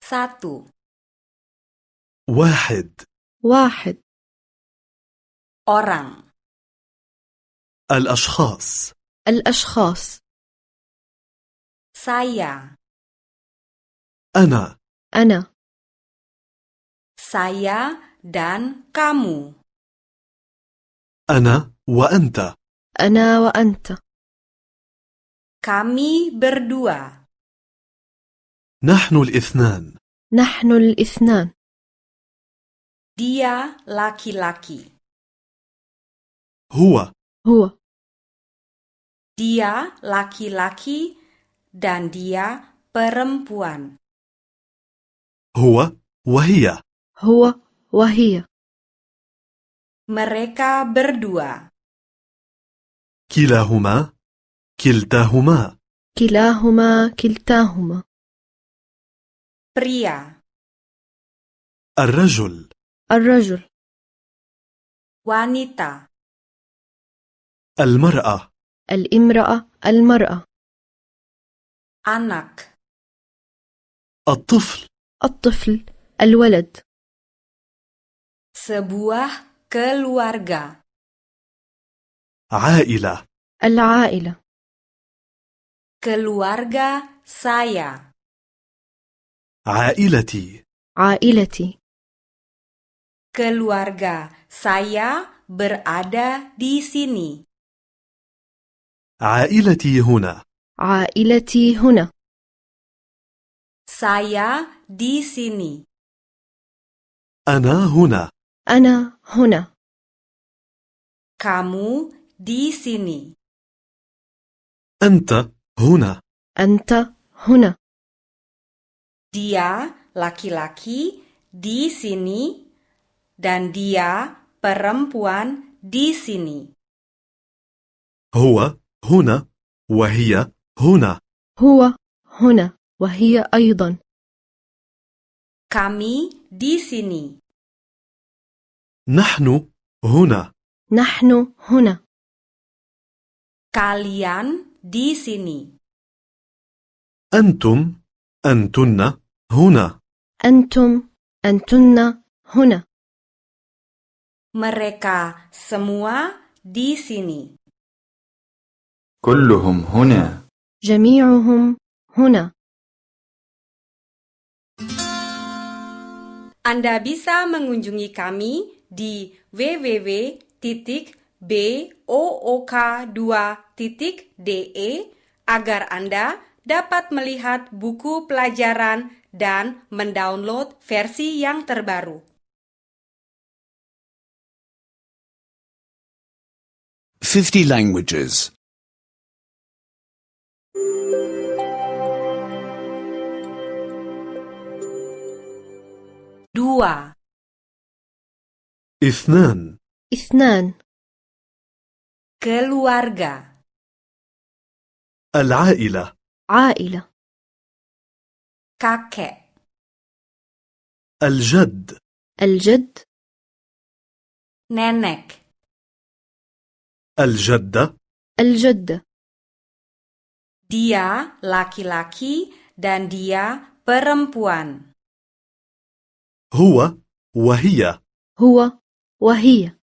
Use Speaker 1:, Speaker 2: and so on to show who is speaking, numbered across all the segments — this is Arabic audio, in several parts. Speaker 1: satu,
Speaker 2: واحد
Speaker 3: واحد
Speaker 1: orang,
Speaker 2: الأشخاص
Speaker 3: الأشخاص
Speaker 1: saya,
Speaker 2: أنا
Speaker 3: أنا
Speaker 1: saya dan kamu,
Speaker 2: أنا وأنت
Speaker 3: أنا وأنت
Speaker 1: kami berdua,
Speaker 2: نحن الاثنان
Speaker 3: نحن الاثنان
Speaker 1: dia laki-laki,
Speaker 2: هو
Speaker 3: هو
Speaker 1: dia laki-laki dan dia perempuan,
Speaker 2: هو وهي
Speaker 3: هو وهي
Speaker 1: mereka berdua,
Speaker 2: كلاهما كلتاهما
Speaker 3: كلاهما كلتاهما
Speaker 1: pria,
Speaker 2: الرجل
Speaker 3: الرجل
Speaker 1: wanita,
Speaker 2: المرأة
Speaker 3: الامرأة المرأة
Speaker 1: anak,
Speaker 2: الطفل
Speaker 3: الطفل الولد
Speaker 1: sebuah keluarga,
Speaker 2: عائلة
Speaker 3: العائلة
Speaker 1: keluarga saya.
Speaker 2: عائلتي
Speaker 3: عائلتي
Speaker 1: Keluarga saya berada di sini.
Speaker 2: عائلتي هنا
Speaker 3: عائلتي هنا
Speaker 1: Saya di sini.
Speaker 2: أنا هنا
Speaker 3: أنا هنا
Speaker 1: Kamu di sini.
Speaker 2: أنت هنا
Speaker 3: أنت هنا
Speaker 1: Dia laki-laki di sini dan dia perempuan di sini.
Speaker 2: هو هنا وهي هنا
Speaker 3: هو هنا وهي أيضا
Speaker 1: Kami di sini.
Speaker 2: نحن هنا
Speaker 3: نحن هنا
Speaker 1: Kalian di sini.
Speaker 2: أنتم أنتن هنا
Speaker 3: أنتم أنتن هنا
Speaker 1: Mereka semua di sini.
Speaker 4: كلهم هنا
Speaker 3: جميعهم هنا
Speaker 1: Anda bisa mengunjungi kami di www.book2.de agar Anda dapat melihat buku pelajaran dan mendownload versi yang terbaru.
Speaker 5: Fifty languages.
Speaker 1: 2.
Speaker 2: اثنان
Speaker 3: اثنان
Speaker 1: Keluarga
Speaker 2: العائلة
Speaker 3: عائلة
Speaker 1: Kakek
Speaker 2: الجد
Speaker 3: الجد
Speaker 1: Nenek
Speaker 2: الجدة
Speaker 3: الجدة
Speaker 1: Dia laki-laki dan dia perempuan
Speaker 2: هو وهي
Speaker 3: هو وهي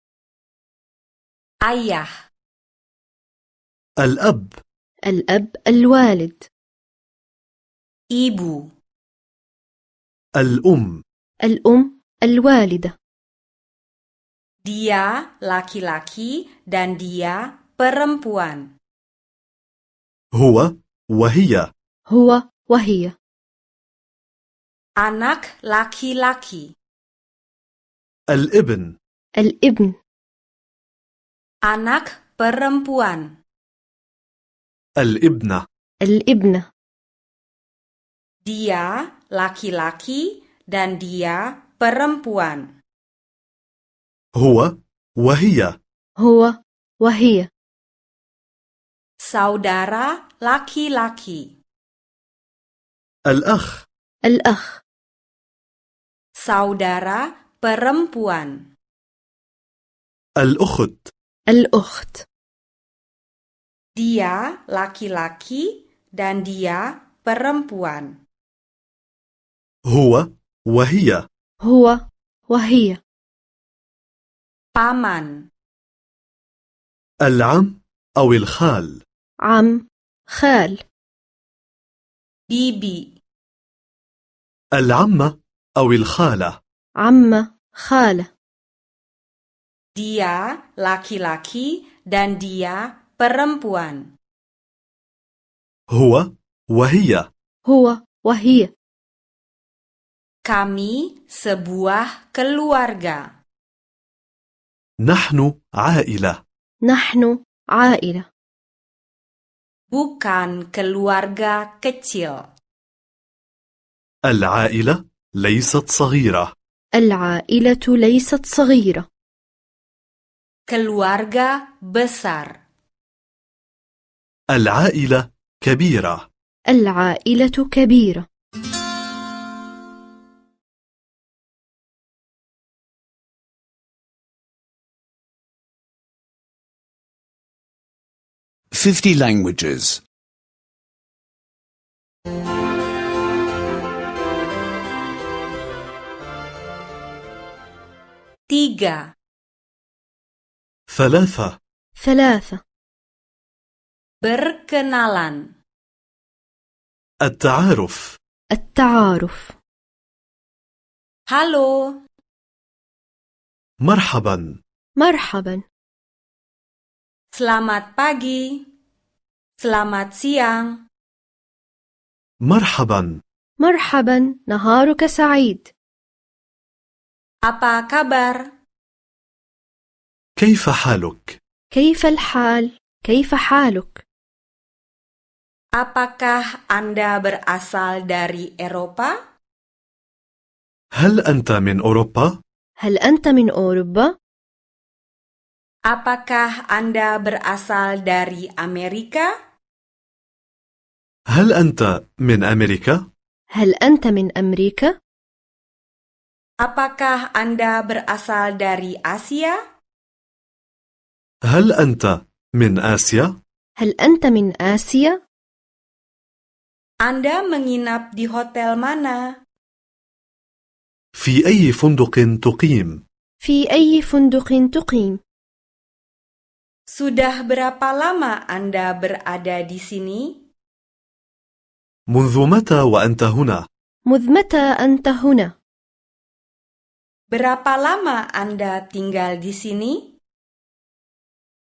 Speaker 1: Ayah
Speaker 2: الأب
Speaker 3: الأب الوالد
Speaker 1: Ibu
Speaker 2: الأم
Speaker 3: الأم الوالدة
Speaker 1: Dia laki-laki dan dia perempuan.
Speaker 2: هو وهي
Speaker 3: هو وهي
Speaker 1: Anak laki-laki,
Speaker 2: الابن
Speaker 3: الابن
Speaker 1: anak perempuan.
Speaker 2: الابنة
Speaker 3: الابنة
Speaker 1: Dia laki-laki dan dia perempuan.
Speaker 2: هو وهي
Speaker 3: هو وهي
Speaker 1: Saudara laki-laki,
Speaker 2: الأخ
Speaker 3: الأخ
Speaker 1: saudara perempuan.
Speaker 2: الأخت
Speaker 3: الأخت
Speaker 1: Dia laki-laki dan dia perempuan.
Speaker 2: هو وهي
Speaker 3: هو وهي
Speaker 1: paman,
Speaker 2: العم أو الخال
Speaker 3: عم خال
Speaker 1: bibi,
Speaker 2: العمة أو الخالة
Speaker 3: عمة خالة
Speaker 1: dia laki-laki dan dia perempuan.
Speaker 2: هو وهي
Speaker 3: هو وهي
Speaker 1: Kami sebuah keluarga.
Speaker 2: نحن عائلة
Speaker 3: نحن عائلة
Speaker 1: Bukan keluarga kecil.
Speaker 2: العائلة ليست صغيرة
Speaker 3: العائلة ليست صغيرة
Speaker 1: Keluarga besar.
Speaker 2: العائلة كبيرة
Speaker 3: العائلة كبيرة
Speaker 5: Fifty languages.
Speaker 1: 3.
Speaker 2: ثلاثة
Speaker 3: ثلاثة
Speaker 1: Berkenalan.
Speaker 2: التعارف
Speaker 3: التعارف
Speaker 1: Halo,
Speaker 2: مرحبا
Speaker 3: مرحبا
Speaker 1: selamat pagi. Selamat siang.
Speaker 2: مرحبا
Speaker 3: مرحبا نهارك سعيد
Speaker 1: Apa kabar?
Speaker 2: كيف حالك
Speaker 3: كيف الحال كيف حالك
Speaker 1: Apakah Anda berasal dari Eropa?
Speaker 2: هل أنت من أوروبا
Speaker 3: هل أنت من أوروبا
Speaker 1: Apakah Anda berasal dari Amerika?
Speaker 2: هل أنت من أمريكا
Speaker 3: هل أنت من أمريكا
Speaker 1: Apakah Anda berasal dari Asia?
Speaker 2: هل أنت من آسيا
Speaker 3: هل أنت من آسيا
Speaker 1: Anda menginap di hotel mana?
Speaker 2: في أي فندق تقيم
Speaker 3: في أي فندق تقيم
Speaker 1: Sudah berapa lama Anda berada di sini?
Speaker 2: منذ متى وأنت هنا
Speaker 3: مذ متى أنت هنا
Speaker 1: Berapa lama Anda tinggal di sini?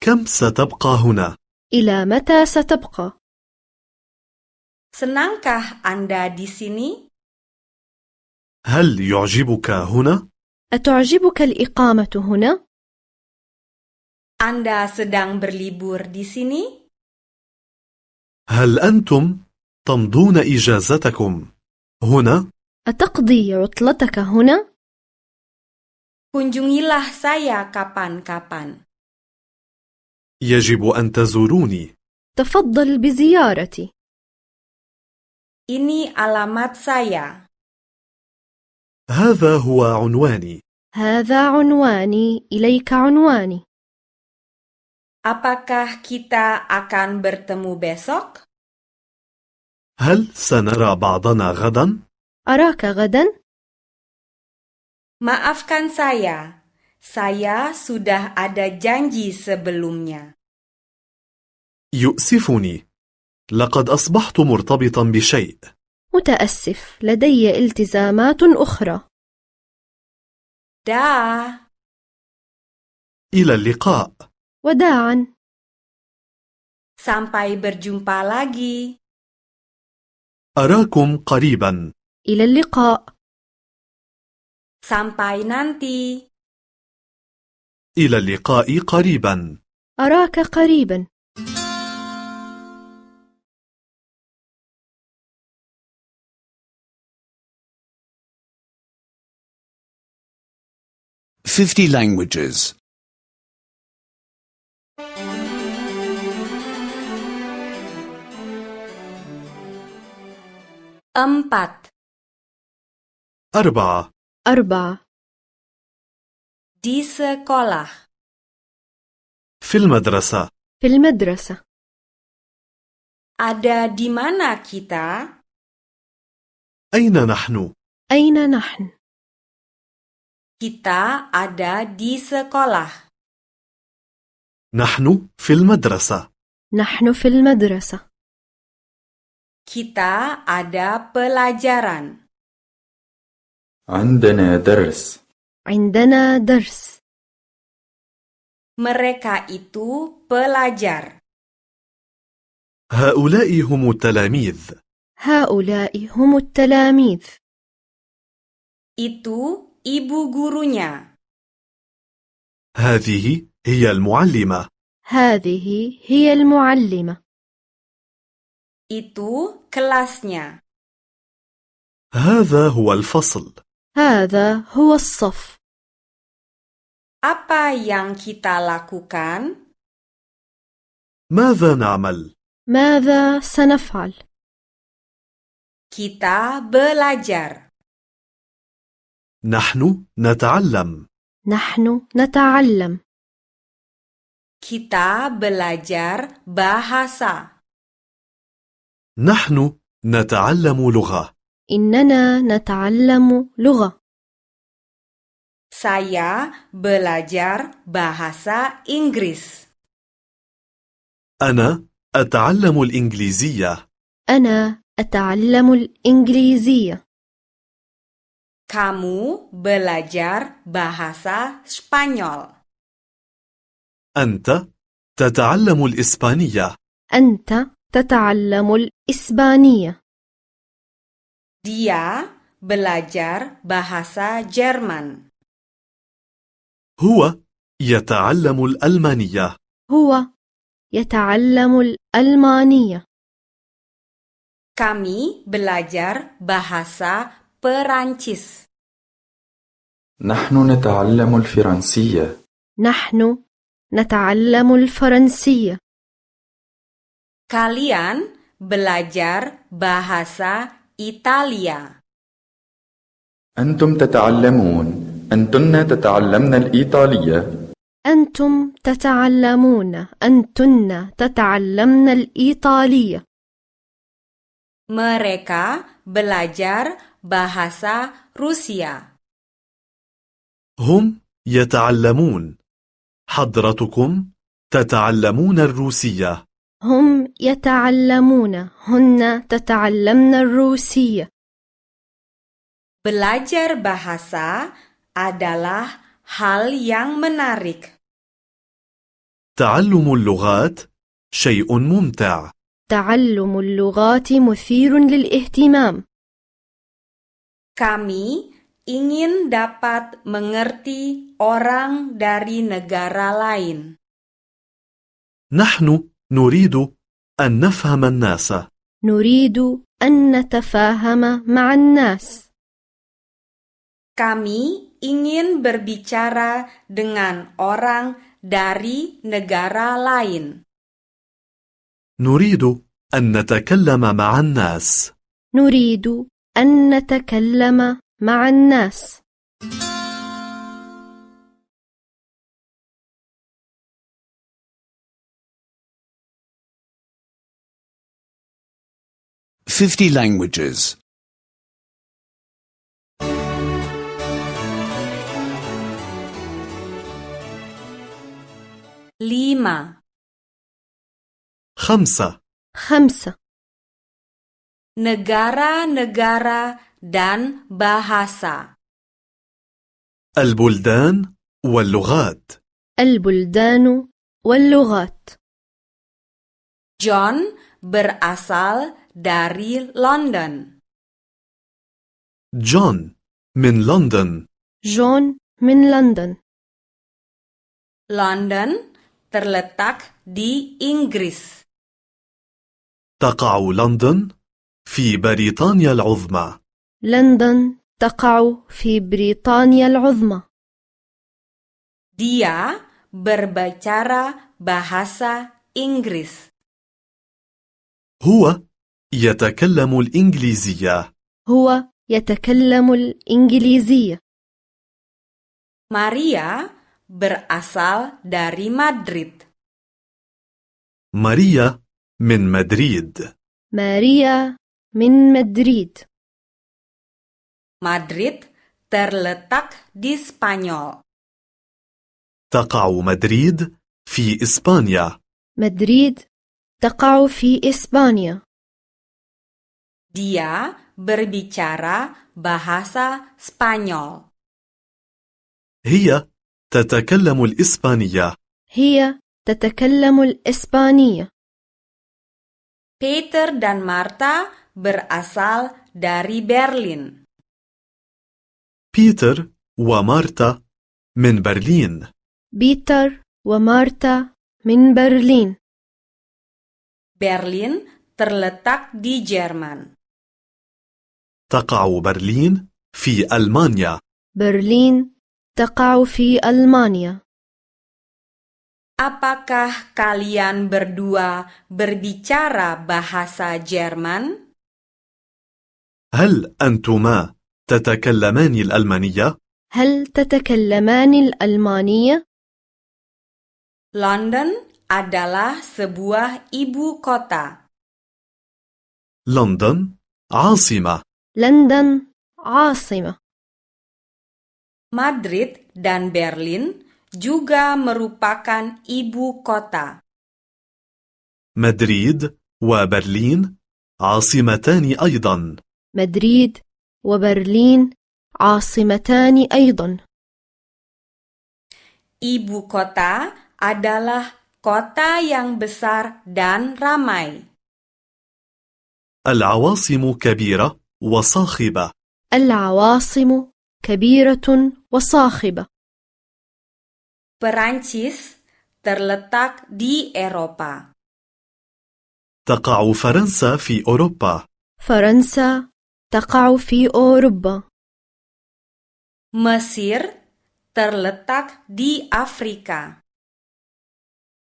Speaker 2: كم ستبقى هنا
Speaker 3: إلى متى ستبقى
Speaker 1: Senangkah Anda di sini?
Speaker 2: هل يعجبك هنا
Speaker 3: أتعجبك الإقامة هنا
Speaker 1: Anda sedang berlibur di sini?
Speaker 2: هل أنتم تمضون إجازتكم هنا
Speaker 3: أتقضي عطلتك هنا
Speaker 1: Kunjungilah saya kapan-kapan.
Speaker 2: يجب أن تزوروني
Speaker 3: تفضل بزيارتي
Speaker 1: Ini alamat saya.
Speaker 2: هذا هو عنواني
Speaker 3: هذا عنواني إليك عنواني
Speaker 1: Apakah kita akan bertemu besok?
Speaker 2: هل سنرى بعضنا غدا؟
Speaker 3: أراك غدا
Speaker 1: Maafkan saya. Saya sudah ada janji sebelumnya.
Speaker 2: يؤسفني لقد أصبحت مرتبطا بشيء
Speaker 3: متأسف لدي التزامات أخرى
Speaker 1: Dah.
Speaker 2: إلى اللقاء
Speaker 3: وداعا
Speaker 1: Sampai berjumpa lagi.
Speaker 2: أراكم قريبا
Speaker 3: إلى اللقاء
Speaker 1: Sampai nanti.
Speaker 2: إلى اللقاء قريبا
Speaker 3: أراك قريبا
Speaker 5: Fifty languages.
Speaker 1: 4.
Speaker 2: أربعة
Speaker 3: أربعة
Speaker 1: Di sekolah.
Speaker 2: في المدرسة
Speaker 3: في المدرسة
Speaker 1: Ada di mana kita?
Speaker 2: أين نحن؟
Speaker 3: أين نحن؟
Speaker 1: Kita ada di sekolah.
Speaker 2: نحن في المدرسة
Speaker 3: نحن في المدرسة.
Speaker 1: Kita ada pelajaran.
Speaker 4: عندنا درس
Speaker 3: عندنا درس.
Speaker 1: Mereka itu pelajar.
Speaker 2: هؤلاء هم التلاميذ
Speaker 3: هؤلاء هم التلاميذ.
Speaker 1: Itu ibu gurunya.
Speaker 2: هذه هي المعلمة
Speaker 3: هذه هي المعلمة.
Speaker 1: Itu kelasnya.
Speaker 2: هذا هو الفصل
Speaker 3: هذا هو الصف.
Speaker 1: Apa yang kita lakukan?
Speaker 2: ماذا نعمل؟
Speaker 3: ماذا سنفعل؟
Speaker 1: Kita belajar.
Speaker 2: نحن نتعلم
Speaker 3: نحن نتعلم.
Speaker 1: Kita belajar bahasa.
Speaker 2: نحن نتعلم لغة
Speaker 3: إننا نتعلم لغة.
Speaker 1: Saya belajar bahasa Inggris.
Speaker 2: أنا أتعلم الإنجليزية
Speaker 3: أنا أتعلم الإنجليزية.
Speaker 1: Kamu belajar bahasa Spanyol.
Speaker 2: أنت تتعلم الإسبانية
Speaker 3: أنت تتعلم الإسبانية.
Speaker 1: Dia belajar bahasa Jerman.
Speaker 2: هو يتعلم الألمانية
Speaker 3: هو يتعلم الألمانية.
Speaker 1: Kami belajar bahasa Perancis.
Speaker 4: نحن نتعلم الفرنسية
Speaker 3: نحن نتعلم الفرنسية.
Speaker 1: Kalian belajar bahasa Italia.
Speaker 4: أنتم تتعلمون أنتن تتعلمن الإيطالية
Speaker 3: أنتم تتعلمون أنتن تتعلمن الإيطالية
Speaker 1: Mereka belajar bahasa Rusia.
Speaker 2: هم يتعلمون حضرتكم تتعلمون الروسية
Speaker 3: هم يتعلمون هن تتعلمن الروسية
Speaker 1: Belajar bahasa adalah hal yang menarik.
Speaker 2: تعلم اللغات شيء ممتع
Speaker 3: تعلم اللغات مثير للاهتمام
Speaker 1: Kami ingin dapat mengerti orang dari negara lain.
Speaker 2: نحن نريد أن نفهم الناس
Speaker 3: نريد أن نتفاهم مع الناس
Speaker 1: Kami ingin berbicara dengan orang dari negara lain.
Speaker 2: نريد أن نتكلم مع الناس
Speaker 3: نريد أن نتكلم مع الناس
Speaker 5: Fifty languages.
Speaker 1: 5.
Speaker 2: خمسة
Speaker 3: خمسة
Speaker 1: Negara-negara dan bahasa.
Speaker 2: البلدان واللغات
Speaker 3: البلدان واللغات
Speaker 1: John berasal dari London.
Speaker 2: جون من لندن
Speaker 3: جون من لندن
Speaker 1: London terletak di Inggris.
Speaker 2: تقع لندن في بريطانيا العظمى
Speaker 3: لندن تقع في بريطانيا العظمى
Speaker 1: Dia berbicara bahasa Inggris.
Speaker 2: هو يتكلم الإنجليزية
Speaker 3: هو يتكلم الإنجليزية
Speaker 1: Maria berasal dari Madrid.
Speaker 2: ماريا من مدريد
Speaker 3: ماريا من مدريد
Speaker 1: Madrid terletak di Spanyol.
Speaker 2: تقع مدريد في إسبانيا
Speaker 3: مدريد تقع في إسبانيا
Speaker 1: Dia berbicara bahasa Spanyol.
Speaker 2: هي تتكلم الإسبانية
Speaker 3: هي تتكلم الإسبانية
Speaker 1: Peter dan Martha berasal dari Berlin.
Speaker 2: بيتر ومارتا من برلين
Speaker 3: بيتر ومارتا من برلين
Speaker 1: Berlin terletak di Jerman.
Speaker 2: تقع برلين في ألمانيا
Speaker 3: برلين تقع في ألمانيا
Speaker 1: Apakah kalian berdua berbicara bahasa Jerman?
Speaker 2: هل أنتما تتكلمان الألمانية؟
Speaker 3: هل تتكلمان الألمانية؟
Speaker 1: London adalah sebuah ibu kota.
Speaker 2: لندن عاصمة
Speaker 3: لندن عاصمة
Speaker 1: Madrid dan Berlin juga merupakan ibu kota.
Speaker 2: مدريد وبرلين عاصمتان أيضا
Speaker 3: مدريد وبرلين عاصمتان أيضا
Speaker 1: Ibu kota adalah kota yang besar dan ramai.
Speaker 2: العواصم كبيرة وصاخبة
Speaker 3: العواصم كبيرة وصاخبة
Speaker 1: Perancis terletak di Eropa.
Speaker 2: تقع فرنسا في أوروبا
Speaker 3: فرنسا تقع في أوروبا
Speaker 1: Mesir terletak di Afrika.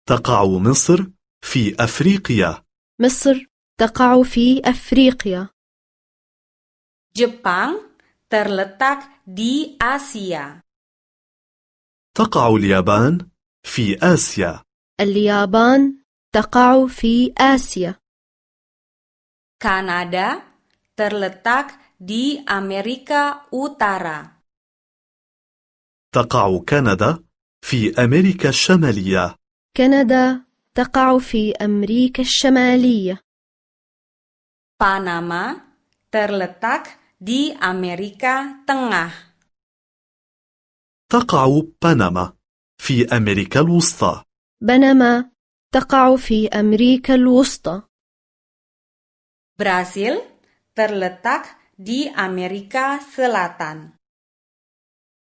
Speaker 2: تقع مصر في أفريقيا
Speaker 3: مصر تقع في أفريقيا
Speaker 1: Jepang terletak di Asia.
Speaker 2: تقع اليابان في آسيا
Speaker 3: اليابان تقع في آسيا
Speaker 1: Kanada terletak di Amerika Utara.
Speaker 2: تقع كندا في أمريكا الشمالية
Speaker 3: كندا تقع في أمريكا الشمالية
Speaker 1: Panama terletak di Amerika Tengah.
Speaker 2: تقع بنما في أمريكا الوسطى
Speaker 3: بنما تقع في أمريكا الوسطى
Speaker 1: Brasil terletak di Amerika Selatan.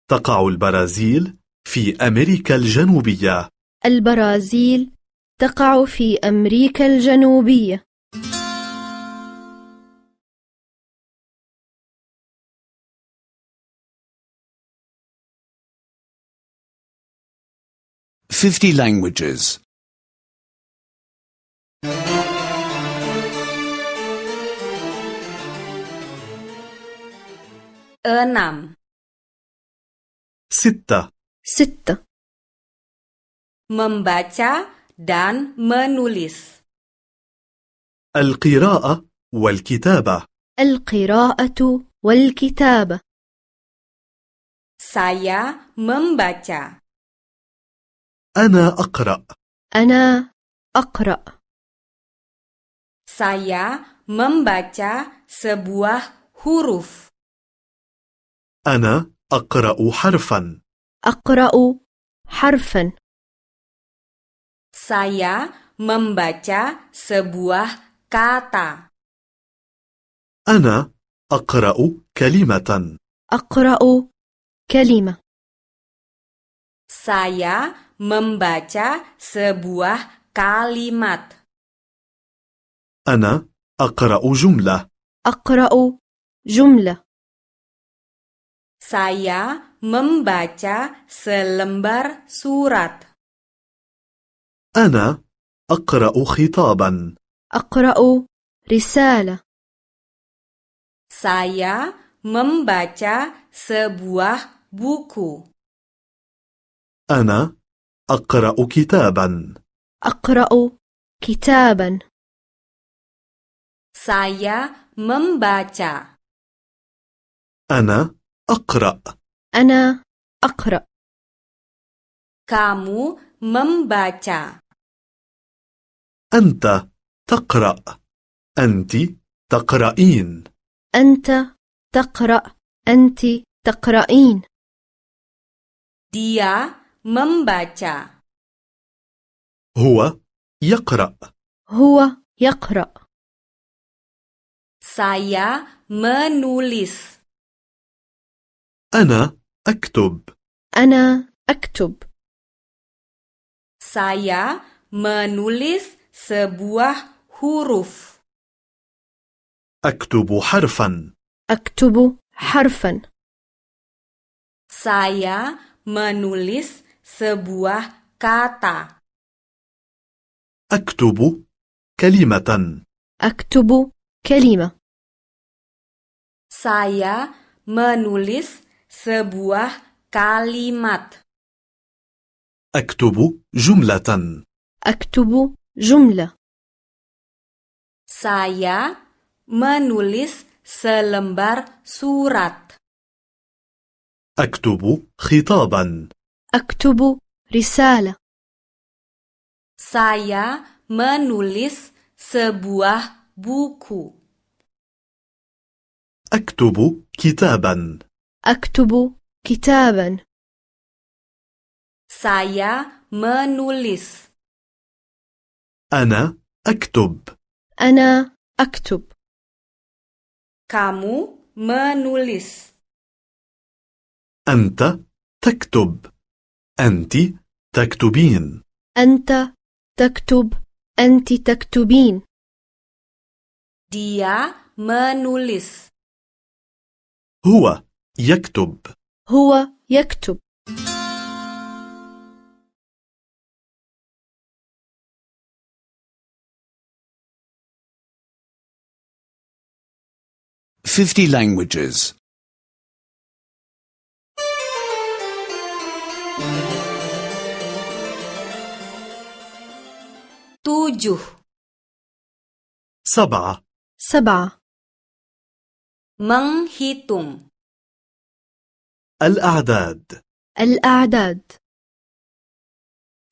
Speaker 2: تقع البرازيل في أمريكا الجنوبية
Speaker 3: البرازيل تقع في أمريكا الجنوبية
Speaker 5: Fifty languages.
Speaker 1: 6.
Speaker 2: ستة
Speaker 3: ستة
Speaker 1: Membaca dan menulis.
Speaker 2: القراءة والكتابة
Speaker 3: القراءة والكتابة
Speaker 1: Saya membaca.
Speaker 2: أنا أقرأ
Speaker 3: أنا أقرأ
Speaker 1: Saya membaca sebuah huruf.
Speaker 2: أنا أقرأ حرفا
Speaker 3: أقرأ حرفا
Speaker 1: Saya membaca sebuah kata.
Speaker 2: أنا أقرأ كلمة
Speaker 3: أقرأ كلمة
Speaker 1: Saya membaca sebuah kalimat.
Speaker 2: أنا أقرأ جملة
Speaker 3: أقرأ جملة
Speaker 1: Saya membaca selembar surat.
Speaker 2: أنا أقرأ خطابا
Speaker 3: أقرأ رسالة
Speaker 1: Saya membaca sebuah buku.
Speaker 2: أنا أقرأ كتابا
Speaker 3: أقرأ كتابا
Speaker 1: Saya membaca.
Speaker 2: أنا أقرأ
Speaker 3: أنا أقرأ
Speaker 1: Kamu membaca.
Speaker 2: أنت تقرأ أنت تقرأين
Speaker 3: أنت تقرأ أنت تقرأين
Speaker 1: Dia membaca.
Speaker 2: هو يقرأ
Speaker 3: هو يقرأ
Speaker 1: Saya menulis.
Speaker 2: أنا أكتب
Speaker 3: أنا أكتب
Speaker 1: Saya menulis sebuah huruf.
Speaker 2: أكتب حرفا
Speaker 3: أكتب حرفا
Speaker 1: Saya menulis sebuah kata.
Speaker 2: أكتب كلمة
Speaker 3: أكتب كلمة
Speaker 1: Saya menulis sebuah kalimat.
Speaker 2: أكتب جملة
Speaker 3: أكتب جملة
Speaker 1: Saya menulis selembar surat.
Speaker 2: أكتب خطابا
Speaker 3: أكتب رسالة
Speaker 1: Saya menulis sebuah buku.
Speaker 2: أكتب كتابا
Speaker 3: أكتب كتابا
Speaker 1: Saya menulis.
Speaker 2: أنا أكتب
Speaker 3: أنا أكتب
Speaker 1: Kamu menulis.
Speaker 2: أنت تكتب أنت تكتبين
Speaker 3: أنت تكتب أنت تكتبين
Speaker 1: Dia menulis.
Speaker 2: هو يكتب
Speaker 3: هو يكتب
Speaker 5: Fifty languages.
Speaker 1: 7.
Speaker 2: سبعة
Speaker 3: سبعة
Speaker 1: Menghitung.
Speaker 2: الأعداد
Speaker 3: الأعداد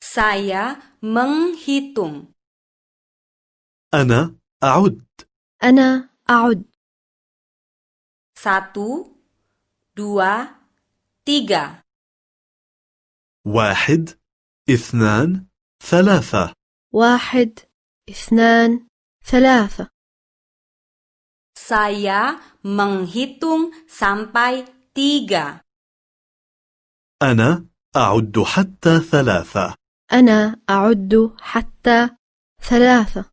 Speaker 1: Saya menghitung.
Speaker 2: أنا أعد
Speaker 3: أنا أعد
Speaker 1: Satu, dua, tiga.
Speaker 2: واحد اثنان ثلاثة
Speaker 3: واحد اثنان ثلاثة
Speaker 1: Saya menghitung sampai tiga.
Speaker 2: أنا أعد حتى ثلاثة
Speaker 3: أنا أعد حتى ثلاثة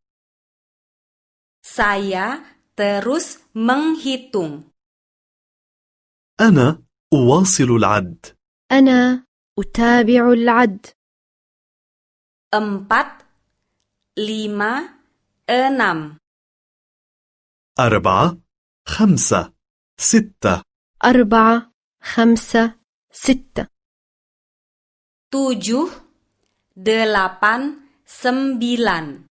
Speaker 1: Saya terus menghitung.
Speaker 2: أنا أواصل العد
Speaker 3: أنا أتابع العد
Speaker 1: Empat, lima, enam.
Speaker 2: أربعة خمسة ستة
Speaker 3: أربعة خمسة ستة
Speaker 1: Tujuh, delapan, sembilan.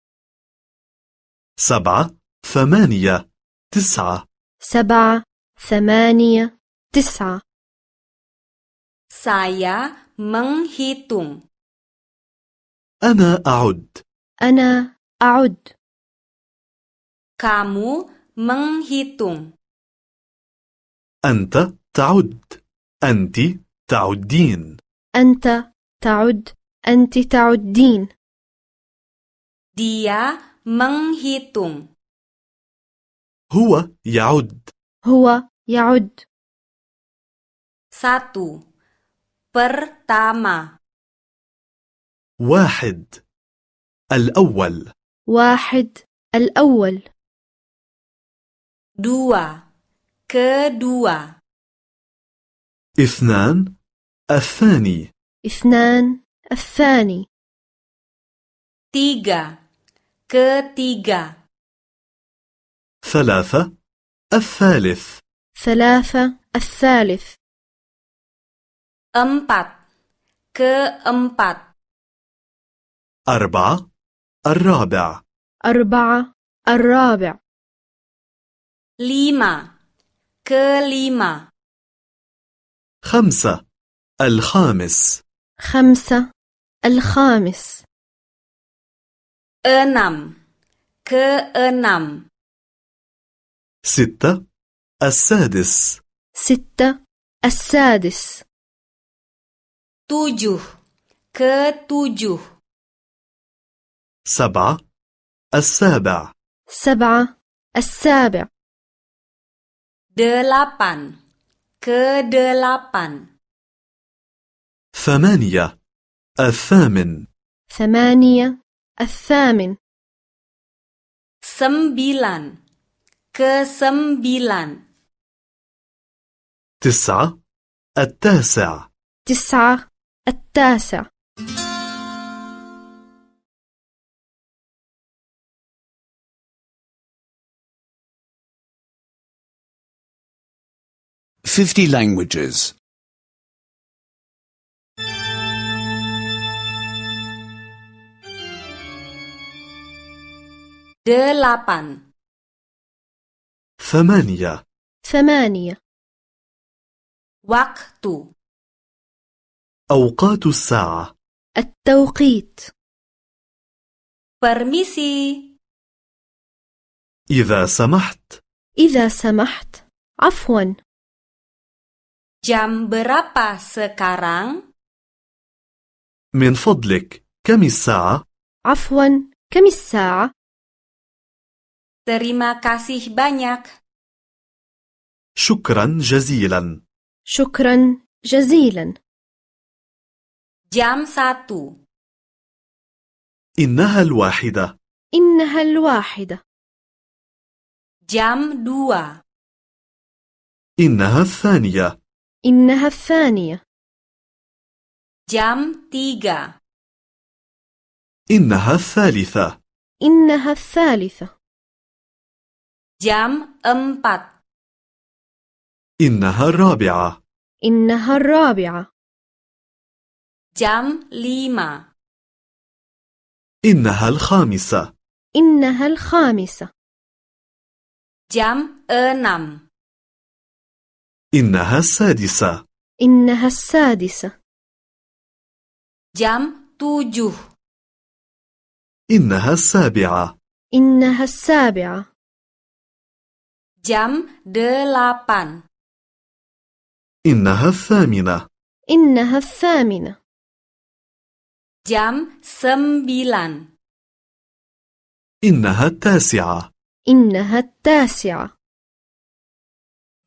Speaker 2: سبعة ثمانية تسعة
Speaker 3: سبعة ثمانية تسعة
Speaker 1: Saya menghitung.
Speaker 2: أنا أعد
Speaker 3: أنا أعد
Speaker 1: Kamu menghitung.
Speaker 2: أنت تعد أنت تعدين
Speaker 3: أنت تعد أنت تعدين
Speaker 1: Dia menghitung.
Speaker 2: هو يعد
Speaker 3: هو يعد
Speaker 1: Satu. Pertama.
Speaker 2: واحد الأول
Speaker 3: واحد الأول
Speaker 1: Dua. Kedua.
Speaker 2: اثنان الثاني
Speaker 3: اثنان الثاني
Speaker 1: Tiga. Ketiga.
Speaker 2: ثلاثة الثالث
Speaker 3: ثلاثة الثالث
Speaker 1: Empat. Keempat.
Speaker 2: أربعة الرابع
Speaker 3: أربعة الرابع
Speaker 1: Lima. Kelima.
Speaker 2: خمسة الخامس
Speaker 3: خمسة الخامس
Speaker 1: Enam. Keenam.
Speaker 2: ستة السادس
Speaker 3: ستة السادس
Speaker 1: Tujuh. Ketujuh.
Speaker 2: سبعة السابع
Speaker 3: سبعة السابع
Speaker 1: Delapan. Kedelapan.
Speaker 2: ثمانية الثامن
Speaker 3: ثمانية الثامن
Speaker 1: Sembilan. Kesembilan.
Speaker 2: تسعة التاسع
Speaker 3: تسعة التاسع
Speaker 5: Fifty languages.
Speaker 1: 8.
Speaker 2: ثمانية
Speaker 3: ثمانية
Speaker 1: Waktu.
Speaker 2: أوقات الساعة
Speaker 3: التوقيت
Speaker 1: Permisi.
Speaker 2: إذا سمحت
Speaker 3: إذا سمحت عفوا
Speaker 1: Jam berapa sekarang?
Speaker 2: من فضلك كم الساعة؟
Speaker 3: عفوا كم الساعة؟
Speaker 1: Terima kasih banyak.
Speaker 2: شكرا جزيلا
Speaker 3: شكرا جزيلا
Speaker 1: Jam satu.
Speaker 2: إنها الواحدة
Speaker 3: إنها الواحدة
Speaker 1: Jam dua.
Speaker 2: إنها الثانية
Speaker 3: إنها الثانية
Speaker 1: Jam tiga.
Speaker 2: إنها الثالثة
Speaker 3: إنها الثالثة
Speaker 1: Jam empat.
Speaker 2: إنها الرابعة
Speaker 3: إنها الرابعة
Speaker 1: Jam lima.
Speaker 2: إنها الخامسة
Speaker 3: إنها الخامسة
Speaker 1: Jam enam.
Speaker 2: إنها السادسة
Speaker 3: إنها السادسة
Speaker 1: Jam tujuh.
Speaker 2: إنها السابعة
Speaker 3: إنها السابعة
Speaker 1: Jam delapan.
Speaker 2: إنها الثامنة
Speaker 3: إنها الثامنة
Speaker 1: Jam sembilan.
Speaker 2: إنها التاسعة
Speaker 3: إنها التاسعة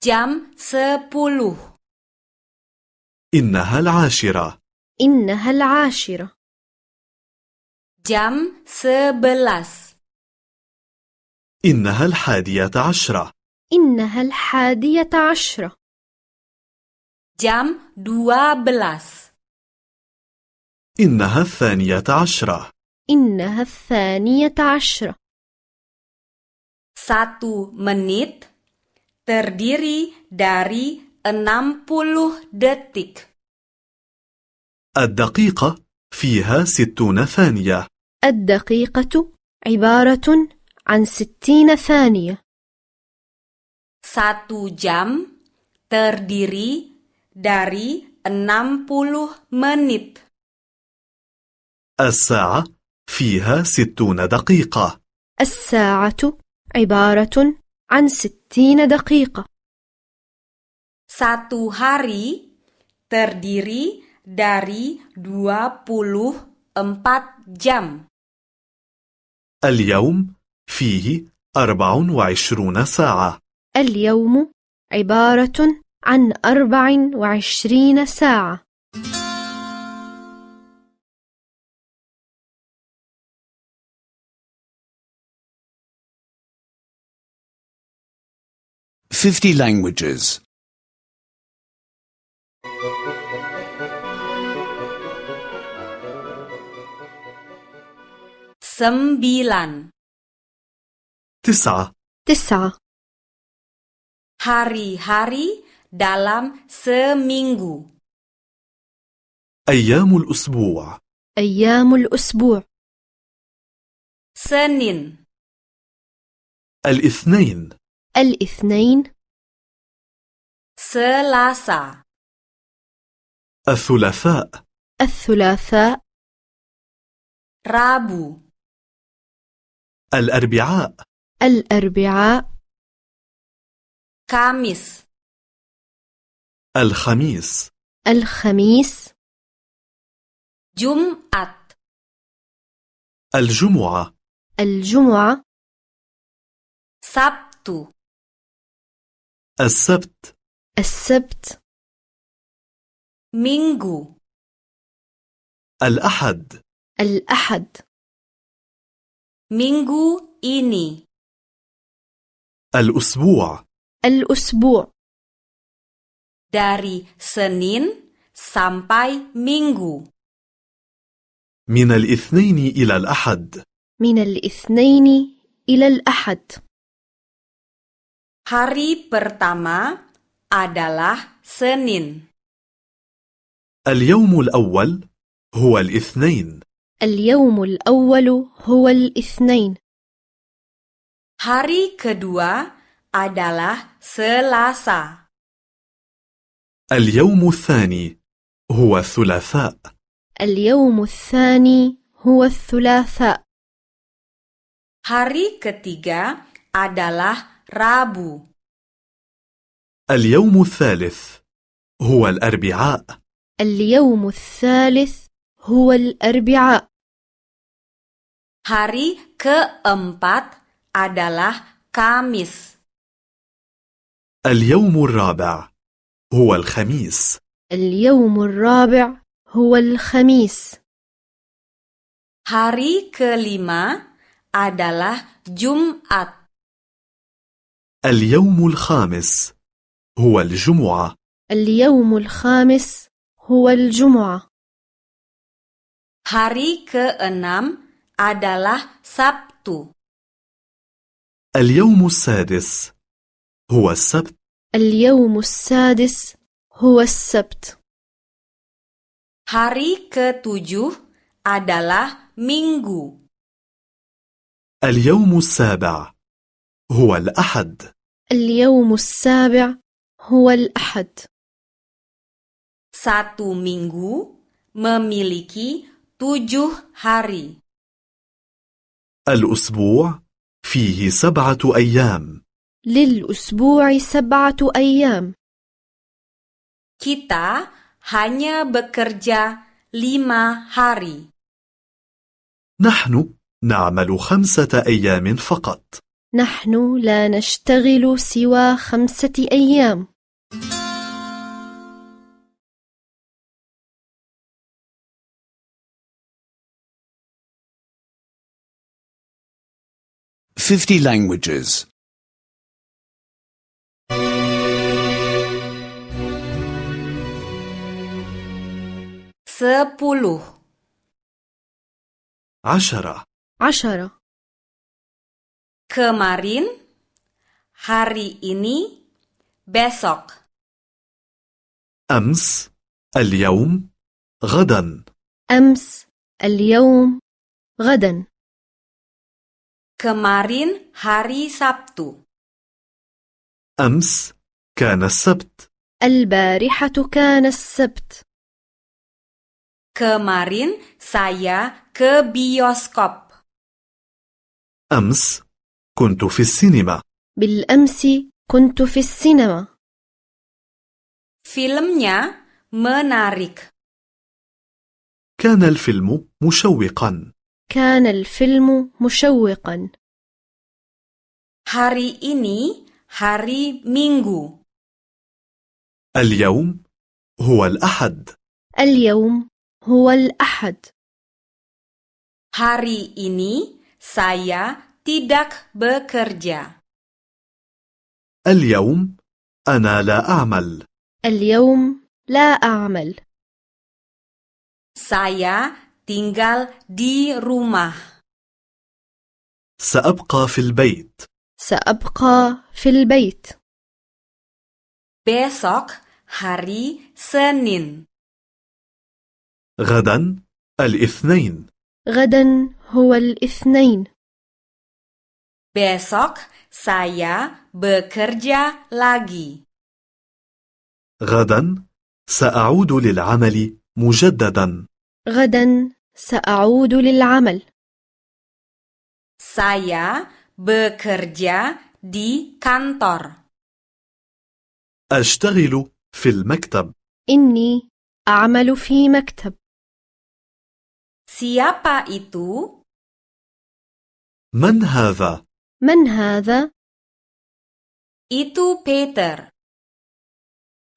Speaker 1: Jam sepuluh.
Speaker 2: إنها العاشرة
Speaker 3: إنها العاشرة
Speaker 1: Jam sebelas.
Speaker 2: إنها الحادية عشرة
Speaker 3: إنها الحادية عشرة
Speaker 1: Jam dua belas.
Speaker 2: إنها الثانية عشرة
Speaker 3: إنها الثانية عشرة
Speaker 1: Satu menit terdiri dari 60 detik.
Speaker 2: الدقيقة فيها ستون ثانية
Speaker 3: الدقيقة عبارة عن ستين ثانية
Speaker 1: Satu jam terdiri dari 60 menit.
Speaker 2: الساعة فيها ستون دقيقة
Speaker 3: الساعة عبارة عن ستين دقيقة
Speaker 1: Satu hari terdiri dari 24 jam.
Speaker 2: اليوم فيه أربع وعشرون ساعة
Speaker 3: اليوم عبارة عن أربع وعشرين ساعة
Speaker 5: Fifty languages.
Speaker 1: 9
Speaker 2: تسعة
Speaker 3: تسعة
Speaker 1: hari-hari dalam seminggu.
Speaker 2: أيام الأسبوع
Speaker 3: أيام الأسبوع
Speaker 1: Senin
Speaker 2: الاثنين
Speaker 3: الاثنين
Speaker 1: Selasa,
Speaker 2: الثلاثاء
Speaker 3: الثلاثاء
Speaker 1: Rabu,
Speaker 2: الأربعاء
Speaker 3: الأربعاء
Speaker 1: Kamis,
Speaker 2: الخميس
Speaker 3: الخميس
Speaker 1: Jumat,
Speaker 2: الجمعة
Speaker 3: الجمعة
Speaker 1: Sabtu,
Speaker 2: السبت
Speaker 3: السبت
Speaker 1: Minggu,
Speaker 2: الأحد
Speaker 3: الأحد
Speaker 1: minggu ini,
Speaker 2: الأسبوع
Speaker 3: الأسبوع
Speaker 1: dari Senin sampai Minggu.
Speaker 2: من الاثنين إلى الأحد
Speaker 3: من الاثنين إلى الأحد
Speaker 1: Hari pertama adalah Senin.
Speaker 2: اليوم الأول هو الاثنين
Speaker 3: اليوم الأول هو الاثنين
Speaker 1: Hari kedua adalah Selasa.
Speaker 2: اليوم الثاني هو الثلاثاء
Speaker 3: اليوم الثاني هو الثلاثاء
Speaker 1: Hari ketiga adalah Rabu.
Speaker 2: اليوم الثالث هو الأربعاء
Speaker 3: اليوم الثالث هو الأربعاء
Speaker 1: Hari keempat adalah Kamis.
Speaker 2: اليوم الرابع هو الخميس
Speaker 3: اليوم الرابع هو الخميس
Speaker 1: Hari kelima adalah Jumat.
Speaker 2: اليوم الخامس هو الجمعة
Speaker 3: اليوم الخامس هو الجمعة
Speaker 1: Hari keenam adalah Sabtu.
Speaker 2: اليوم السادس هو السبت
Speaker 3: اليوم السادس هو السبت
Speaker 1: Hari ketujuh adalah Minggu.
Speaker 2: اليوم السابع هو الأحد
Speaker 3: اليوم السابع هو الأحد
Speaker 1: Satu minggu memiliki tujuh hari.
Speaker 2: الأسبوع فيه سبعة أيام
Speaker 3: للأسبوع سبعة أيام
Speaker 1: Kita hanya bekerja lima hari.
Speaker 2: نحن نعمل خمسة أيام فقط
Speaker 3: نحن لا نشتغل سوى خمسة أيام
Speaker 5: Fifty languages.
Speaker 1: 10,
Speaker 2: عشرة
Speaker 3: عشرة
Speaker 1: Kemarin, hari ini, besok.
Speaker 2: أمس اليوم غدا
Speaker 3: أمس اليوم غدا
Speaker 1: Kemarin hari Sabtu.
Speaker 2: أمس كان السبت
Speaker 3: البارحة كان السبت
Speaker 1: Kemarin saya ke bioskop.
Speaker 2: أمس كنت في السينما
Speaker 3: بالأمس كنت في السينما
Speaker 1: Filmnya menarik.
Speaker 2: كان الفيلم مشوقا
Speaker 3: كان الفيلم مشوقا
Speaker 1: Hari ini hari Minggu.
Speaker 2: اليوم هو الأحد
Speaker 3: اليوم هو الأحد
Speaker 1: Hari ini saya tidak bekerja.
Speaker 2: اليوم أنا لا أعمل
Speaker 3: اليوم لا أعمل
Speaker 1: Saya tinggal di rumah.
Speaker 2: سأبقى في البيت
Speaker 3: سأبقى في البيت
Speaker 1: Besok hari Senin.
Speaker 2: غدا الاثنين
Speaker 3: غدا هو الاثنين
Speaker 1: Besok saya bekerja lagi.
Speaker 2: غدا سأعود للعمل مجددا
Speaker 3: غدا سأعود للعمل
Speaker 1: Saya bekerja di kantor.
Speaker 2: أشتغل في المكتب
Speaker 3: إني أعمل في مكتب
Speaker 1: Siapa itu?
Speaker 2: من هذا؟
Speaker 3: من هذا؟
Speaker 1: Itu Peter.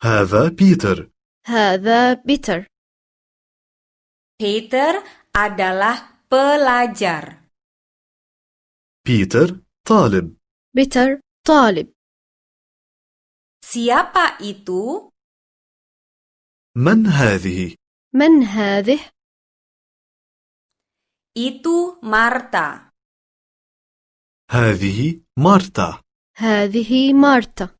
Speaker 2: هذا بيتر
Speaker 3: هذا بيتر
Speaker 1: Peter adalah pelajar.
Speaker 2: بيتر طالب
Speaker 3: بيتر طالب
Speaker 1: Siapa itu?
Speaker 2: من هذه؟
Speaker 3: من هذه؟
Speaker 1: Itu Marta.
Speaker 2: هذه مارتا
Speaker 3: هذه مارتا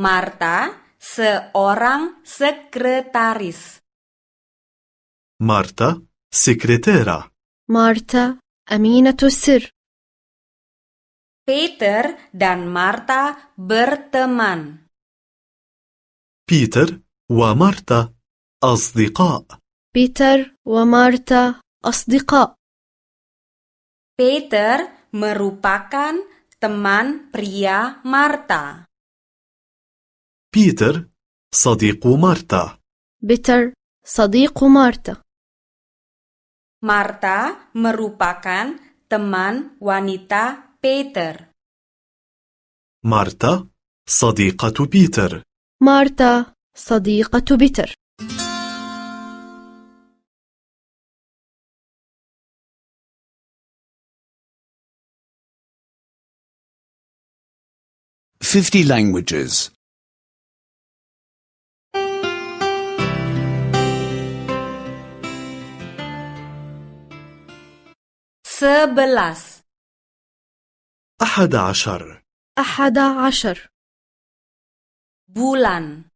Speaker 1: Marta seorang sekretaris.
Speaker 2: مارتا سكرتيرة
Speaker 3: مارتا أمينة السر
Speaker 1: Peter dan Marta berteman.
Speaker 2: بيتر ومارتا أصدقاء
Speaker 3: بيتر ومارتا أصدقاء
Speaker 1: Peter merupakan teman pria Marta.
Speaker 2: بيتر صديق مارتا
Speaker 3: بيتر صديق مارتا
Speaker 1: Marta merupakan teman wanita Peter.
Speaker 2: مارتا صديقة بيتر
Speaker 3: مارتا صديقة بيتر
Speaker 5: Fifty languages.
Speaker 1: 11.
Speaker 2: أحد عشر
Speaker 3: أحد عشر
Speaker 1: Bulan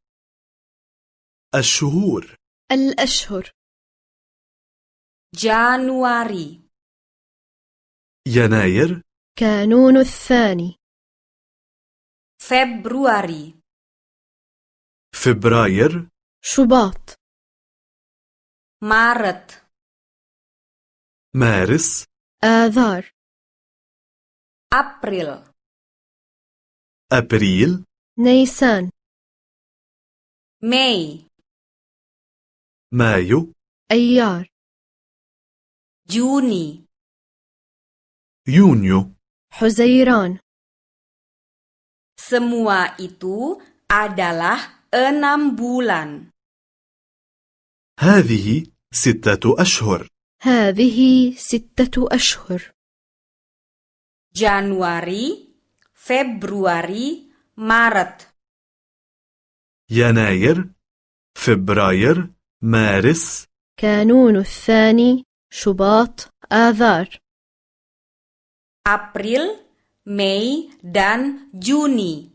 Speaker 2: الشهور
Speaker 3: الأشهر
Speaker 1: Januari
Speaker 2: يناير
Speaker 3: كانون الثاني
Speaker 1: Februari
Speaker 2: فبراير
Speaker 3: شباط
Speaker 1: Maret
Speaker 2: مارس
Speaker 3: آذار
Speaker 1: April
Speaker 2: أبريل
Speaker 3: نيسان
Speaker 1: Mei
Speaker 2: مايو
Speaker 3: أيار
Speaker 1: Juni
Speaker 2: يونيو
Speaker 3: حزيران
Speaker 1: Semua itu adalah enam bulan
Speaker 2: هذه ستة أشهر
Speaker 3: هذه ستة أشهر
Speaker 1: Januari Februari Maret
Speaker 2: يناير فبراير مارس
Speaker 3: كانون الثاني شباط آذار
Speaker 1: April Mei dan Juni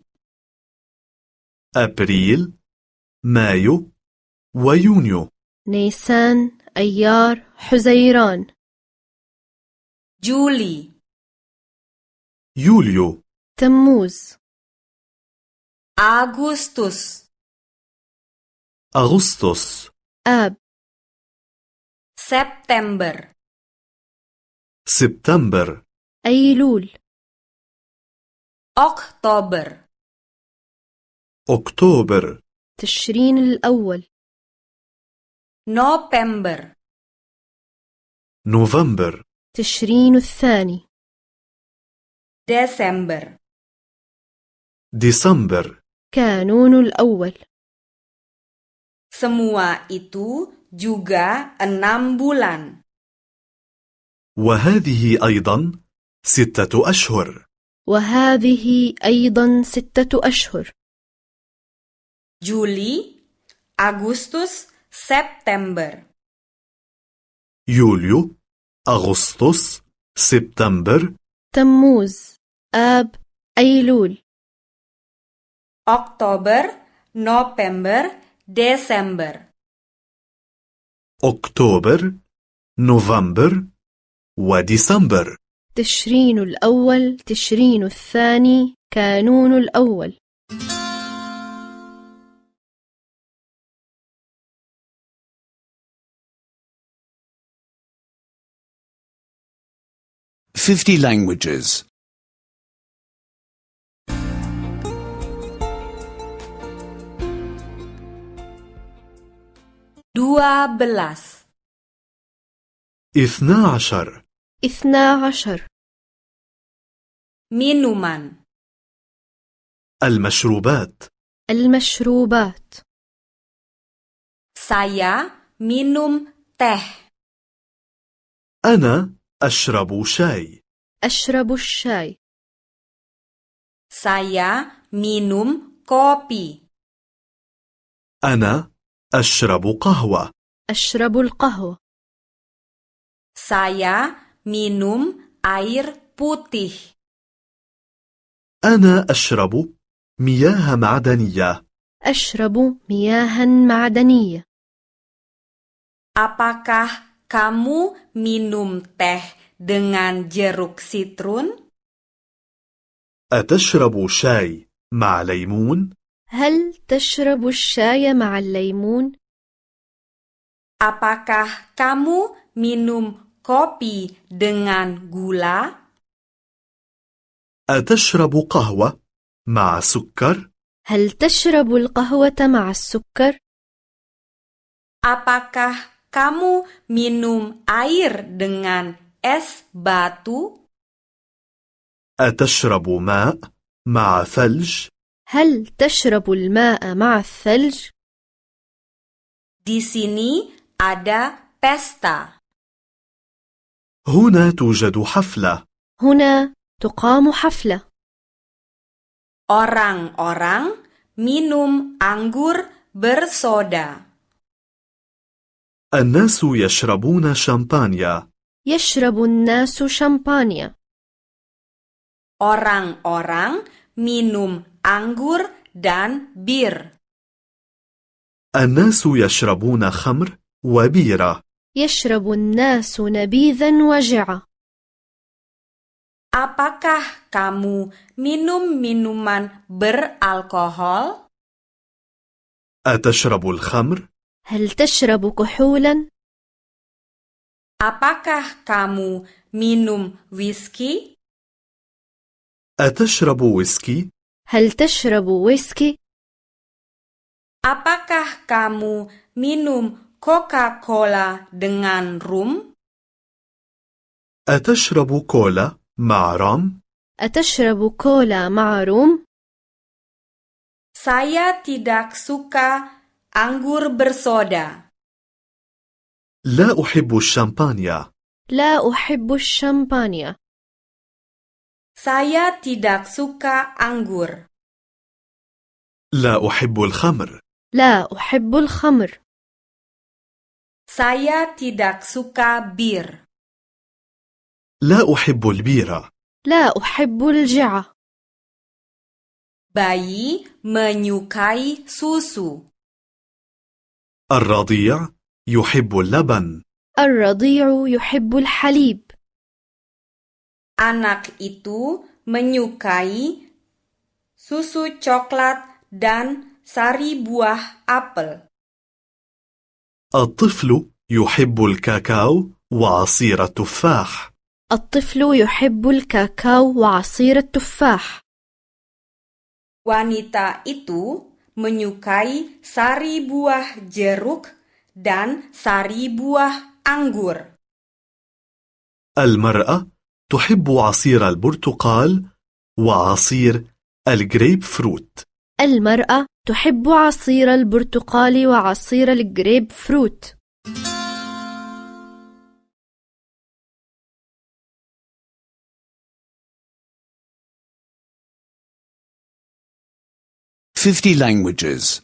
Speaker 2: أبريل مايو ويونيو
Speaker 3: نيسان أيار حزيران
Speaker 1: Juli
Speaker 2: يوليو
Speaker 3: تموز
Speaker 1: Agustus
Speaker 2: أغسطس
Speaker 3: آب
Speaker 1: September
Speaker 2: سبتمبر
Speaker 3: أيلول
Speaker 1: Oktober
Speaker 2: أكتوبر
Speaker 3: تشرين الأول
Speaker 1: November
Speaker 2: نوفمبر
Speaker 3: تشرين الثاني
Speaker 1: Desember
Speaker 2: ديسمبر
Speaker 3: كانون الأول
Speaker 1: Semua itu juga enam bulan.
Speaker 2: وهذه أيضا ستة أشهر
Speaker 3: وهذه أيضا ستة أشهر
Speaker 1: Juli, Agustus, September.
Speaker 2: يوليو أغسطس سبتمبر
Speaker 3: تموز آب أيلول
Speaker 1: Oktober, November, Desember.
Speaker 2: أكتوبر نوفمبر وديسمبر
Speaker 3: تشرين الأول تشرين الثاني كانون الأول
Speaker 5: 50 languages.
Speaker 1: dua belas,
Speaker 2: اثنا عشر
Speaker 3: اثنا عشر
Speaker 1: minuman,
Speaker 2: المشروبات
Speaker 3: المشروبات
Speaker 1: saya minum teh,
Speaker 2: أنا أشرب شاي
Speaker 3: أشرب الشاي
Speaker 1: saya minum kopi,
Speaker 2: أنا أشرب قهوة
Speaker 3: أشرب القهوة
Speaker 1: saya minum air putih,
Speaker 2: أنا أشرب مياه معدنية
Speaker 3: أشرب مياها معدنية
Speaker 1: apakah kamu minum teh dengan jeruk sitrun?
Speaker 2: أتشرب شاي مع ليمون؟
Speaker 3: هل تشرب الشاي مع الليمون؟
Speaker 1: Apakah kamu minum kopi dengan gula?
Speaker 2: أتشرب قهوة مع سكر؟
Speaker 3: هل تشرب القهوة مع السكر؟
Speaker 1: Apakah kamu minum air dengan es batu?
Speaker 2: أتشرب ماء مع ثلج؟
Speaker 3: هل تشرب الماء مع الثلج؟
Speaker 1: Di sini ada pesta.
Speaker 2: هنا توجد حفلة
Speaker 3: هنا تقام حفلة
Speaker 1: Orang-orang minum anggur bersoda.
Speaker 2: الناس يشربون شامبانيا
Speaker 3: يشرب الناس شمبانيا
Speaker 1: Orang-orang minum anggur dan bir.
Speaker 2: الناس يشربون خمر وبيرة
Speaker 3: يشرب الناس نبيذا وجعة
Speaker 1: Apakah kamu minum minuman beralkohol?
Speaker 2: أتشرب الخمر؟
Speaker 3: هل تشرب كحولا؟
Speaker 1: Apakah kamu minum whisky?
Speaker 2: أتشرب ويسكي؟
Speaker 3: هل تشرب ويسكي؟
Speaker 1: Apakah kamu minum Coca-Cola dengan rum?
Speaker 2: أتشرب كولا مع رام؟
Speaker 3: أتشرب كولا مع روم؟
Speaker 1: Saya tidak suka anggur bersoda.
Speaker 2: لا أحب الشامبانيا
Speaker 3: لا أحب الشمبانيا
Speaker 1: Saya tidak suka anggur.
Speaker 2: لا أحب الخمر
Speaker 3: لا أحب الخمر
Speaker 1: Saya tidak suka bir.
Speaker 2: لا أحب البيرة
Speaker 3: لا أحب الجعة
Speaker 1: Bayi menyukai susu.
Speaker 2: الرضيع يحب اللبن
Speaker 3: الرضيع يحب الحليب
Speaker 1: Anak itu menyukai susu coklat dan sari buah apel.
Speaker 2: الطفل يحب الكاكاو وعصير التفاح
Speaker 3: الطفل يحب الكاكاو وعصير التفاح
Speaker 1: Wanita itu menyukai sari buah jeruk dan sari buah anggur.
Speaker 2: المرأة تحب عصير البرتقال وعصير الجريب فروت
Speaker 3: المرأة تحب عصير البرتقال وعصير الجريب فروت
Speaker 5: Fifty languages.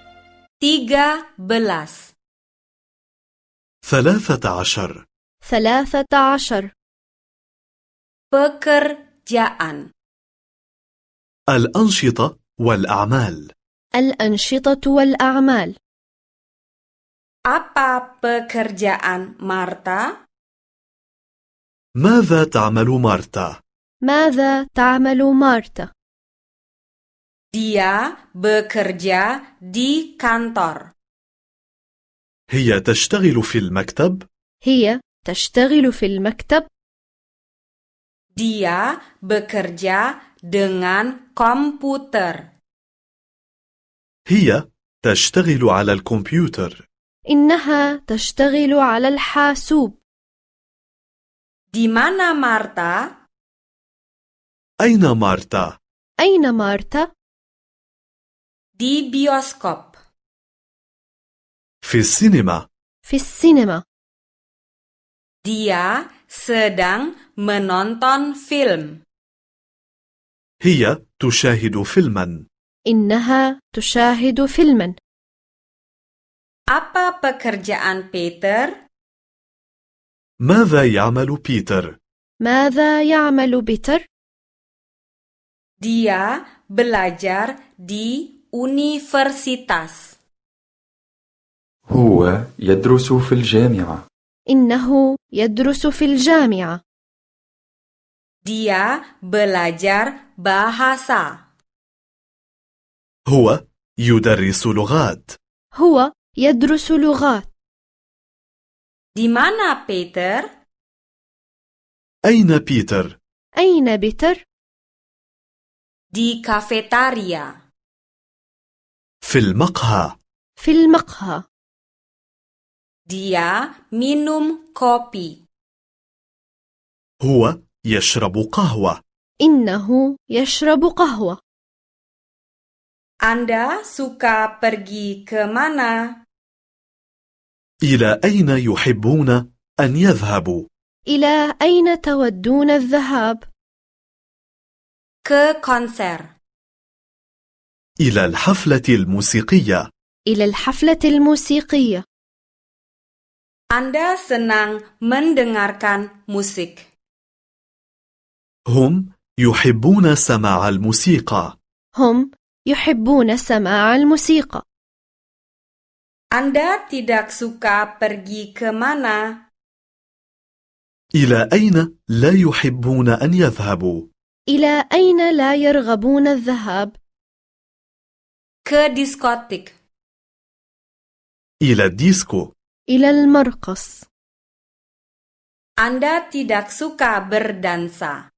Speaker 1: 13.
Speaker 2: ثلاثة عشر
Speaker 3: ثلاثة عشر
Speaker 1: Pekerjaan
Speaker 2: الأنشطة والأعمال
Speaker 3: الأنشطة والأعمال
Speaker 1: Apa pekerjaan Marta?
Speaker 2: ماذا تعمل مارتا؟
Speaker 3: ماذا تعمل مارتا؟
Speaker 1: Dia bekerja di kantor.
Speaker 2: هي تشتغل في المكتب
Speaker 3: هي تشتغل في المكتب
Speaker 1: Dia bekerja dengan komputer.
Speaker 2: هي تشتغل على الكمبيوتر
Speaker 3: إنها تشتغل على الحاسوب
Speaker 1: Di mana Marta?
Speaker 2: أين مارتا؟
Speaker 3: أين مارتا؟
Speaker 1: Di bioskop.
Speaker 2: في السينما
Speaker 3: في السينما
Speaker 1: Dia sedang menonton film.
Speaker 2: هي تشاهد فيلما
Speaker 3: إنها تشاهد فيلما
Speaker 1: Apa pekerjaan Peter?
Speaker 2: ماذا يعمل بيتر؟
Speaker 3: ماذا يعمل بيتر؟
Speaker 1: Dia belajar di universitas.
Speaker 4: هو يدرس في الجامعة
Speaker 3: إنه يدرس في الجامعة
Speaker 1: Dia belajar bahasa.
Speaker 2: هو يدرس لغات
Speaker 3: هو يدرس لغات
Speaker 1: Di mana Peter?
Speaker 2: أين بيتر؟
Speaker 3: أين بيتر؟
Speaker 1: Di kafetaria.
Speaker 2: في المقهى
Speaker 3: في المقهى
Speaker 1: Dia minum kopi.
Speaker 2: هو يشرب قهوة
Speaker 3: إنه يشرب قهوة
Speaker 1: Anda suka pergi ke mana?
Speaker 2: إلى أين يحبون أن يذهبوا؟
Speaker 3: إلى أين تودون الذهاب؟
Speaker 1: Ke konser.
Speaker 2: إلى الحفلة الموسيقية
Speaker 3: إلى الحفلة الموسيقية
Speaker 1: Anda senang mendengarkan musik.
Speaker 2: هم يحبون سماع الموسيقى
Speaker 3: هم يحبون سماع الموسيقى
Speaker 1: Anda tidak suka pergi ke mana?
Speaker 2: إلى أين لا يحبون أن يذهبوا؟
Speaker 3: إلى أين لا يرغبون الذهاب؟
Speaker 1: Ke diskotik.
Speaker 2: إلى الديسكو
Speaker 3: إلى المرقص
Speaker 1: Anda tidak suka berdansa.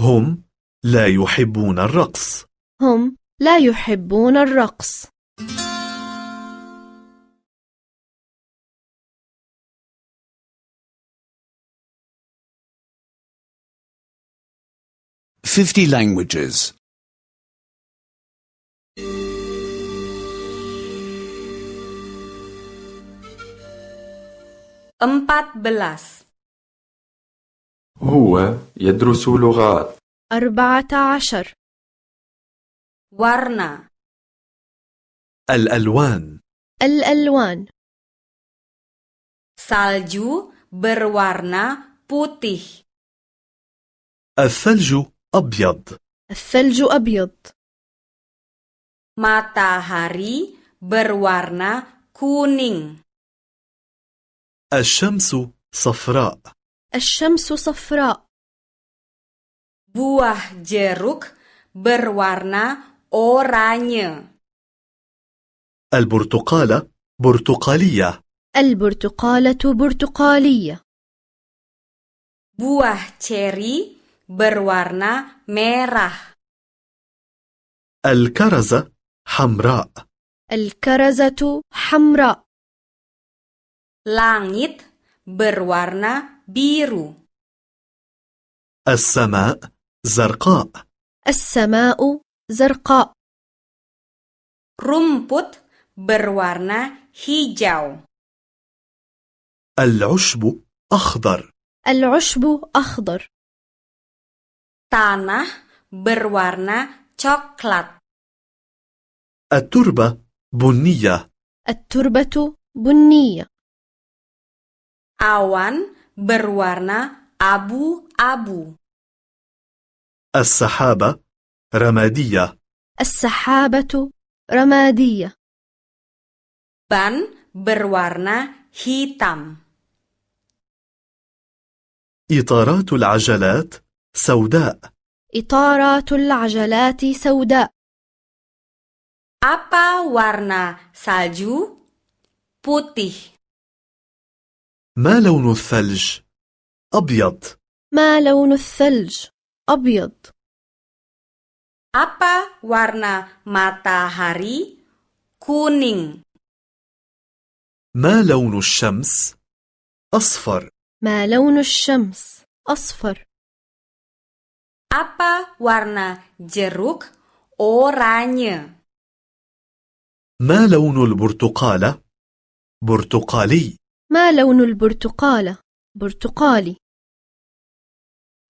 Speaker 2: هم لا يحبون الرقص
Speaker 3: هم لا يحبون الرقص
Speaker 5: Fifty languages.
Speaker 1: 14.
Speaker 4: هو يدرس لغات
Speaker 3: أربعة عشر
Speaker 1: Warna.
Speaker 2: الألوان
Speaker 3: الألوان
Speaker 1: Salju berwarna putih.
Speaker 2: الثلج أبيض
Speaker 3: الثلج أبيض
Speaker 1: Matahari berwarna kuning.
Speaker 2: الشمس صفراء
Speaker 3: الشمس صفراء
Speaker 1: Buah jeruk berwarna oranye.
Speaker 2: البرتقالة برتقالية
Speaker 3: البرتقالة برتقالية
Speaker 1: Buah ceri berwarna merah.
Speaker 2: الكرزة حمراء
Speaker 3: الكرزة حمراء
Speaker 1: Langit berwarna biru.
Speaker 2: السماء زرقاء
Speaker 3: السماء زرقاء
Speaker 1: Rumput berwarna hijau.
Speaker 2: العشب أخضر
Speaker 3: العشب أخضر
Speaker 1: Tanah berwarna coklat.
Speaker 2: التربة بنية
Speaker 3: التربة بنية
Speaker 1: Awan berwarna abu-abu.
Speaker 2: السحابة رمادية
Speaker 3: السحابة رمادية
Speaker 1: Ban berwarna hitam.
Speaker 2: إطارات العجلات سوداء
Speaker 3: إطارات العجلات سوداء
Speaker 1: Apa warna salju? Putih.
Speaker 2: ما لون الثلج؟ أبيض
Speaker 3: ما لون الثلج؟ أبيض
Speaker 1: Apa warna matahari? Kuning.
Speaker 2: ما لون الشمس؟ أصفر
Speaker 3: ما لون الشمس؟ أصفر
Speaker 1: Apa warna jeruk? Oranye.
Speaker 2: ما لون البرتقالة؟ برتقالي
Speaker 3: ما لون البرتقالة؟ برتقالي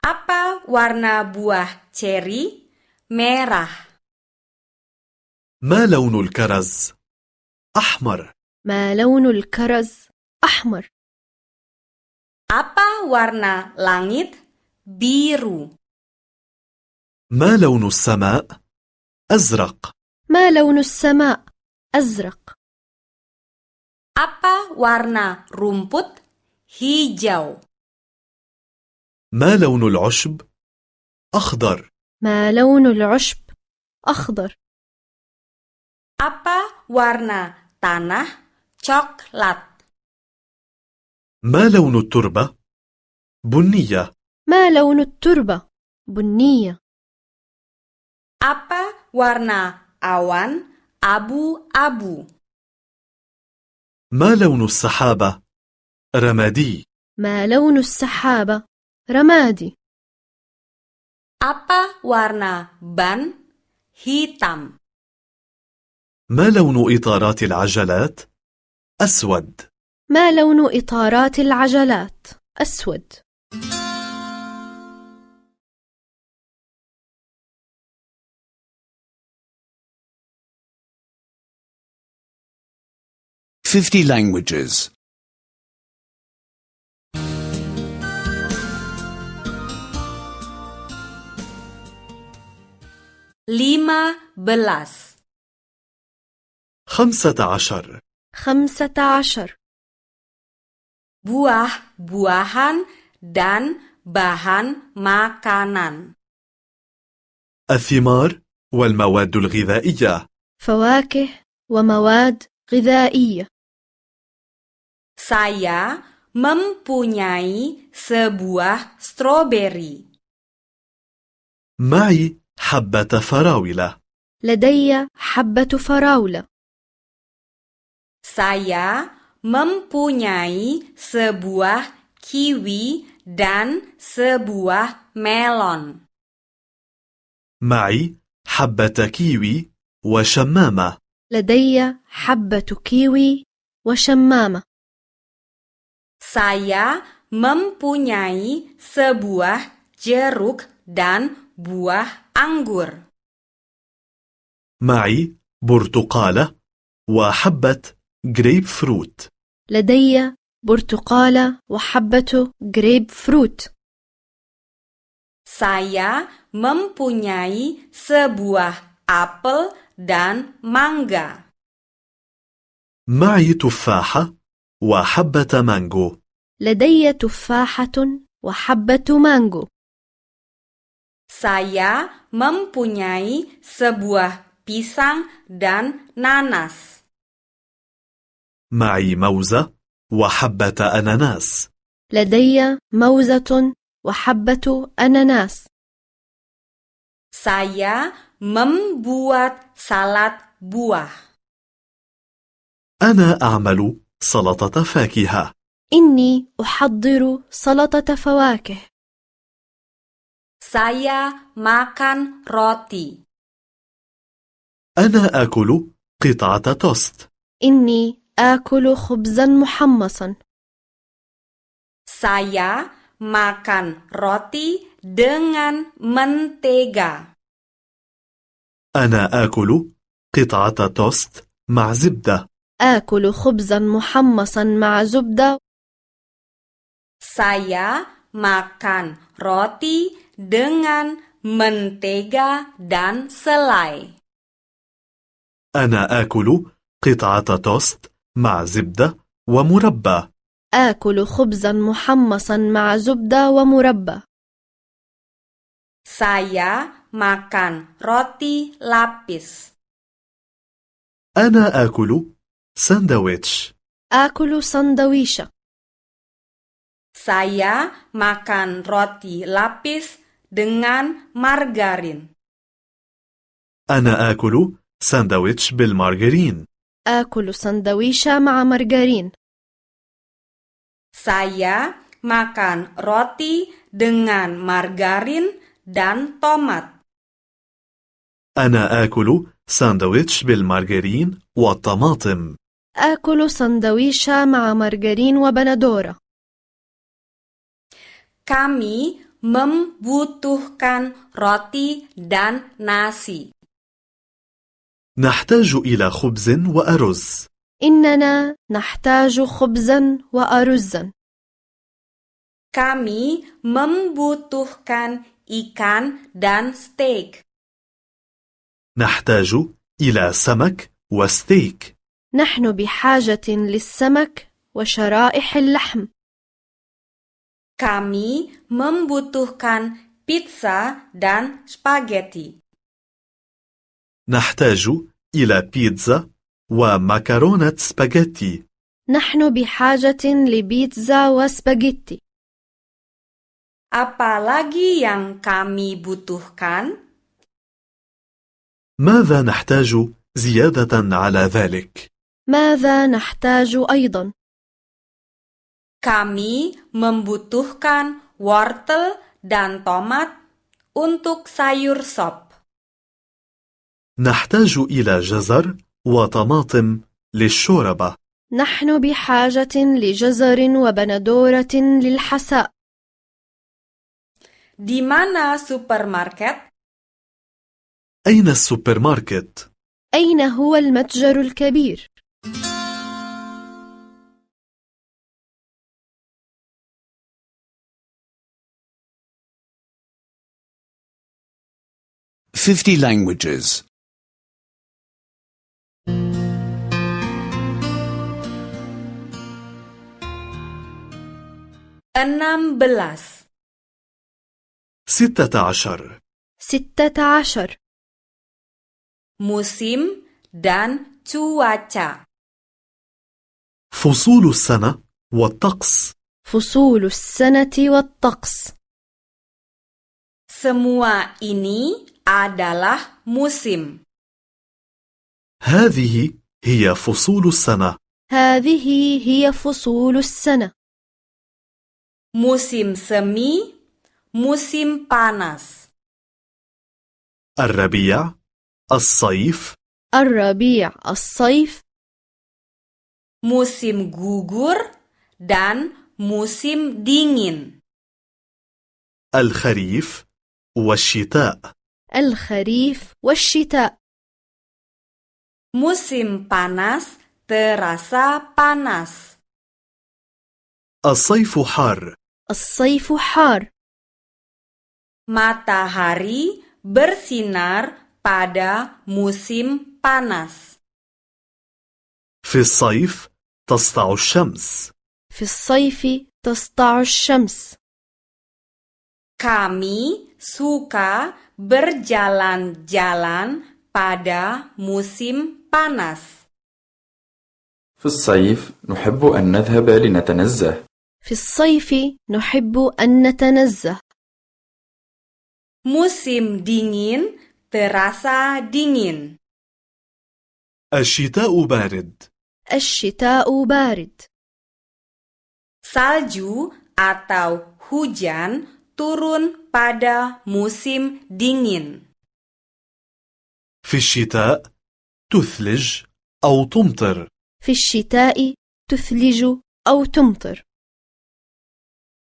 Speaker 1: Apa warna buah ceri? Merah.
Speaker 2: ما لون الكرز؟ أحمر
Speaker 3: ما لون الكرز؟ أحمر
Speaker 1: Apa warna langit? Biru.
Speaker 2: ما لون السماء؟ أزرق
Speaker 3: ما لون السماء؟ أزرق
Speaker 1: Apa warna rumput? Hijau.
Speaker 2: ما لون العشب؟ أخضر
Speaker 3: ما لون العشب؟ أخضر
Speaker 1: Apa warna tanah? Coklat.
Speaker 2: ما لون التربة؟ بنية
Speaker 3: ما لون التربة؟ بنية
Speaker 1: Apa warna awan? Abu-abu.
Speaker 2: ما لون السحابة؟ رمادي
Speaker 3: ما لون السحابة؟ رمادي
Speaker 1: Apa warna ban? Hitam.
Speaker 2: ما لون إطارات العجلات؟ أسود
Speaker 3: ما لون إطارات العجلات؟ أسود
Speaker 5: Fifty languages.
Speaker 1: 15.
Speaker 2: خمسة عشر
Speaker 3: خمسة عشر
Speaker 1: Buah-buahan dan bahan makanan.
Speaker 2: الثمار والمواد الغذائية
Speaker 3: فواكه ومواد غذائية
Speaker 1: Saya mempunyai sebuah stroberi.
Speaker 2: معي حبة فراولة
Speaker 3: لدي حبة فراولة
Speaker 1: Saya mempunyai sebuah kiwi dan sebuah melon.
Speaker 2: معي حبة كيوي وشمامة
Speaker 3: لدي حبة كيوي وشمامة
Speaker 1: Saya mempunyai sebuah jeruk dan buah anggur.
Speaker 2: معي برتقالة وحبة جريب فروت
Speaker 3: لدي برتقالة وحبة جريب فروت
Speaker 1: Saya mempunyai sebuah apel dan mangga.
Speaker 2: معي تفاحة وحبة مانجو
Speaker 3: لدي تفاحة وحبة مانجو
Speaker 1: Saya mempunyai sebuah pisang dan nanas.
Speaker 2: معي موزة وحبة أناناس
Speaker 3: لدي موزة وحبة أناناس
Speaker 1: Saya membuat salad buah.
Speaker 2: أنا أعمل سلطة فاكهة
Speaker 3: إني أحضر سلطة فواكه
Speaker 1: Saya makan roti.
Speaker 2: أنا أكل قطعة توست
Speaker 3: إني آكل خبزا محمصا
Speaker 1: Saya makan roti dengan mentega.
Speaker 2: أنا آكل قطعة توست مع زبدة
Speaker 3: آكل خبزا محمصا مع زبدة
Speaker 1: Saya makan roti dengan mentega dan selai.
Speaker 2: أنا آكل قطعة توست مع زبدة ومربى
Speaker 3: آكل خبزا محمصا مع زبدة ومربى
Speaker 1: Saya makan roti lapis.
Speaker 2: أنا آكل ساندويتش
Speaker 3: آكل سندويشة
Speaker 1: Saya makan roti lapis dengan margarin.
Speaker 2: أنا آكل ساندويتش بالمارغرين
Speaker 3: آكل سندويشة مع مرجرين
Speaker 1: Saya makan roti dengan margarin dan tomat.
Speaker 2: أنا آكل ساندويتش بالمارغرين والطماطم
Speaker 3: آكل سندويشة مع مرجرين وبندورة
Speaker 1: Kami membutuhkan roti dan nasi.
Speaker 2: نحتاج إلى خبز وأرز
Speaker 3: إننا نحتاج خبزا وأرزا
Speaker 1: Kami membutuhkan ikan dan steak.
Speaker 2: نحتاج إلى سمك وستيك
Speaker 3: نحن بحاجة للسمك وشرائح اللحم
Speaker 1: Kami membutuhkan pizza dan spaghetti.
Speaker 2: نحتاج إلى بيتزا ومكرونة سباجيتي
Speaker 3: نحن بحاجة لبيتزا وسباجيتي
Speaker 1: Apalagi yang kami butuhkan?
Speaker 2: ماذا نحتاج زيادة على ذلك؟
Speaker 3: ماذا نحتاج أيضا؟
Speaker 1: Kami membutuhkan wortel dan tomat untuk sayur sop.
Speaker 2: نحتاج إلى جزر وطماطم للشوربة
Speaker 3: نحن بحاجة لجزر وبندورة للحساء
Speaker 1: Di mana supermarket?
Speaker 2: أين السوبر ماركت؟
Speaker 3: أين هو المتجر الكبير؟
Speaker 5: Fifty languages.
Speaker 1: 16.
Speaker 2: 16
Speaker 3: ستة عشر
Speaker 1: Musim dan cuaca.
Speaker 2: فصول السنة والطقس
Speaker 3: فصول السنة والطقس
Speaker 1: Semua ini adalah musim.
Speaker 2: هذه هي فصول السنة
Speaker 3: هذه هي فصول السنة
Speaker 1: Musim semi, musim panas.
Speaker 2: الربيع الصيف
Speaker 3: الربيع الصيف
Speaker 1: Musim gugur dan musim dingin.
Speaker 2: الخريف والشتاء
Speaker 3: الخريف والشتاء
Speaker 1: Musim panas terasa panas.
Speaker 2: الصيف حار
Speaker 3: الصيف حار
Speaker 1: Matahari bersinar pada musim panas.
Speaker 2: في الصيف تسطع الشمس
Speaker 3: في الصيف تسطع الشمس
Speaker 1: Kami suka berjalan-jalan pada musim panas.
Speaker 4: في الصيف نحب أن نذهب لنتنزه
Speaker 3: في الصيف نحب أن نتنزه
Speaker 1: Musim dingin terasa dingin.
Speaker 2: الشتاء بارد
Speaker 3: الشتاء بارد
Speaker 1: Salju atau hujan turun pada musim dingin.
Speaker 2: في الشتاء تثلج أو تمطر
Speaker 3: في الشتاء تثلج أو تمطر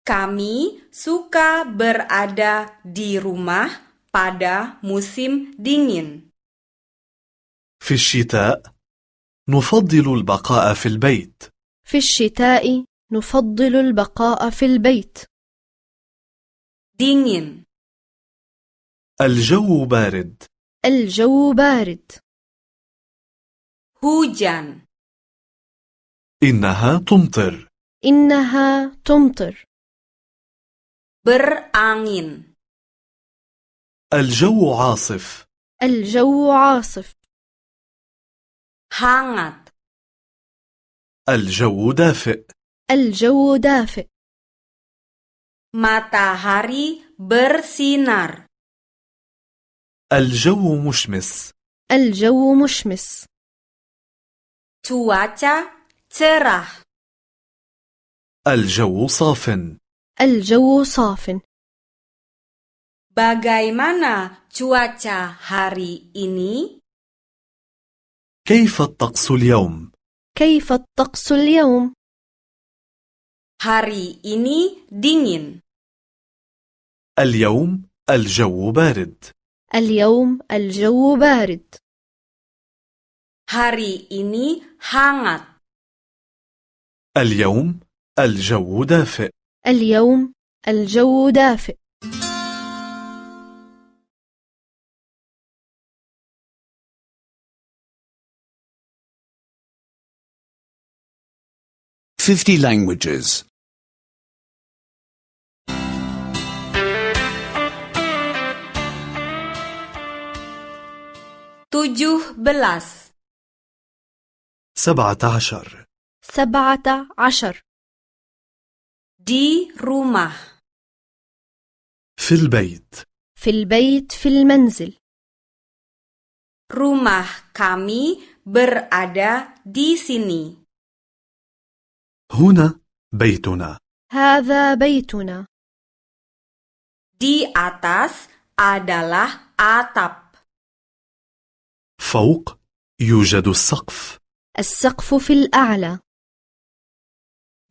Speaker 1: Kami suka berada di rumah pada musim dingin.
Speaker 2: في الشتاء نفضل البقاء في البيت
Speaker 3: في الشتاء نفضل البقاء في البيت
Speaker 1: Dingin.
Speaker 2: الجو بارد
Speaker 3: الجو بارد
Speaker 1: Hujan.
Speaker 2: إنها تمطر
Speaker 3: إنها تمطر
Speaker 1: Berangin.
Speaker 2: الجو عاصف
Speaker 3: الجو عاصف
Speaker 1: hangat,
Speaker 2: الجو دافئ
Speaker 3: الجو دافئ
Speaker 1: matahari bersinar,
Speaker 2: الجو مشمس
Speaker 3: الجو مشمس
Speaker 1: cuaca cerah,
Speaker 2: الجو صاف
Speaker 3: الجو صاف
Speaker 1: Bagaimana cuaca hari ini?
Speaker 2: كيف الطقس اليوم
Speaker 3: كيف الطقس اليوم
Speaker 1: Hari ini dingin.
Speaker 2: اليوم الجو بارد
Speaker 3: اليوم الجو بارد
Speaker 1: Hari ini hangat.
Speaker 2: اليوم الجو دافئ
Speaker 3: اليوم الجو دافئ
Speaker 5: Fifty languages.
Speaker 1: 17.
Speaker 2: 17
Speaker 3: سبعة عشر
Speaker 1: Di rumah.
Speaker 2: في البيت
Speaker 3: في البيت في المنزل
Speaker 1: Rumah kami berada di sini.
Speaker 2: هنا بيتنا
Speaker 3: هذا بيتنا
Speaker 1: Di atas adalah atap.
Speaker 2: فوق يوجد السقف
Speaker 3: السقف في الأعلى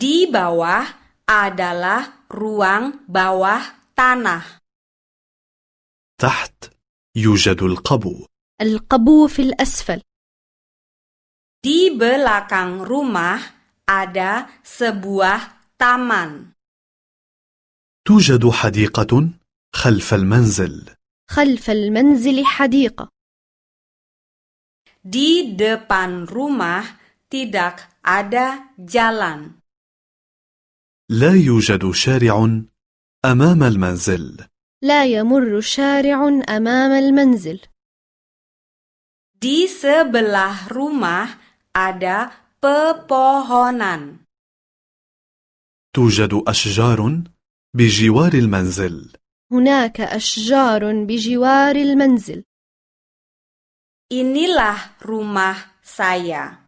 Speaker 1: Di bawah adalah ruang bawah tanah.
Speaker 2: تحت يوجد القبو
Speaker 3: القبو في الأسفل
Speaker 1: Di belakang rumah ada sebuah taman.
Speaker 2: توجد حديقة خلف المنزل
Speaker 3: خلف المنزل حديقة
Speaker 1: Di depan rumah tidak ada jalan.
Speaker 2: لا يوجد شارع أمام المنزل
Speaker 3: لا يمر شارع أمام المنزل
Speaker 1: Di sebelah rumah ada pepohonan.
Speaker 2: توجد أشجار بجوار المنزل
Speaker 3: هناك أشجار بجوار المنزل
Speaker 1: Inilah rumah saya.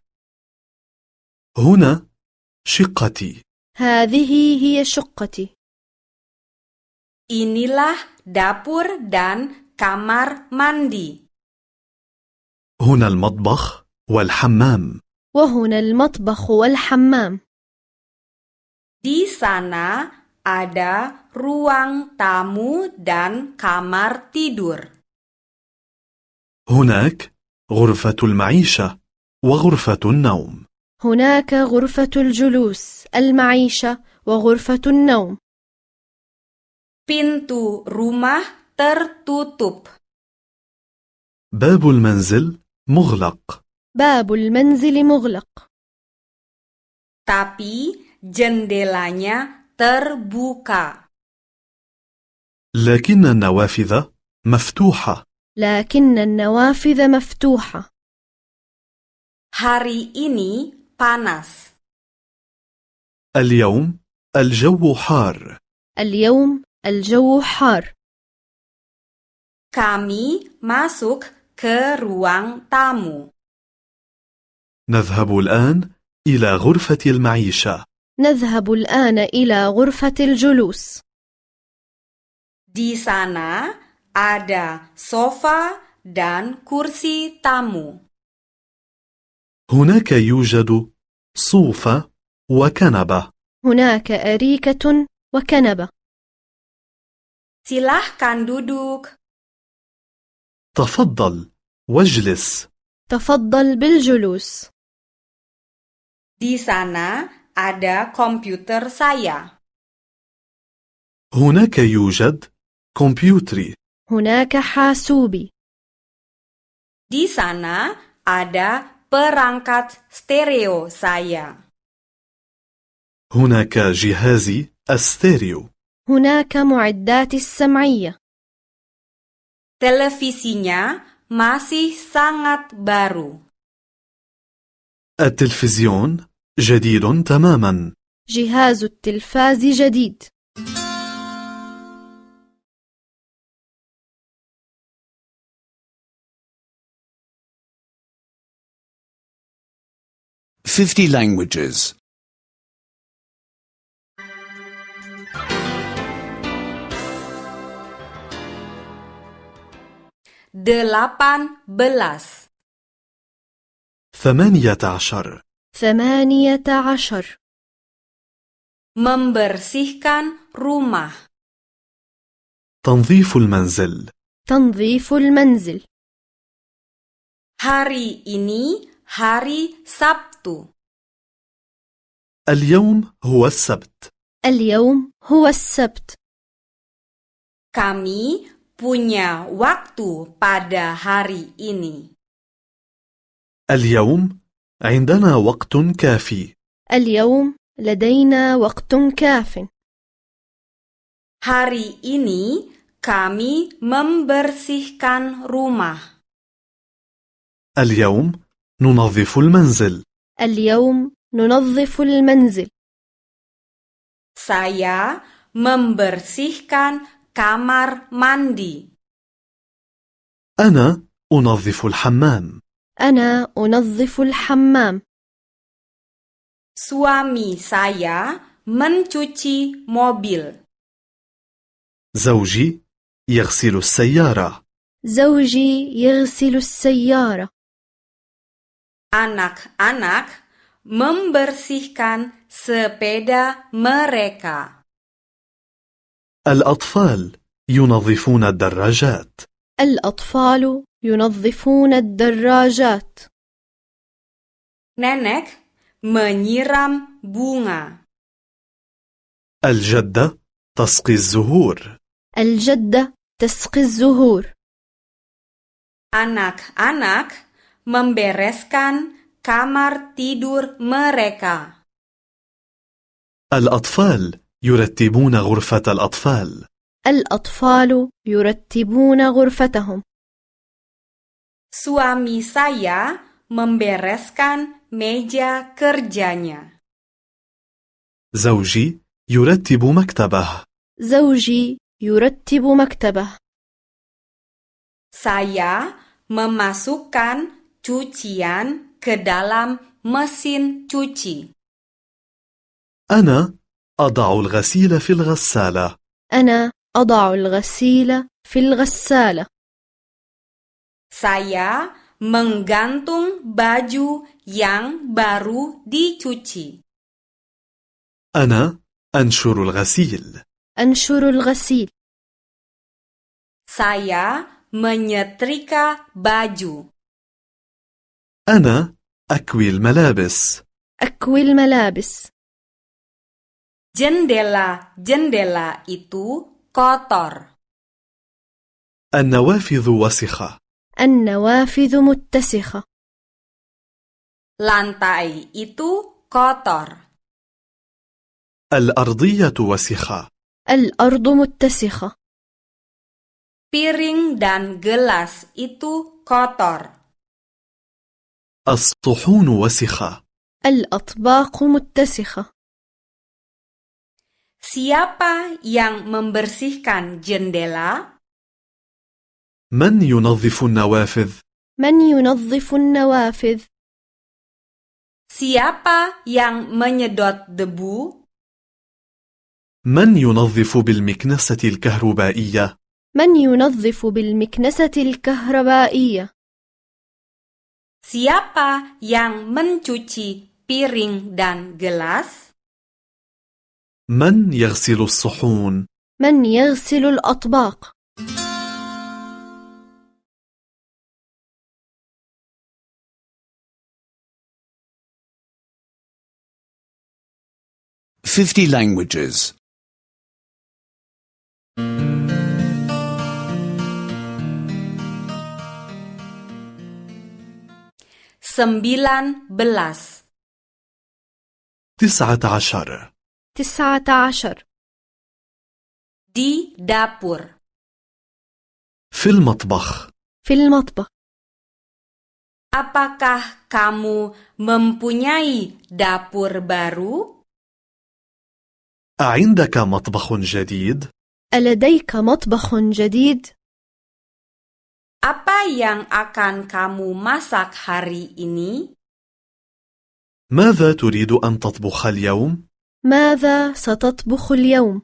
Speaker 2: هنا شقتي
Speaker 3: هذه هي شقتي
Speaker 1: Inilah dapur dan kamar mandi.
Speaker 2: هنا المطبخ والحمام
Speaker 3: وهنا المطبخ والحمام
Speaker 1: Di sana ada ruang tamu dan kamar tidur.
Speaker 2: هناك غرفة المعيشة وغرفة النوم
Speaker 3: هناك غرفة الجلوس المعيشة وغرفة النوم
Speaker 1: Pintu rumah tertutup.
Speaker 2: باب المنزل مغلق
Speaker 3: باب المنزل مغلق
Speaker 1: tapi jendelanya terbuka.
Speaker 2: لكن النوافذ مفتوحة
Speaker 3: لكن النوافذ مفتوحة
Speaker 1: Hari ini panas.
Speaker 2: اليوم الجو حار
Speaker 3: اليوم الجو حار
Speaker 1: Kami masuk ke ruang tamu.
Speaker 2: نذهب الآن إلى غرفة المعيشة
Speaker 3: نذهب الآن إلى غرفة الجلوس
Speaker 1: Di sana ada sofa dan kursi tamu.
Speaker 2: هناك يوجد صوفة وكنبة
Speaker 3: هناك أريكة وكنبة
Speaker 1: Silahkan duduk.
Speaker 2: تفضل واجلس
Speaker 3: تفضل بالجلوس
Speaker 1: Di sana ada komputer saya.
Speaker 2: هناك يوجد كمبيوتري
Speaker 3: هناك حاسوبي
Speaker 1: Di sana ada perangkat stereo saya.
Speaker 2: هناك جهازي الستيريو
Speaker 3: هناك معدات السمعية
Speaker 1: Televisinya masih sangat baru.
Speaker 2: التلفزيون جديد تماما
Speaker 3: جهاز التلفاز جديد
Speaker 5: Fifty languages.
Speaker 1: 18.
Speaker 2: 18 عشر
Speaker 3: ثمانية عشر
Speaker 1: Membersihkan rumah.
Speaker 2: تنظيف المنزل
Speaker 3: تنظيف المنزل
Speaker 1: Hari ini hari Sabtu.
Speaker 2: اليوم هو السبت
Speaker 3: اليوم هو السبت
Speaker 1: Kami punya waktu pada hari ini.
Speaker 2: اليوم عندنا وقت كافي
Speaker 3: اليوم لدينا وقت كاف
Speaker 1: Hari ini kami membersihkan rumah.
Speaker 2: اليوم ننظف المنزل
Speaker 3: اليوم ننظف المنزل
Speaker 1: Saya membersihkan kamar mandi.
Speaker 2: أنا أنظف الحمام
Speaker 3: أنا أنظف الحمام
Speaker 1: Suami saya mencuci mobil.
Speaker 2: زوجي يغسل السيارة
Speaker 3: زوجي يغسل السيارة
Speaker 1: Anak-anak membersihkan sepeda mereka.
Speaker 2: الأطفال ينظفون الدراجات
Speaker 3: الأطفال ينظفون الدراجات
Speaker 1: Nenek menyiram bunga.
Speaker 2: الجدة تسقي الزهور
Speaker 3: الجدة تسقي الزهور
Speaker 1: Anak-anak membereskan kamar tidur mereka.
Speaker 2: الأطفال يرتبون غرفة الأطفال
Speaker 3: الأطفال يرتبون غرفتهم
Speaker 1: Suami saya membereskan meja kerjanya.
Speaker 2: زوجي يرتب مكتبه
Speaker 3: زوجي يرتب مكتبه
Speaker 1: Saya memasukkan cucian ke dalam mesin cuci.
Speaker 2: أنا أضع الغسيل في الغسالة
Speaker 3: أنا أضع الغسيل في الغسالة
Speaker 1: Saya menggantung baju yang baru dicuci.
Speaker 2: أنا أنشر الغسيل
Speaker 3: أنشر الغسيل
Speaker 1: Saya menyetrika baju.
Speaker 2: أنا أكوي الملابس
Speaker 3: أكوي الملابس
Speaker 1: Jendela-jendela itu kotor.
Speaker 2: النوافذ وسخة
Speaker 3: النوافذ متسخة
Speaker 1: Lantai itu kotor.
Speaker 2: الأرضية وسخة
Speaker 3: الأرض متسخة
Speaker 1: Piring dan gelas itu kotor.
Speaker 2: الصحون وسخة
Speaker 3: الأطباق متسخة
Speaker 1: Siapa yang membersihkan jendela?
Speaker 2: من ينظف النوافذ
Speaker 3: من ينظف النوافذ
Speaker 1: Siapa yang menyedot debu?
Speaker 2: من ينظف بالمكنسة الكهربائية
Speaker 3: من ينظف بالمكنسة الكهربائية
Speaker 1: Siapa yang mencuci piring dan gelas?
Speaker 2: من يغسل الصحون
Speaker 3: من يغسل الأطباق
Speaker 5: Fifty languages.
Speaker 1: 19.
Speaker 2: 19
Speaker 3: تسعة عشر
Speaker 1: Di dapur.
Speaker 2: في في المطبخ
Speaker 3: في المطبخ
Speaker 1: Apakah kamu mempunyai dapur baru?
Speaker 2: أعندك مطبخ جديد؟
Speaker 3: ألديك مطبخ جديد؟
Speaker 1: Apa yang akan kamu masak hari ini?
Speaker 2: ماذا تريد أن تطبخ اليوم؟
Speaker 3: ماذا ستطبخ اليوم؟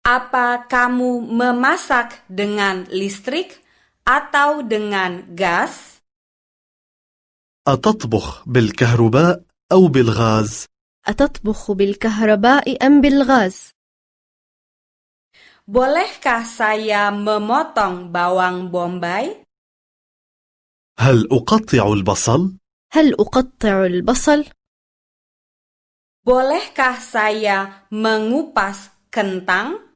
Speaker 1: Apa kamu memasak dengan listrik atau dengan gas?
Speaker 2: أتطبخ بالكهرباء أو بالغاز؟
Speaker 3: أتطبخ بالكهرباء أم بالغاز؟
Speaker 1: Bolehkah saya memotong bawang bombay?
Speaker 2: هل أقطع البصل؟
Speaker 3: هل أقطع البصل؟
Speaker 1: Bolehkah saya mengupas kentang?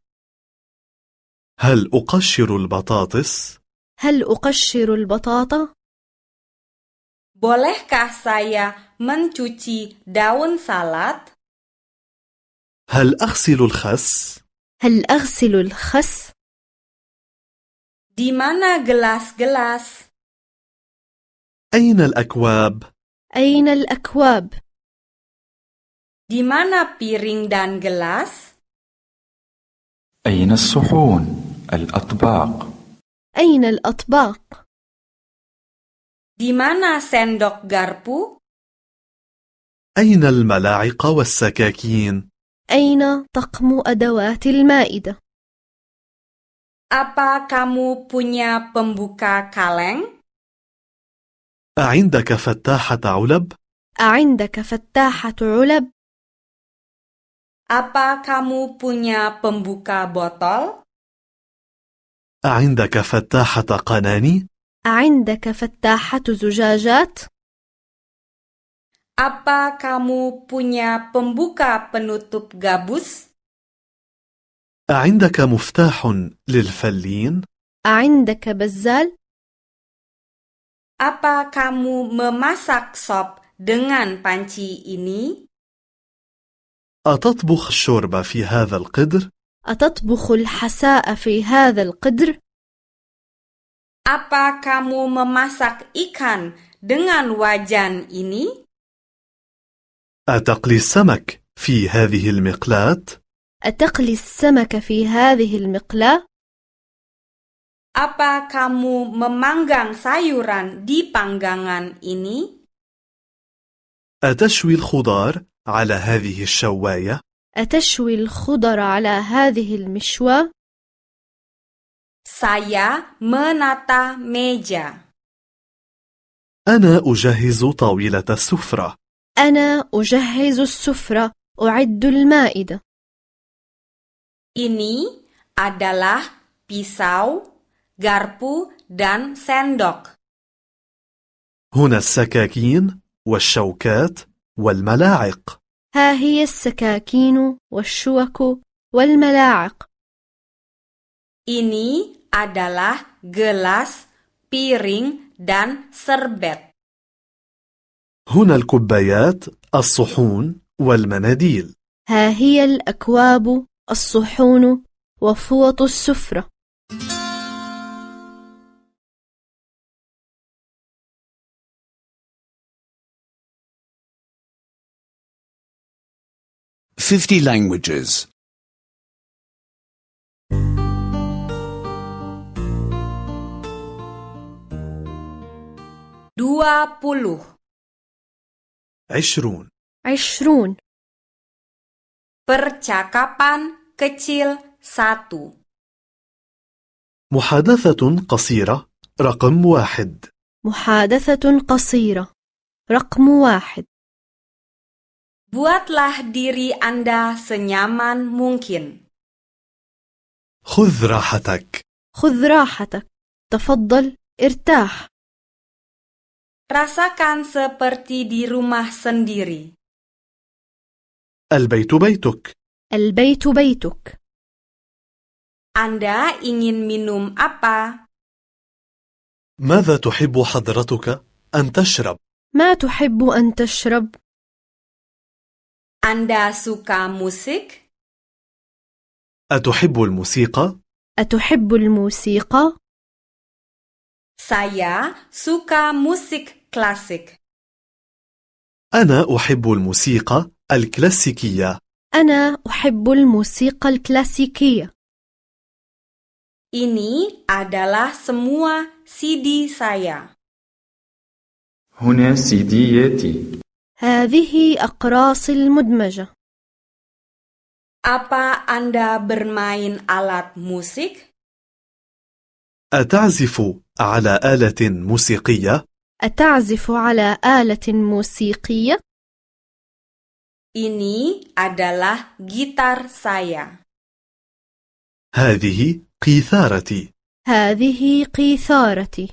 Speaker 2: هل أقشر البطاطس؟
Speaker 3: هل أقشر البطاطا؟
Speaker 1: Bolehkah saya mencuci daun salad?
Speaker 2: هل أغسل الخس؟
Speaker 3: هل أغسل الخس؟
Speaker 1: Di mana gelas-gelas?
Speaker 2: أين الأكواب؟
Speaker 3: أين الأكواب؟
Speaker 1: Di mana piring dan gelas?
Speaker 4: أين الصحون؟ الأطباق
Speaker 3: أين الأطباق؟
Speaker 1: Di mana sendok garpu?
Speaker 2: أين الملاعق والسكاكين؟
Speaker 3: أين طقم أدوات المائدة؟
Speaker 1: Apa kamu punya pembuka kaleng?
Speaker 2: أعندك فتاحة علب؟
Speaker 3: أعندك فتاحة علب؟
Speaker 1: Apa kamu punya pembuka botol?
Speaker 2: أعندك فتاحة قناني؟
Speaker 3: أعندك فتاحة زجاجات؟
Speaker 1: Apa kamu punya pembuka penutup gabus?
Speaker 2: أعندك مفتاح للفلين؟
Speaker 3: أعندك بزال؟
Speaker 1: Apa kamu memasak sop dengan panci ini?
Speaker 2: أتطبخ الشوربة في هذا القدر؟
Speaker 3: أتطبخ الحساء في هذا القدر؟
Speaker 1: Apa kamu memasak ikan dengan wajan ini?
Speaker 2: أتقلي السمك في هذه المقلاة؟
Speaker 3: أتقلي السمك في هذه المقلاة؟
Speaker 1: Apa kamu memanggang sayuran di panggangan ini?
Speaker 2: أتشوي الخضار على هذه الشواية؟
Speaker 3: أتشوي الخضر على هذه المشوى؟
Speaker 1: Saya menata meja.
Speaker 2: أنا أجهز طاولة السفرة
Speaker 3: أنا أجهز السفرة، أعد المائدة.
Speaker 1: Ini adalah pisau, garpu, dan sendok.
Speaker 2: هنا السكاكين والشوكات والملاعق
Speaker 3: ها هي السكاكين والشوك والملاعق.
Speaker 1: Ini adalah gelas, piring, dan serbet.
Speaker 2: هنا الكبايات الصحون والمناديل
Speaker 3: ها هي الأكواب، الصحون، وفوط السفرة.
Speaker 5: Fifty languages.
Speaker 1: 20.
Speaker 2: عشرون
Speaker 3: عشرون
Speaker 1: Percakapan kecil 1.
Speaker 2: محادثة قصيرة رقم واحد
Speaker 3: محادثة قصيرة. رقم واحد.
Speaker 1: Buatlah diri Anda senyaman mungkin.
Speaker 2: خذ راحتك
Speaker 3: خذ راحتك تفضل ارتاح
Speaker 1: Rasakan seperti di rumah sendiri.
Speaker 2: البيت بيتك
Speaker 3: البيت بيتك
Speaker 1: Anda ingin minum apa?
Speaker 2: ماذا تحب حضرتك أن تشرب؟
Speaker 3: ما تحب أن تشرب
Speaker 1: Anda suka musik?
Speaker 2: أتحب الموسيقى؟
Speaker 3: أتحب الموسيقى؟
Speaker 1: Saya suka musik klasik.
Speaker 2: أنا أحب الموسيقى الكلاسيكية
Speaker 3: أنا أحب الموسيقى الكلاسيكية
Speaker 1: Ini adalah semua CD saya.
Speaker 4: هنا سيدياتي
Speaker 3: هذه أقراص المدمجة
Speaker 1: Apa Anda bermain alat musik?
Speaker 2: أتعزف على آلة موسيقية؟
Speaker 3: أتعزف على آلة موسيقية؟
Speaker 1: Ini adalah gitar saya.
Speaker 2: هذه قيثارتي
Speaker 3: هذه قيثارتي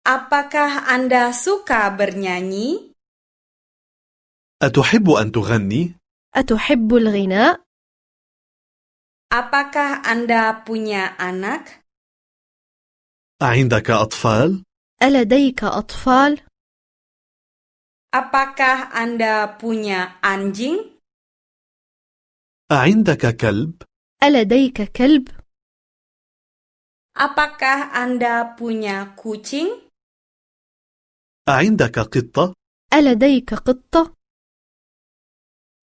Speaker 1: Apakah Anda suka bernyanyi?
Speaker 2: أتحب أن تغني؟
Speaker 3: أتحب الغناء؟
Speaker 1: Apakah Anda punya anak?
Speaker 2: عندك أطفال؟
Speaker 3: ألديك أطفال؟
Speaker 1: Apakah Anda punya anjing?
Speaker 2: عندك كلب؟
Speaker 3: ألديك كلب؟
Speaker 1: Apakah Anda punya kucing?
Speaker 2: عندك قطة؟
Speaker 3: ألديك قطة؟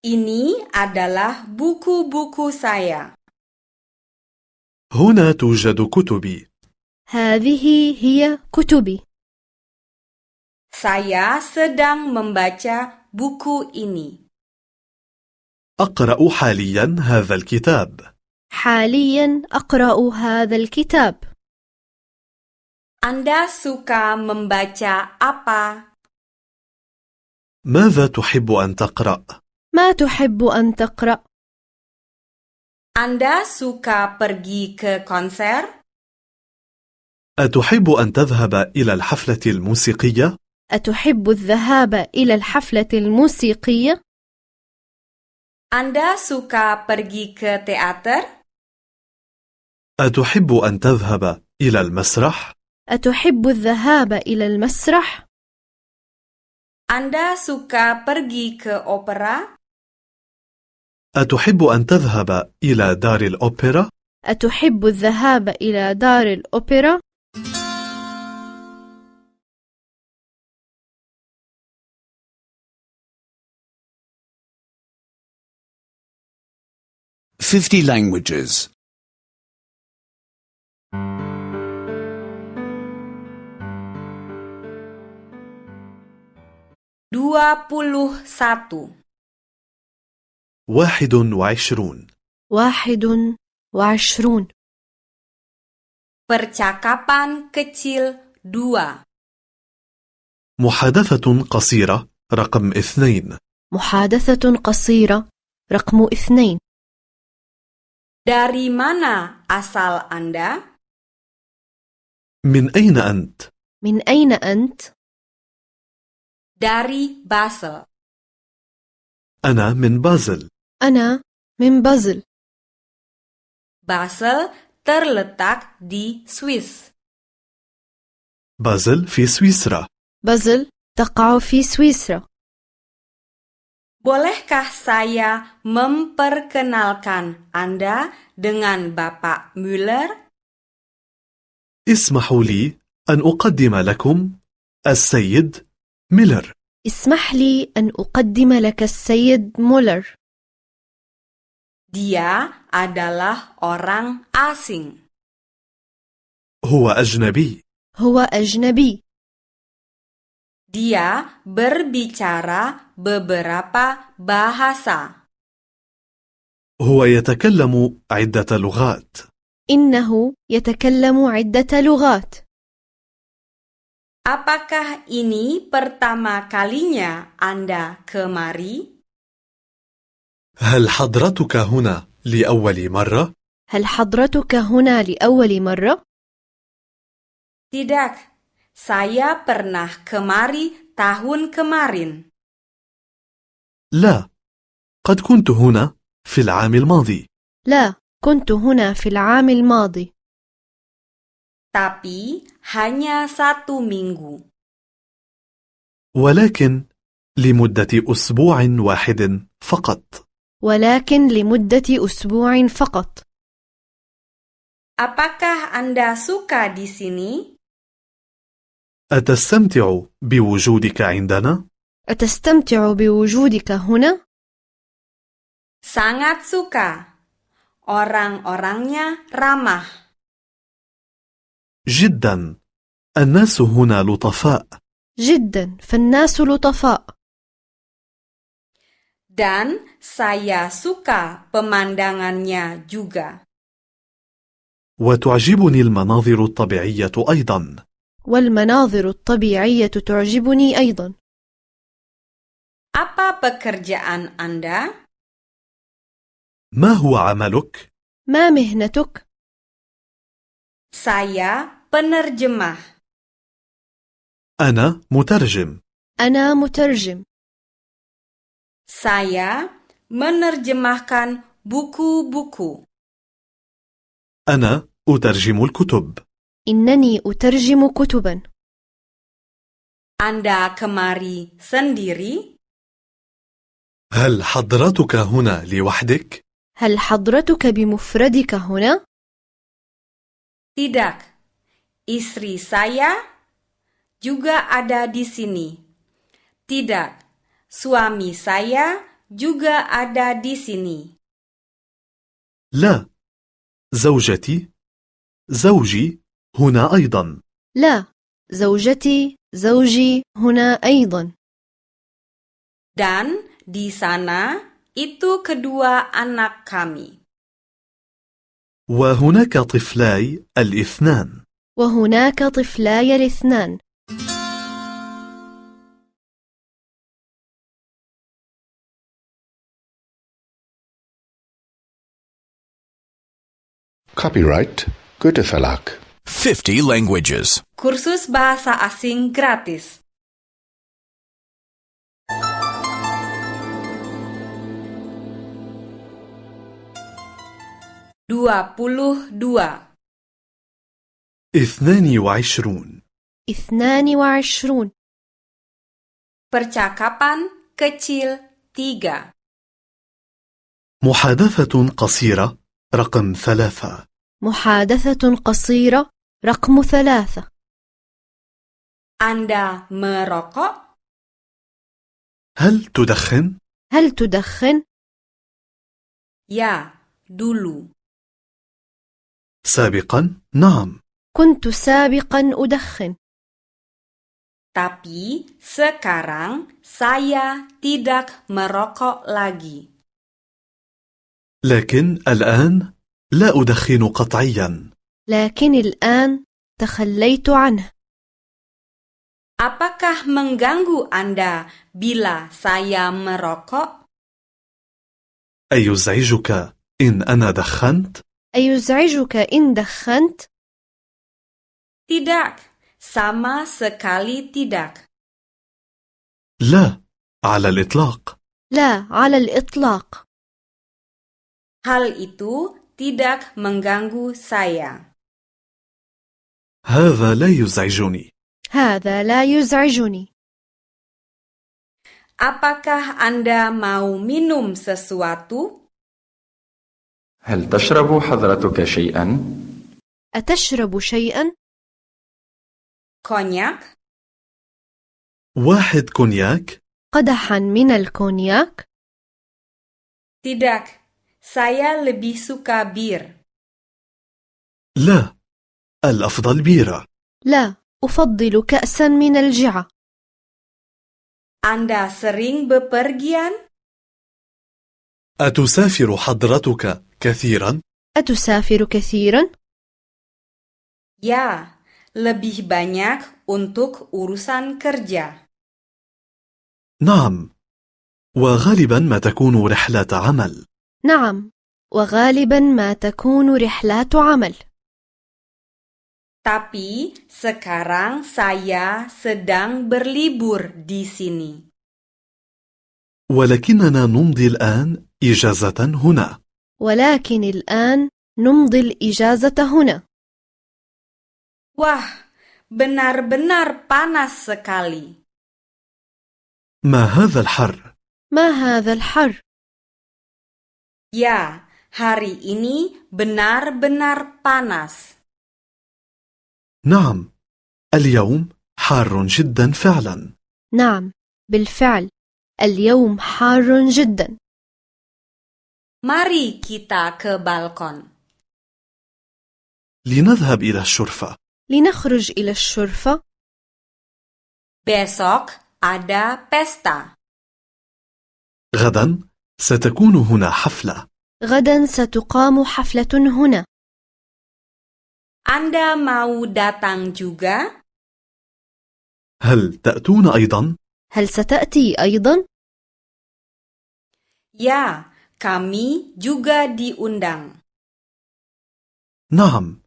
Speaker 1: Ini adalah buku-buku saya.
Speaker 2: هنا توجد كتبي
Speaker 3: هذه هي كتبي
Speaker 1: Saya sedang membaca buku ini.
Speaker 2: أقرأ حاليا هذا الكتاب
Speaker 3: حاليا أقرأ هذا الكتاب
Speaker 1: Anda suka membaca apa?
Speaker 2: ماذا تحب أن تقرأ؟
Speaker 3: ما تحب أن تقرأ؟
Speaker 1: Anda suka pergi ke konser?
Speaker 2: أتحب أن تذهب إلى الحفلة الموسيقية؟
Speaker 3: أتحب الذهاب إلى الحفلة الموسيقية؟
Speaker 1: Anda suka pergi ke teater?
Speaker 2: أتحب أن تذهب إلى المسرح؟
Speaker 3: أتحب الذهاب إلى المسرح؟
Speaker 1: Anda suka pergi ke opera?
Speaker 2: أتحب أن تذهب إلى دار الأوبرا؟
Speaker 3: أتحب الذهاب إلى دار الأوبرا؟
Speaker 5: Fifty languages.
Speaker 1: 21.
Speaker 2: واحد وعشرون
Speaker 3: واحد وعشرون
Speaker 1: Percakapan kecil 2.
Speaker 2: محادثة قصيرة رقم اثنين
Speaker 3: محادثة قصيرة رقم اثنين
Speaker 1: Dari mana asal Anda?
Speaker 2: من أين أنت؟
Speaker 3: من أين أنت؟
Speaker 1: Dari Basel.
Speaker 2: أنا من بازل
Speaker 3: أنا من بازل
Speaker 1: Basel terletak di Swiss.
Speaker 2: بازل في سويسرا
Speaker 3: بازل تقع في سويسرا
Speaker 1: Bolehkah saya memperkenalkan Anda dengan Bapak Müller?
Speaker 2: اسمحوا لي أن أقدم لكم السيد ميلر
Speaker 3: اسمح لي أن أقدم لك السيد مولر
Speaker 1: Dia adalah orang asing.
Speaker 2: هو أجنبي
Speaker 3: هو أجنبي
Speaker 1: Dia berbicara beberapa bahasa.
Speaker 2: هو يتكلم عدة لغات
Speaker 3: إنه يتكلم عدة لغات
Speaker 1: Apakah ini pertama kalinya Anda kemari?
Speaker 2: هل حضرتك هنا لأول مرة؟
Speaker 3: هل حضرتك هنا لأول مرة؟
Speaker 1: Tidak, saya pernah kemari tahun kemarin.
Speaker 2: لا قد كنت هنا في العام الماضي
Speaker 3: لا، كنت هنا في العام الماضي،
Speaker 1: tapi hanya satu minggu.
Speaker 2: ولكن لمدة أسبوع واحد فقط
Speaker 3: ولكن لمدة أسبوع فقط.
Speaker 1: Apakah Anda suka di sini?
Speaker 2: أتستمتع بوجودك عندنا؟
Speaker 3: أتستمتع بوجودك هنا؟
Speaker 1: Sangat suka. Orang-orangnya ramah.
Speaker 2: جدا الناس هنا لطفاء
Speaker 3: جدا فالناس لطفاء
Speaker 1: Dan saya suka pemandangannya juga.
Speaker 2: وتعجبني المناظر الطبيعية أيضا
Speaker 3: والمناظر الطبيعية تعجبني أيضا
Speaker 1: Apa pekerjaan Anda?
Speaker 2: ما هو عملك؟
Speaker 3: ما مهنتك؟
Speaker 1: Saya penerjemah.
Speaker 2: أنا مترجم
Speaker 3: أنا مترجم
Speaker 1: Saya menerjemahkan buku-buku.
Speaker 2: أنا أترجم الكتب
Speaker 3: إنني أترجم كتبا
Speaker 1: Anda kemari sendiri?
Speaker 2: هل حضرتك هنا لوحدك؟
Speaker 3: هل حضرتك بمفردك هنا؟
Speaker 1: Tidak. Istri saya juga ada di sini. Tidak. Suami saya juga ada di sini.
Speaker 2: لا زوجتي زوجي هنا أيضا
Speaker 3: لا زوجتي زوجي هنا أيضا
Speaker 1: Dan di sana itu kedua anak kami.
Speaker 2: وهناك طفلاي الاثنان
Speaker 3: وهناك طفلاي الاثنان
Speaker 6: Copyright Goethe Verlag.
Speaker 5: 50 languages.
Speaker 1: Kursus bahasa asing gratis. Dua puluh dua.
Speaker 2: 22
Speaker 3: اثنان وعشرون
Speaker 1: Percakapan kecil tiga.
Speaker 2: محادثة قصيرة رقم ثلاثة
Speaker 3: محادثة قصيرة رقم ثلاثة
Speaker 1: Anda merokok?
Speaker 2: هل تدخن؟
Speaker 3: هل تدخن؟
Speaker 1: Ya, dulu.
Speaker 2: سابقا نعم
Speaker 3: كنت سابقا أدخن
Speaker 1: Tapi sekarang saya tidak merokok lagi.
Speaker 2: لكن الآن لا أدخن قطعيا
Speaker 3: لكن الآن تخليت عنه
Speaker 1: Apakah mengganggu Anda bila saya merokok?
Speaker 2: أيزعجك إن أنا دخنت؟
Speaker 3: أيزعجك إن دخنت؟
Speaker 1: Tidak, sama sekali tidak.
Speaker 2: لا على الإطلاق
Speaker 3: لا على الإطلاق
Speaker 1: Hal itu tidak mengganggu saya.
Speaker 2: هذا لا يزعجني
Speaker 3: هذا لا يزعجني
Speaker 1: Apakah Anda mau minum sesuatu?
Speaker 4: هل تشرب حضرتك شيئا؟
Speaker 3: أتشرب شيئا؟
Speaker 1: Konyak?
Speaker 2: واحد كونياك
Speaker 3: قدحا من الكونياك؟
Speaker 1: Tidak, saya lebih suka bir.
Speaker 2: لا الأفضل بيرة
Speaker 3: لا أفضل كأسا من الجعة
Speaker 1: Anda sering bepergian?
Speaker 2: أتسافر حضرتك كثيرا؟
Speaker 3: أتسافر كثيرا؟
Speaker 1: Ya, lebih banyak untuk urusan kerja.
Speaker 2: نعم وغالبا ما تكون رحلة عمل
Speaker 3: نعم وغالبا ما تكون رحلات عمل
Speaker 1: Tapi sekarang saya sedang berlibur di sini.
Speaker 2: ولكننا نمضي الآن إجازة هنا
Speaker 3: ولكن الآن نمضي الإجازة هنا
Speaker 1: Wah, benar-benar panas sekali.
Speaker 2: ما هذا الحر؟
Speaker 3: ما هذا الحر؟
Speaker 1: Ya, Hari ini benar-benar panas.
Speaker 2: نعم اليوم حار جدا فعلا
Speaker 3: نعم بالفعل اليوم حار جدا
Speaker 1: Mari kita ke balkon.
Speaker 2: لنذهب إلى الشرفة
Speaker 3: لنخرج إلى الشرفة
Speaker 1: Besok ada pesta.
Speaker 2: غدا ستكون هنا حفلة
Speaker 3: غدا ستقام حفلة هنا
Speaker 1: Anda mau datang juga?
Speaker 2: هل تأتون أيضا؟
Speaker 3: هل ستأتي أيضا؟
Speaker 1: Ya, kami juga diundang.
Speaker 2: نعم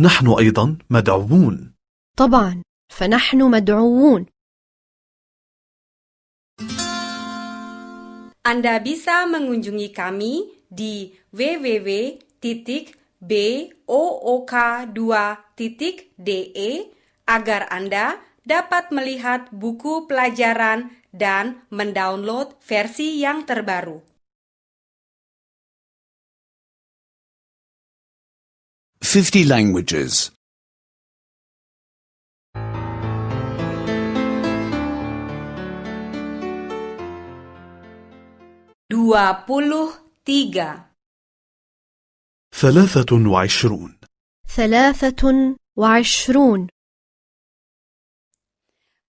Speaker 2: نحن أيضا مدعوون
Speaker 3: طبعا فنحن مدعوون
Speaker 1: Anda bisa mengunjungi kami di www.book2.de agar Anda dapat melihat buku pelajaran dan mendownload versi yang terbaru.
Speaker 5: Fifty languages.
Speaker 1: 23.
Speaker 2: ثلاثة وعشرون
Speaker 3: ثلاثة وعشرون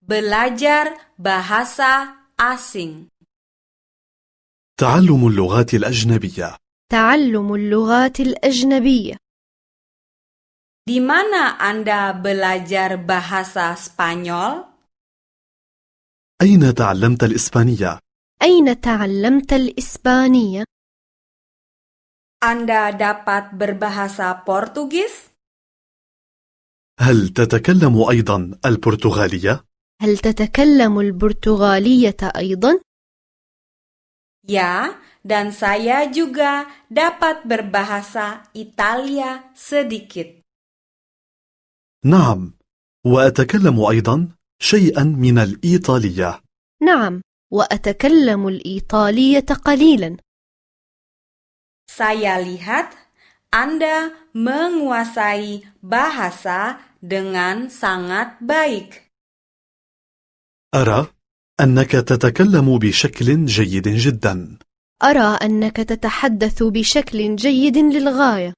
Speaker 1: Belajar bahasa asing.
Speaker 2: تعلم اللغات الأجنبية
Speaker 3: تعلم اللغات الأجنبية
Speaker 1: Di mana Anda belajar bahasa Spanyol?
Speaker 2: أين تعلمت الإسبانية؟
Speaker 3: أين تعلمت الإسبانية؟
Speaker 1: Anda dapat berbahasa Portugis?
Speaker 2: هل تتكلم أيضا البرتغالية؟
Speaker 3: هل تتكلم البرتغالية أيضا؟
Speaker 1: Ya, dan saya juga dapat berbahasa Italia sedikit.
Speaker 2: نعم وأتكلم أيضا شيئا من الإيطالية
Speaker 3: نعم وأتكلم الإيطالية قليلا
Speaker 1: Saya lihat Anda menguasai bahasa dengan sangat baik.
Speaker 2: أرى أنك تتكلم بشكل جيد جدا
Speaker 3: أرى أنك تتحدث بشكل جيد للغاية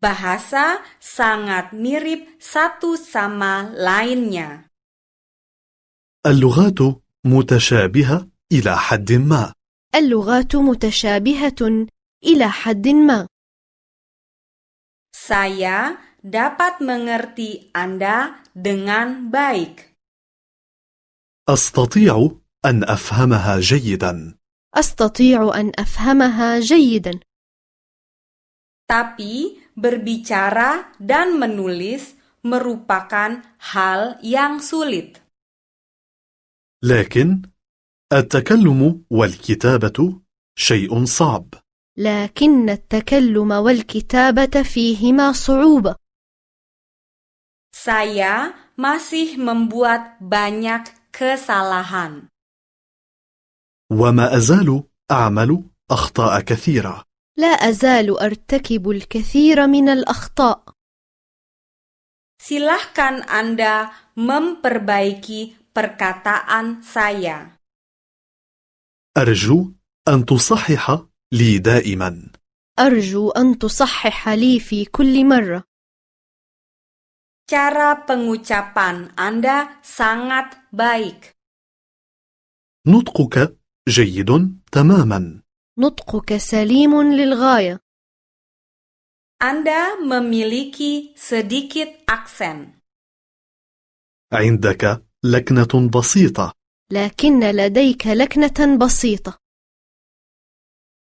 Speaker 1: Bahasa sangat mirip satu sama lainnya.
Speaker 2: اللغات متشابهة إلى حد ما
Speaker 3: اللغات متشابهة إلى حد ما
Speaker 1: Saya dapat mengerti Anda dengan baik.
Speaker 2: أستطيع أن أفهمها جيدا
Speaker 3: أستطيع أن أفهمها جيدا
Speaker 1: Tapi berbicara dan menulis merupakan hal yang sulit.
Speaker 2: لكن التكلم والكتابة شيء صعب
Speaker 3: لكن التكلم والكتابة فيهما صعوبة
Speaker 1: Saya masih membuat banyak kesalahan.
Speaker 2: وما أزال أعمل أخطاء كثيرة
Speaker 3: لا أزال أرتكب الكثير من الأخطاء
Speaker 1: Silahkan Anda memperbaiki perkataan saya.
Speaker 2: أرجو أن تصحح لي دائما
Speaker 3: أرجو أن تصحح لي في كل مرة
Speaker 1: Cara pengucapan Anda sangat baik.
Speaker 2: نطقك جيد تماما
Speaker 3: نطقك سليم للغاية
Speaker 1: Anda memiliki sedikit aksen.
Speaker 2: عندك لكنة بسيطة
Speaker 3: لكن لديك لكنة بسيطة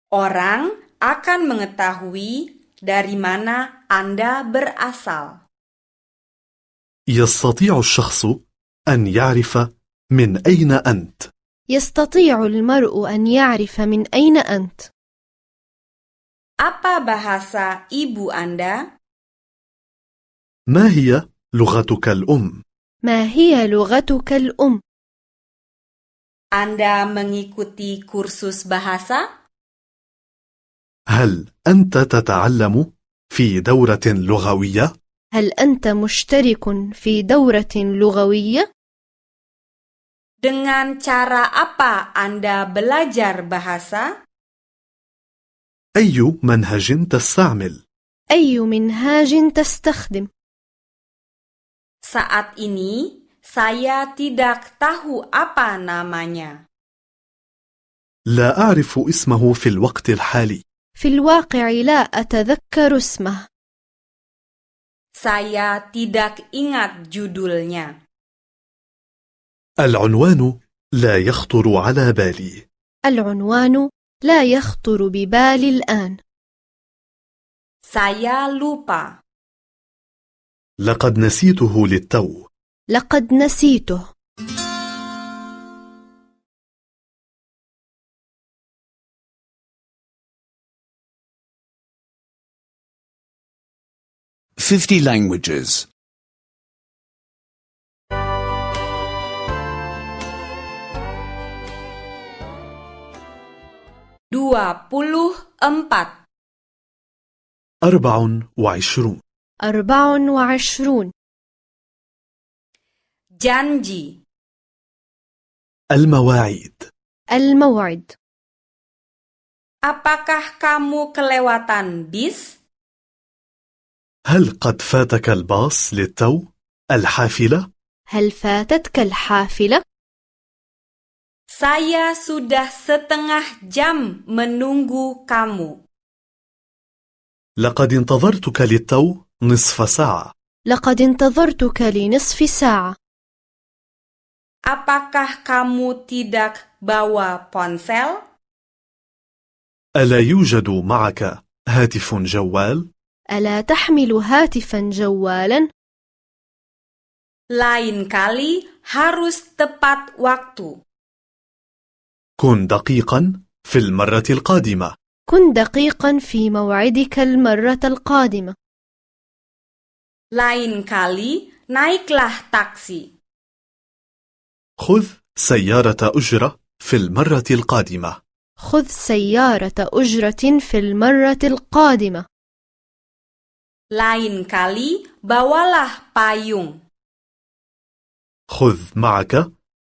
Speaker 1: Orang akan mengetahui dari mana Anda berasal.
Speaker 2: يستطيع الشخص أن يعرف من أين أنت
Speaker 3: يستطيع المرء أن يعرف من أين أنت
Speaker 1: Apa bahasa ibu Anda?
Speaker 2: ما هي لغتك الأم؟
Speaker 3: ما هي لغتك الأم؟
Speaker 1: Anda mengikuti kursus bahasa?
Speaker 2: هل أنت تتعلم في دورة لغوية؟
Speaker 3: هل أنت مشترك في دورة لغوية؟
Speaker 1: Dengan cara apa Anda belajar bahasa?
Speaker 2: أي منهج تستعمل؟
Speaker 3: أي منهاج تستخدم؟
Speaker 1: Saat ini saya tidak tahu apa namanya.
Speaker 2: لا أعرف اسمه في الوقت الحالي
Speaker 3: في الواقع لا أتذكر اسمه
Speaker 1: Saya tidak ingat judulnya.
Speaker 2: العنوان لا يخطر على بالي
Speaker 3: العنوان لا يخطر ببالي الآن
Speaker 1: Saya lupa.
Speaker 2: لقد نسيته للتو
Speaker 3: لقد نسيته
Speaker 5: Fifty languages.
Speaker 1: 24.
Speaker 2: 24
Speaker 3: أربع وعشرون
Speaker 1: Janji.
Speaker 2: المواعيد
Speaker 3: الموعد
Speaker 1: Apakah kamu kelewatan bis?
Speaker 2: هل قد فاتك الباص للتو؟ الحافلة؟
Speaker 3: هل فاتتك الحافلة؟
Speaker 1: Saya sudah setengah jam menunggu kamu.
Speaker 2: لقد انتظرتك للتو نصف ساعة
Speaker 3: لقد انتظرتك لنصف ساعة
Speaker 1: Apakah kamu tidak bawa ponsel?
Speaker 2: ألا يوجد معك هاتف جوال؟
Speaker 3: ألا تحمل هاتفا جوالا؟
Speaker 1: Lain kali harus tepat waktu.
Speaker 2: كن دقيقا في المرة القادمة
Speaker 3: كن دقيقا في موعدك المرة القادمة
Speaker 1: Lain kali naiklah taksi.
Speaker 2: خذ سيارة أجرة في المرة القادمة
Speaker 3: خذ سيارة أجرة في المرة القادمة
Speaker 1: Lain kali bawalah payung.
Speaker 2: خذ معك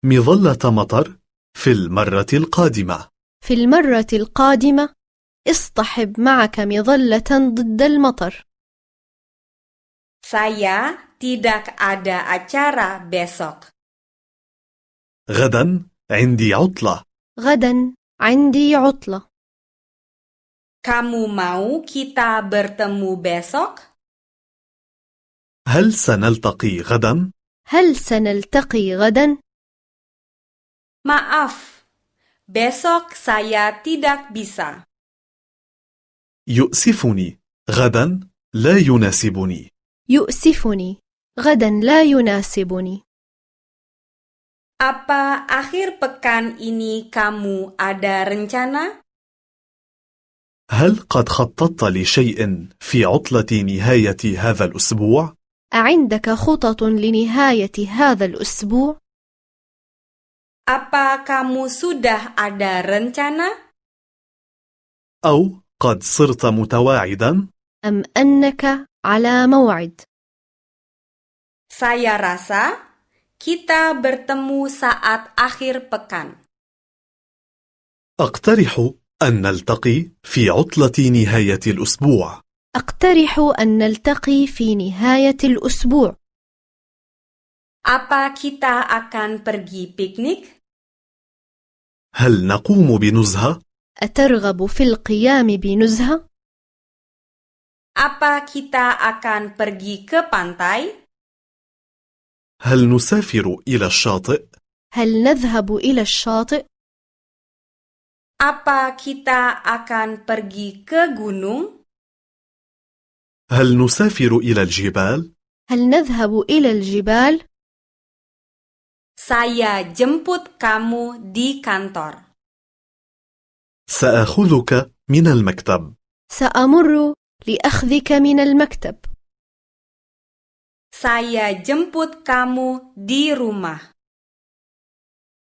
Speaker 2: مظلة مطر في المرة القادمة
Speaker 3: في المرة القادمة اصطحب معك مظلة ضد المطر
Speaker 1: Saya tidak ada acara besok.
Speaker 2: غدا عندي عطلة
Speaker 3: غدا عندي عطلة
Speaker 1: Kamu mau kita bertemu besok?
Speaker 2: هل سنلتقي غدا؟
Speaker 3: هل سنلتقي غدا؟
Speaker 1: Maaf, besok saya tidak bisa.
Speaker 2: يؤسفني غدا لا يناسبني
Speaker 3: يؤسفني غدا لا يناسبني
Speaker 1: Apa akhir pekan ini kamu ada rencana?
Speaker 2: هل قد خططت لشيء في عطلة نهاية هذا الأسبوع؟
Speaker 3: أعندك خطط لنهاية هذا الأسبوع؟
Speaker 1: Apa kamu sudah ada rencana?
Speaker 2: أو قد صرت متواعدا؟
Speaker 3: أم أنك على موعد؟
Speaker 1: Saya rasa kita bertemu saat akhir pekan.
Speaker 2: أقترح أن نلتقي في عطلة نهاية الأسبوع
Speaker 3: أقترح أن نلتقي في نهاية الأسبوع
Speaker 1: Apa kita akan pergi piknik?
Speaker 2: هل نقوم بنزهة؟
Speaker 3: أترغب في القيام بنزهة؟
Speaker 1: Apa kita akan pergi ke pantai?
Speaker 2: هل نسافر إلى الشاطئ؟
Speaker 3: هل نذهب إلى الشاطئ؟
Speaker 1: Apa kita akan pergi ke gunung?
Speaker 2: هل نسافر إلى الجبال؟
Speaker 3: هل نذهب إلى الجبال؟
Speaker 1: Saya jemput kamu di kantor.
Speaker 2: سأخذك من المكتب
Speaker 3: سأمر لأخذك من المكتب
Speaker 1: Saya jemput kamu di rumah.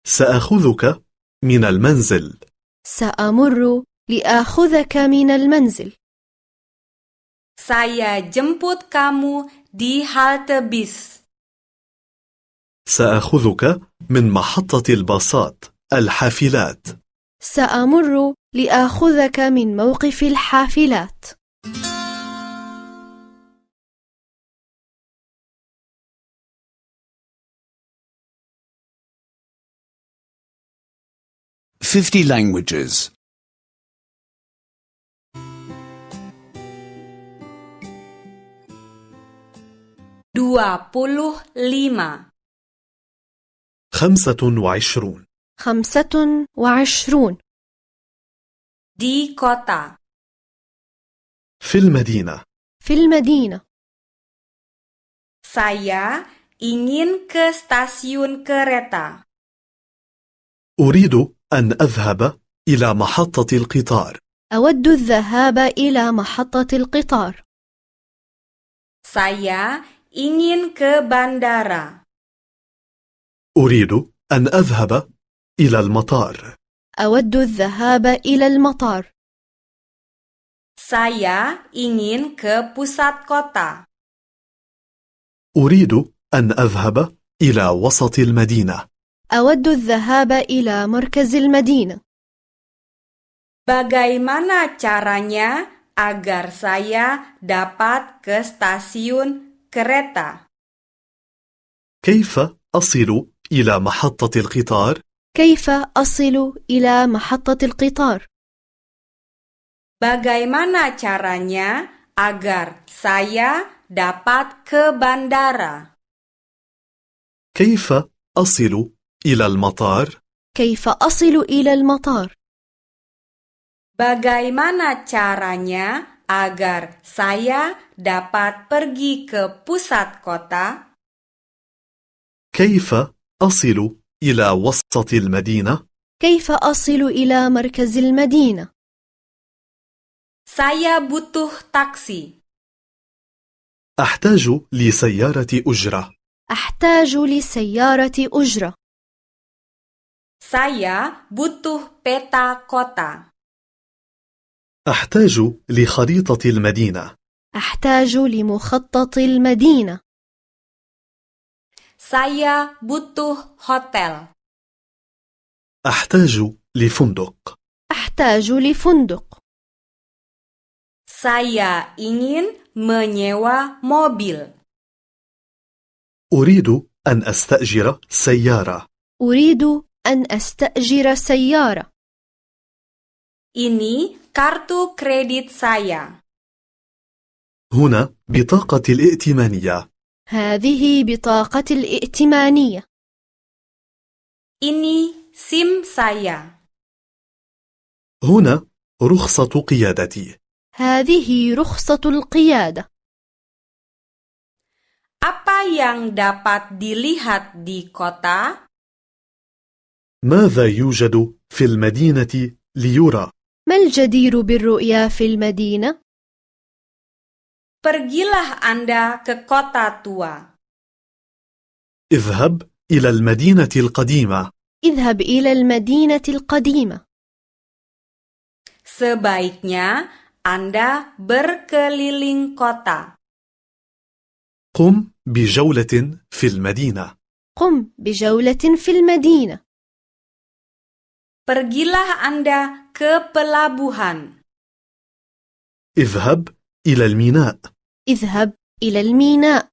Speaker 2: سأخذك من المنزل
Speaker 3: سأمر لآخذك من المنزل
Speaker 1: Saya jemput kamu di halte bis.
Speaker 2: سأخذك من محطة الباصات الحافلات
Speaker 3: سأمر لآخذك من موقف الحافلات
Speaker 5: Fifty languages.
Speaker 1: 25.
Speaker 2: 25
Speaker 3: خمسة وعشرون
Speaker 1: Di kota.
Speaker 2: في المدينة
Speaker 3: في المدينة
Speaker 1: Saya ingin ke stasiun kereta.
Speaker 2: أريد أن أذهب إلى محطة القطار
Speaker 3: أود الذهاب إلى محطة القطار
Speaker 1: Saya ingin ke bandara.
Speaker 2: أريد أن أذهب إلى المطار
Speaker 3: أود الذهاب إلى المطار
Speaker 1: Saya ingin ke pusat kota.
Speaker 2: أريد أن أذهب إلى وسط المدينة
Speaker 3: أود الذهاب إلى مركز المدينة
Speaker 1: Bagaimana caranya agar saya dapat ke stasiun kereta?
Speaker 2: كيف أصل إلى محطة القطار؟
Speaker 3: كيف أصل إلى محطة القطار؟
Speaker 1: Bagaimana caranya agar saya dapat ke bandara?
Speaker 2: كيف أصل إلى المطار؟
Speaker 3: كيف أصل إلى المطار؟
Speaker 1: Bagaimana caranya agar saya dapat pergi ke pusat kota?
Speaker 2: كيف أصل إلى وسط المدينة؟
Speaker 3: كيف أصل إلى مركز المدينة؟
Speaker 1: Saya butuh taksi.
Speaker 2: أحتاج لسيارة أجرة
Speaker 3: أحتاج لسيارة أجرة
Speaker 1: Saya butuh peta kota.
Speaker 2: أحتاج لخريطة المدينة
Speaker 3: أحتاج لمخطط المدينة
Speaker 1: Saya butuh hotel.
Speaker 2: أحتاج لفندق
Speaker 3: أحتاج لفندق
Speaker 1: Saya ingin menyewa mobil.
Speaker 2: أريد أن أستأجر سيارة
Speaker 3: أريد أن أستأجر سيارة
Speaker 1: Ini kartu kredit saya.
Speaker 2: هنا بطاقة الائتمانية
Speaker 3: هذه بطاقة الائتمانية
Speaker 1: Ini SIM saya.
Speaker 2: هنا رخصة قيادتي
Speaker 3: هذه رخصة القيادة
Speaker 1: Apa yang dapat dilihat di kota?
Speaker 2: ماذا يوجد في المدينة ليرى؟
Speaker 3: ما الجدير بالرؤيا في المدينة؟
Speaker 1: Pergilah Anda ke kota tua.
Speaker 2: اذهب إلى المدينة القديمة
Speaker 3: اذهب إلى المدينة القديمة
Speaker 1: Sebaiknya Anda berkeliling kota.
Speaker 2: قم بجولة في المدينة
Speaker 3: قم بجولة في المدينة
Speaker 1: Pergilah Anda ke pelabuhan.
Speaker 2: اذهب إلى الميناء
Speaker 3: اذهب إلى الميناء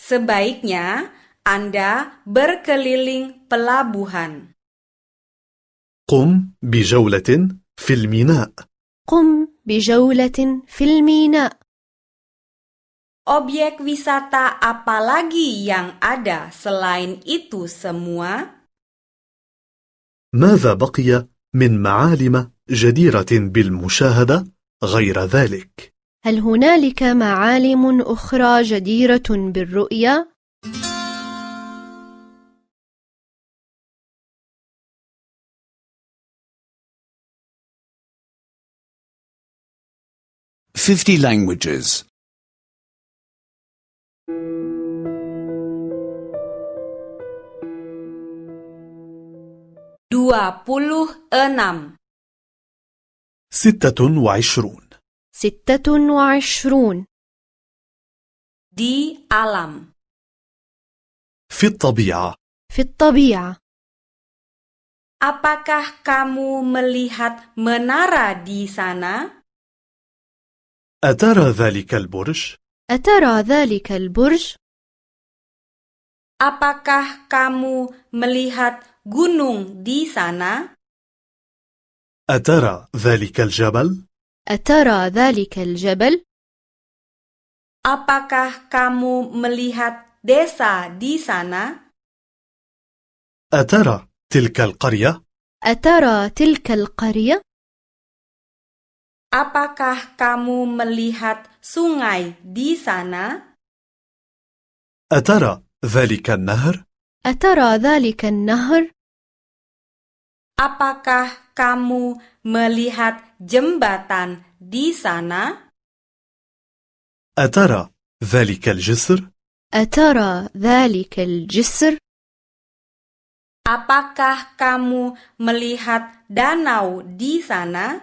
Speaker 1: Sebaiknya Anda berkeliling pelabuhan.
Speaker 2: قم بجولة في الميناء
Speaker 3: قم بجولة في الميناء
Speaker 1: Objek wisata apa lagi yang ada selain itu semua?
Speaker 2: ماذا بقي من معالم جديرة بالمشاهدة غير ذلك؟
Speaker 3: هل هنالك معالم أخرى جديرة بالرؤية؟
Speaker 5: Fifty languages.
Speaker 1: 26.
Speaker 2: ستة وعشرون
Speaker 3: ستة وعشرون
Speaker 1: Di alam.
Speaker 2: في الطبيعة
Speaker 3: في الطبيعة
Speaker 1: Apakah kamu melihat menara di sana?
Speaker 2: أترى ذلك البرج؟
Speaker 3: أترى ذلك البرج؟
Speaker 1: Apakah kamu melihat gunung di sana?
Speaker 2: أترى ذلك الجبل؟
Speaker 3: أترى ذلك الجبل؟
Speaker 1: Apakah kamu melihat desa di sana?
Speaker 2: أترى تلك القرية؟
Speaker 3: أترى تلك القرية؟
Speaker 1: Apakah kamu melihat sungai di sana?
Speaker 2: أترى ذلك النهر؟
Speaker 3: أترى ذلك النهر؟
Speaker 1: Apakah kamu melihat jembatan di sana?
Speaker 2: أترى ذلك الجسر؟
Speaker 3: أترى ذلك الجسر؟
Speaker 1: Apakah kamu melihat danau di sana?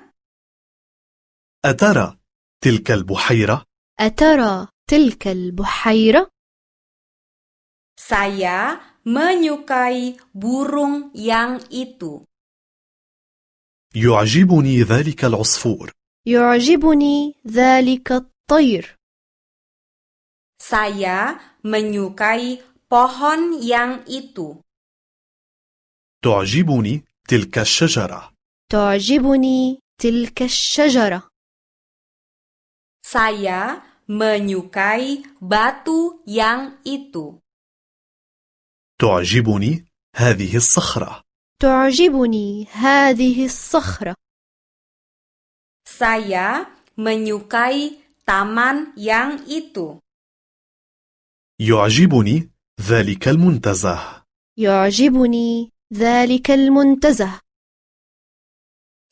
Speaker 2: أترى تلك البحيرة؟
Speaker 3: أترى تلك البحيرة؟
Speaker 1: Saya menyukai burung yang itu.
Speaker 2: يعجبني ذلك العصفور
Speaker 3: يعجبني ذلك الطير
Speaker 1: Saya menyukai pohon yang itu.
Speaker 2: تعجبني تلك الشجرة
Speaker 3: تعجبني تلك الشجرة
Speaker 1: Saya menyukai batu yang itu.
Speaker 2: تعجبني هذه الصخرة
Speaker 3: تعجبني هذه الصخرة
Speaker 1: Saya menyukai taman yang itu.
Speaker 2: يعجبني ذلك المنتزه
Speaker 3: يعجبني ذلك المنتزه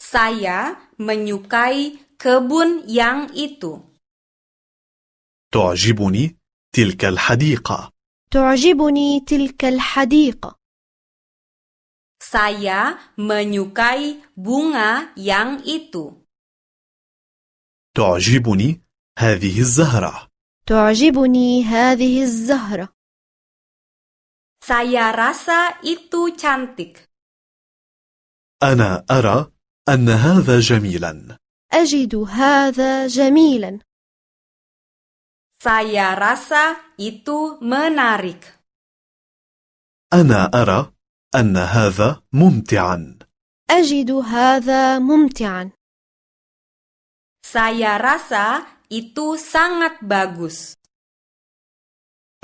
Speaker 1: Saya menyukai kebun yang itu.
Speaker 2: تعجبني تلك الحديقة
Speaker 3: تعجبني تلك الحديقة
Speaker 1: Saya menyukai bunga yang itu.
Speaker 2: تعجبني هذه الزهرة
Speaker 3: تعجبني هذه الزهرة
Speaker 1: Saya rasa itu cantik.
Speaker 2: أنا أرى أن هذا جميلا
Speaker 3: أجد هذا جميلا
Speaker 1: Saya rasa itu menarik.
Speaker 2: أنا أرى أن هذا ممتعا
Speaker 3: أجد هذا ممتعا
Speaker 1: Saya rasa itu sangat bagus.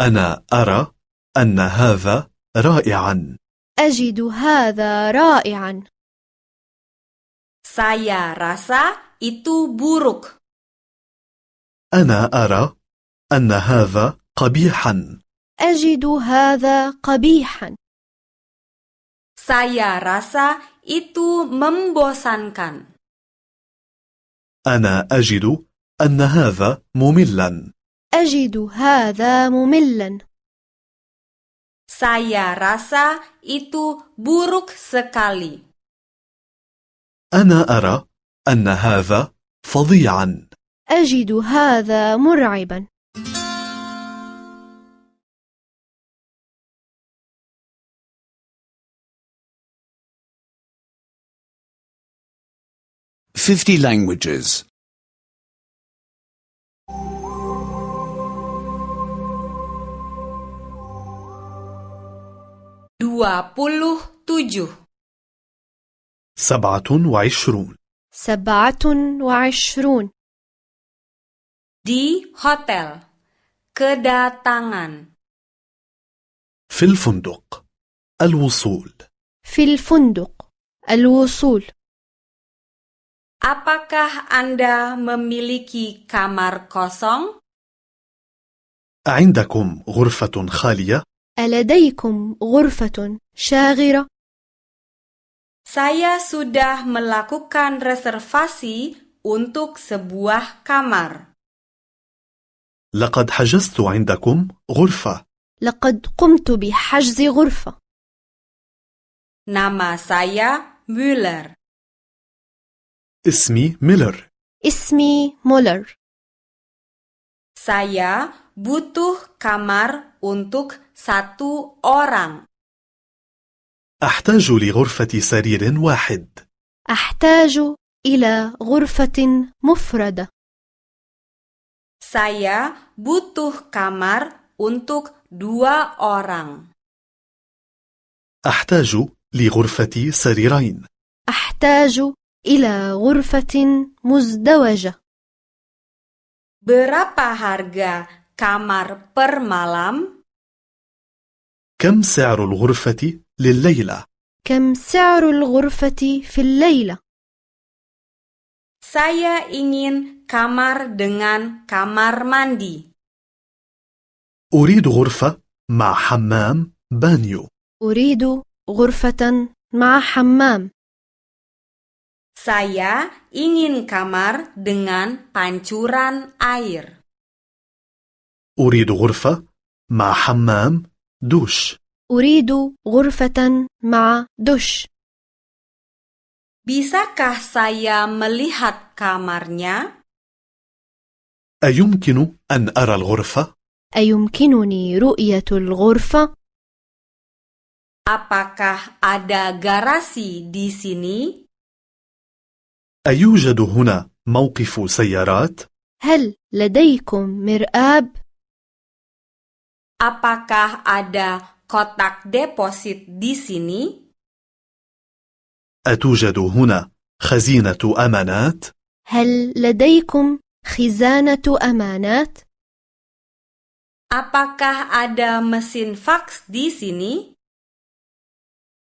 Speaker 2: أنا أرى أن هذا رائعا
Speaker 3: أجد هذا رائعا
Speaker 1: Saya rasa itu buruk.
Speaker 2: أنا أرى أن هذا قبيحا
Speaker 3: أجد هذا قبيحا
Speaker 1: Saya rasa itu membosankan.
Speaker 2: أنا أجد أن هذا مملا
Speaker 3: أجد هذا مملا
Speaker 1: Saya rasa itu buruk sekali.
Speaker 2: أنا أرى أن هذا فظيعا
Speaker 3: أجد هذا مرعبا
Speaker 5: Fifty languages.
Speaker 1: 27.
Speaker 2: سبعة وعشرون
Speaker 3: سبعة وعشرون
Speaker 1: Di hotel. Kedatangan.
Speaker 2: في الفندق الوصول
Speaker 3: في الفندق الوصول
Speaker 1: Apakah Anda memiliki kamar kosong?
Speaker 2: عندكم غرفة خالية
Speaker 3: ألديكم غرفة شاغرة؟
Speaker 1: Saya sudah melakukan reservasi untuk sebuah kamar.
Speaker 2: لقد حجزت عندكم غرفة
Speaker 3: لقد قمت بحجز غرفة
Speaker 1: Nama saya Müller.
Speaker 2: اسمي ميلر
Speaker 3: اسمي مولر
Speaker 1: Saya butuh kamar untuk satu orang.
Speaker 2: أحتاج لغرفة سرير واحد
Speaker 3: أحتاج إلى غرفة مفردة
Speaker 1: Saya butuh kamar untuk dua orang.
Speaker 2: أحتاج لغرفة سريرين
Speaker 3: أحتاج إلى غرفة مزدوجة
Speaker 1: Berapa harga kamar per malam?
Speaker 2: كم سعر الغرفة لليلة؟
Speaker 3: كم سعر الغرفة في الليلة؟
Speaker 1: Saya ingin kamar dengan kamar mandi.
Speaker 2: أريد غرفة مع حمام بانيو
Speaker 3: أريد غرفة مع حمام
Speaker 1: Saya ingin kamar dengan pancuran air.
Speaker 2: أريد غرفة مع حمام دوش
Speaker 3: أريد غرفة مع دش
Speaker 1: Bisakah saya melihat kamarnya?
Speaker 2: أيمكن أن أرى الغرفة؟
Speaker 3: أيمكنني رؤية الغرفة؟
Speaker 1: Apakah ada garasi di sini?
Speaker 2: أيوجد هنا موقف سيارات؟
Speaker 3: هل لديكم مرآب؟
Speaker 1: Apakah ada kotak deposit di sini?
Speaker 2: أتوجد هنا خزينة أمانات؟
Speaker 3: هل لديكم خزانة أمانات؟
Speaker 1: Apakah ada mesin fax di sini?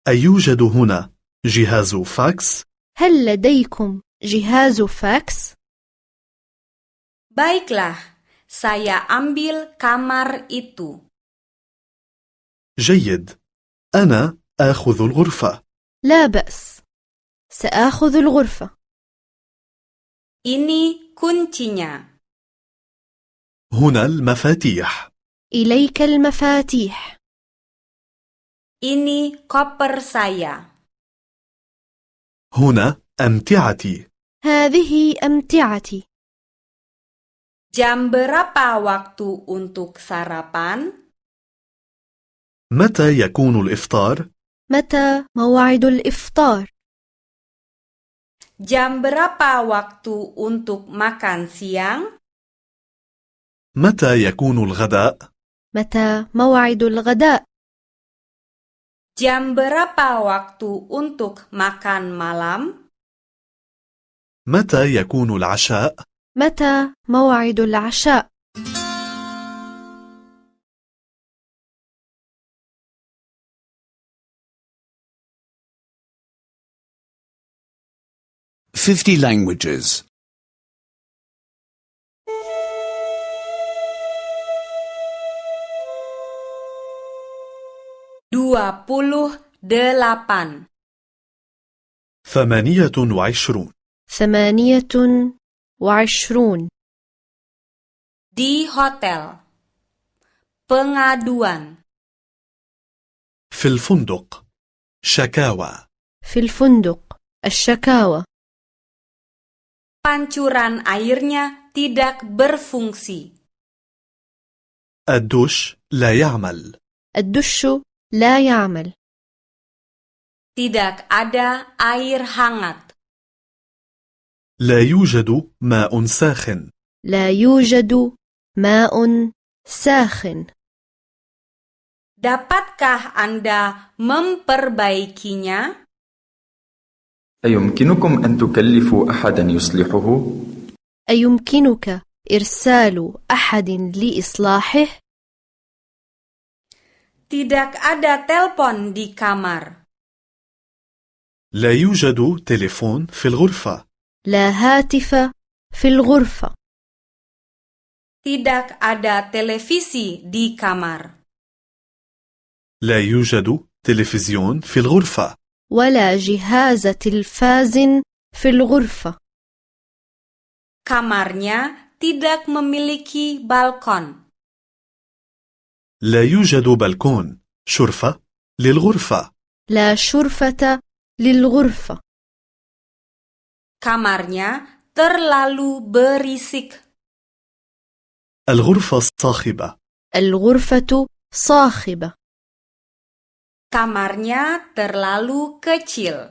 Speaker 2: أيوجد هنا جهاز فاكس؟
Speaker 3: هل لديكم جهاز فاكس؟
Speaker 1: Baiklah, saya ambil kamar itu.
Speaker 2: جيد أنا آخذ الغرفة
Speaker 3: لا بأس سآخذ الغرفة
Speaker 1: Ini kuncinya.
Speaker 2: هنا المفاتيح
Speaker 3: إليك المفاتيح
Speaker 1: Ini koper saya.
Speaker 2: هنا أمتعتي
Speaker 3: هذه أمتعتي
Speaker 1: Jam berapa waktu untuk sarapan?
Speaker 2: متى يكون الإفطار؟
Speaker 3: متى موعد الإفطار؟
Speaker 1: Jam berapa waktu untuk makan siang?
Speaker 2: متى يكون الغداء؟
Speaker 3: متى موعد الغداء؟
Speaker 1: Jam berapa waktu untuk makan malam?
Speaker 2: متى يكون العشاء؟
Speaker 3: متى موعد العشاء؟
Speaker 5: Fifty languages.
Speaker 1: 28.
Speaker 2: ثمانية وعشرون
Speaker 3: ثمانية وعشرون
Speaker 1: Di hotel. Pengaduan.
Speaker 2: في الفندق شكاوى
Speaker 3: في الفندق الشكاوى
Speaker 1: Pancuran airnya tidak berfungsi.
Speaker 2: الدش لا يعمل
Speaker 3: الدش لا يعمل
Speaker 1: Tidak ada air hangat.
Speaker 2: لا يوجد ماء ساخن
Speaker 3: لا يوجد ماء ساخن
Speaker 1: Dapatkah Anda memperbaikinya?
Speaker 4: أيمكنكم أن تكلفوا أحدا يصلحه؟
Speaker 3: أيمكنك إرسال أحد لإصلاحه؟
Speaker 1: Tidak ada telepon di kamar.
Speaker 2: لا يوجد تليفون في الغرفة
Speaker 3: لا هاتف في الغرفة
Speaker 1: Tidak ada televisi di kamar.
Speaker 2: لا يوجد تلفزيون في الغرفة
Speaker 3: ولا جهاز تلفاز في الغرفة
Speaker 1: Kamarnya tidak memiliki balkon.
Speaker 2: لا يوجد بلكون شرفة للغرفة
Speaker 3: لا شرفة للغرفة
Speaker 1: Kamarnya terlalu berisik.
Speaker 2: الغرفة صاخبة
Speaker 3: الغرفة صاخبة
Speaker 1: Kamarnya terlalu kecil.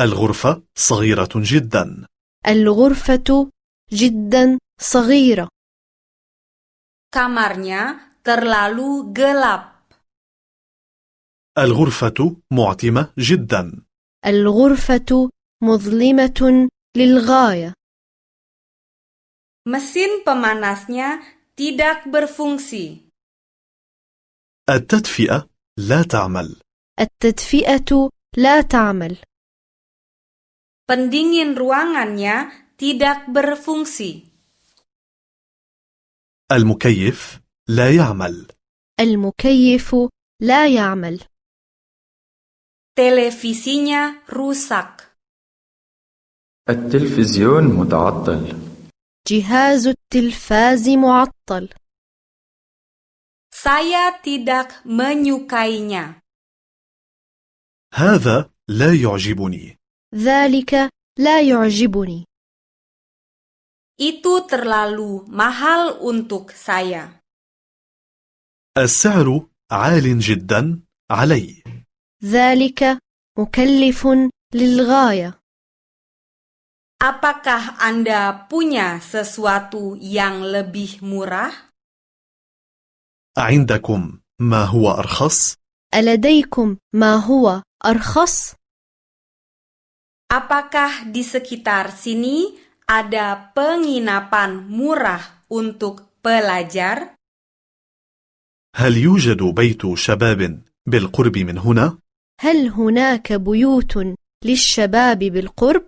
Speaker 2: الغرفة صغيرة جدا
Speaker 3: الغرفة جدا صغيرة
Speaker 1: Kamarnya terlalu gelap.
Speaker 2: الغرفة معتمة جدا
Speaker 3: الغرفة مظلمة للغاية
Speaker 1: Mesin pemanasnya tidak berfungsi.
Speaker 2: التدفئة لا تعمل
Speaker 3: التدفئة لا تعمل
Speaker 1: Pendingin ruangannya tidak berfungsi.
Speaker 2: المكيف لا يعمل
Speaker 3: المكيف لا يعمل
Speaker 1: Televisinya rusak.
Speaker 4: التلفزيون متعطل
Speaker 3: جهاز التلفاز معطل
Speaker 1: Saya tidak menyukainya.
Speaker 2: هذا لا يعجبني
Speaker 3: ذلك لا يعجبني
Speaker 1: Itu terlalu mahal untuk saya.
Speaker 2: السعر عال جدا علي
Speaker 3: ذلك مكلف للغاية
Speaker 1: Apakah Anda punya sesuatu yang lebih murah?
Speaker 2: عندكم ما هو أرخص؟
Speaker 3: ألديكم ما هو أرخص؟
Speaker 1: Apakah di sekitar sini ada penginapan murah untuk pelajar?
Speaker 2: هل يوجد بيت شباب بالقرب من هنا؟
Speaker 3: هل هناك بيوت للشباب بالقرب؟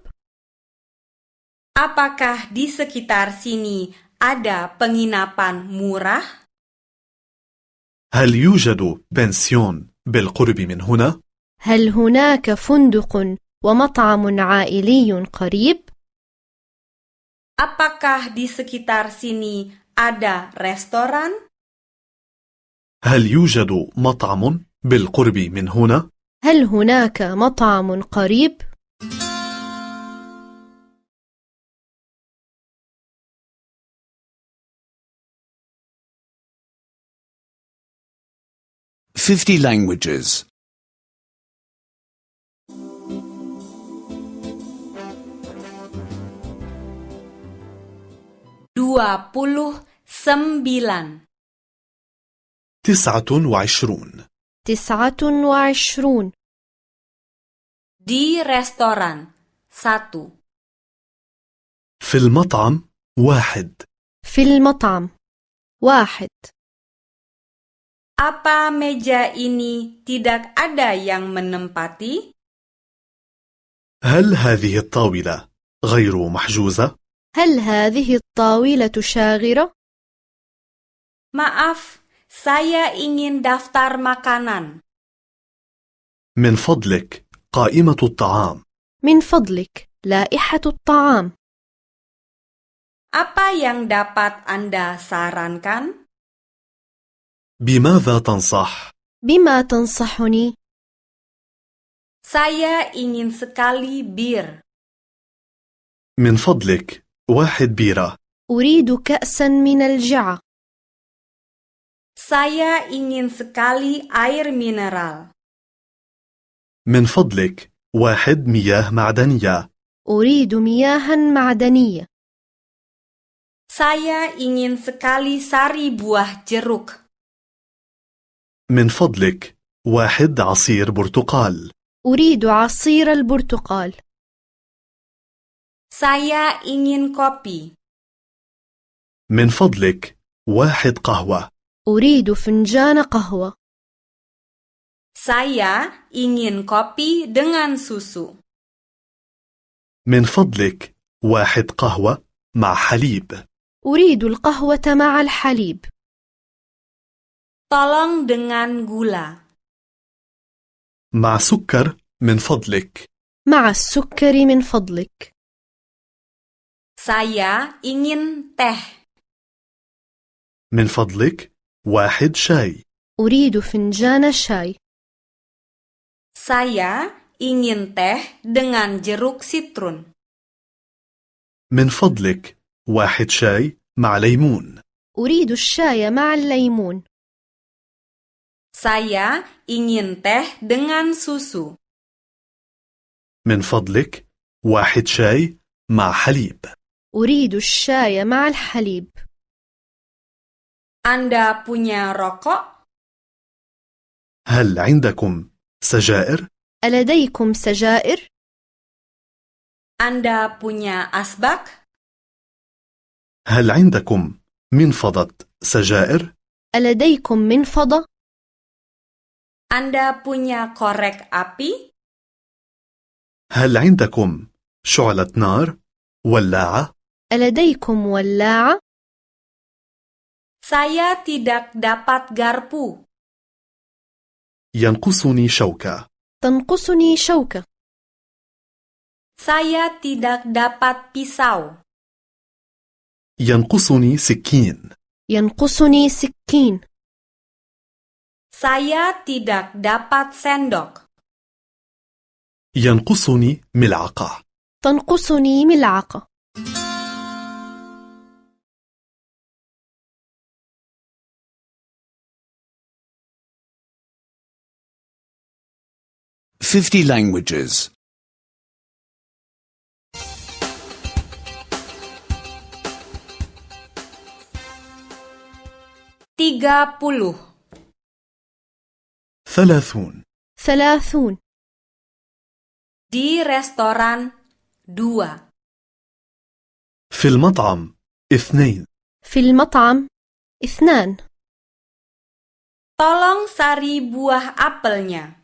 Speaker 1: Apakah di sekitar sini ada penginapan murah?
Speaker 2: هل يوجد بنسيون بالقرب من هنا؟
Speaker 3: هل هناك فندق ومطعم عائلي قريب؟
Speaker 1: Apakah di sekitar sini ada restoran?
Speaker 2: هل يوجد مطعم بالقرب من هنا؟
Speaker 3: هل هناك مطعم قريب؟
Speaker 5: Fifty languages.
Speaker 1: 29.
Speaker 2: تسعة وعشرون
Speaker 3: تسعة وعشرون
Speaker 1: Di restoran 1.
Speaker 2: في المطعم واحد
Speaker 3: في المطعم واحد
Speaker 1: Apa meja ini tidak ada yang menempati?
Speaker 2: هل هذه الطاولة غير محجوزة؟
Speaker 3: هل هذه الطاولة شاغرة؟
Speaker 1: Maaf, saya ingin daftar makanan.
Speaker 2: من فضلك قائمة الطعام
Speaker 3: من فضلك لائحة الطعام
Speaker 1: Apa yang dapat Anda sarankan?
Speaker 2: بماذا تنصح؟
Speaker 3: بما تنصحني؟
Speaker 1: Saya ingin sekali bir.
Speaker 2: من فضلك واحد بيرة
Speaker 3: أريد كأسا من الجعة
Speaker 1: Saya ingin sekali air mineral.
Speaker 2: من فضلك واحد مياه معدنية
Speaker 3: أريد مياها معدنية
Speaker 1: Saya ingin sekali sari buah jeruk.
Speaker 2: من فضلك واحد عصير برتقال
Speaker 3: أريد عصير البرتقال
Speaker 1: Saya ingin kopi.
Speaker 2: من فضلك واحد قهوة
Speaker 3: أريد فنجان قهوة
Speaker 1: Saya ingin kopi dengan susu.
Speaker 2: من فضلك واحد قهوة مع حليب
Speaker 3: أريد القهوة مع الحليب
Speaker 1: Tolong dengan gula.
Speaker 2: مع سكر من فضلك
Speaker 3: مع السكر من فضلك
Speaker 1: Saya ingin teh.
Speaker 2: من فضلك واحد شاي
Speaker 3: أريد فنجان شاي
Speaker 1: Saya ingin teh dengan jeruk sitrun.
Speaker 2: من فضلك واحد شاي مع ليمون
Speaker 3: أريد الشاي مع الليمون
Speaker 1: Saya ingin teh dengan susu.
Speaker 2: من فضلك واحد شاي مع حليب
Speaker 3: أريد الشاي مع الحليب
Speaker 1: Anda punya rokok?
Speaker 2: هل عندكم سجائر؟
Speaker 3: ألديكم سجائر؟
Speaker 1: Anda punya asbak?
Speaker 2: هل عندكم منفضة سجائر؟
Speaker 3: ألديكم منفضة؟
Speaker 1: Anda punya korek api?
Speaker 2: هل عندكم شعلة نار؟ ولاعة؟
Speaker 3: ألديكم ولاعة؟
Speaker 1: Saya tidak dapat garpu.
Speaker 2: ينقصني شوكة
Speaker 3: تنقصني شوكة
Speaker 1: Saya tidak dapat pisau.
Speaker 2: ينقصني سكين
Speaker 3: ينقصني سكين
Speaker 1: Saya tidak dapat sendok.
Speaker 2: ينقصني ملعقة
Speaker 3: تنقصني ملعقة
Speaker 5: Fifty languages.
Speaker 1: 30.
Speaker 2: ثلاثون
Speaker 3: ثلاثون
Speaker 1: Di restoran 2.
Speaker 2: في المطعم اثنين
Speaker 3: في المطعم اثنان
Speaker 1: Tolong sari buah apelnya.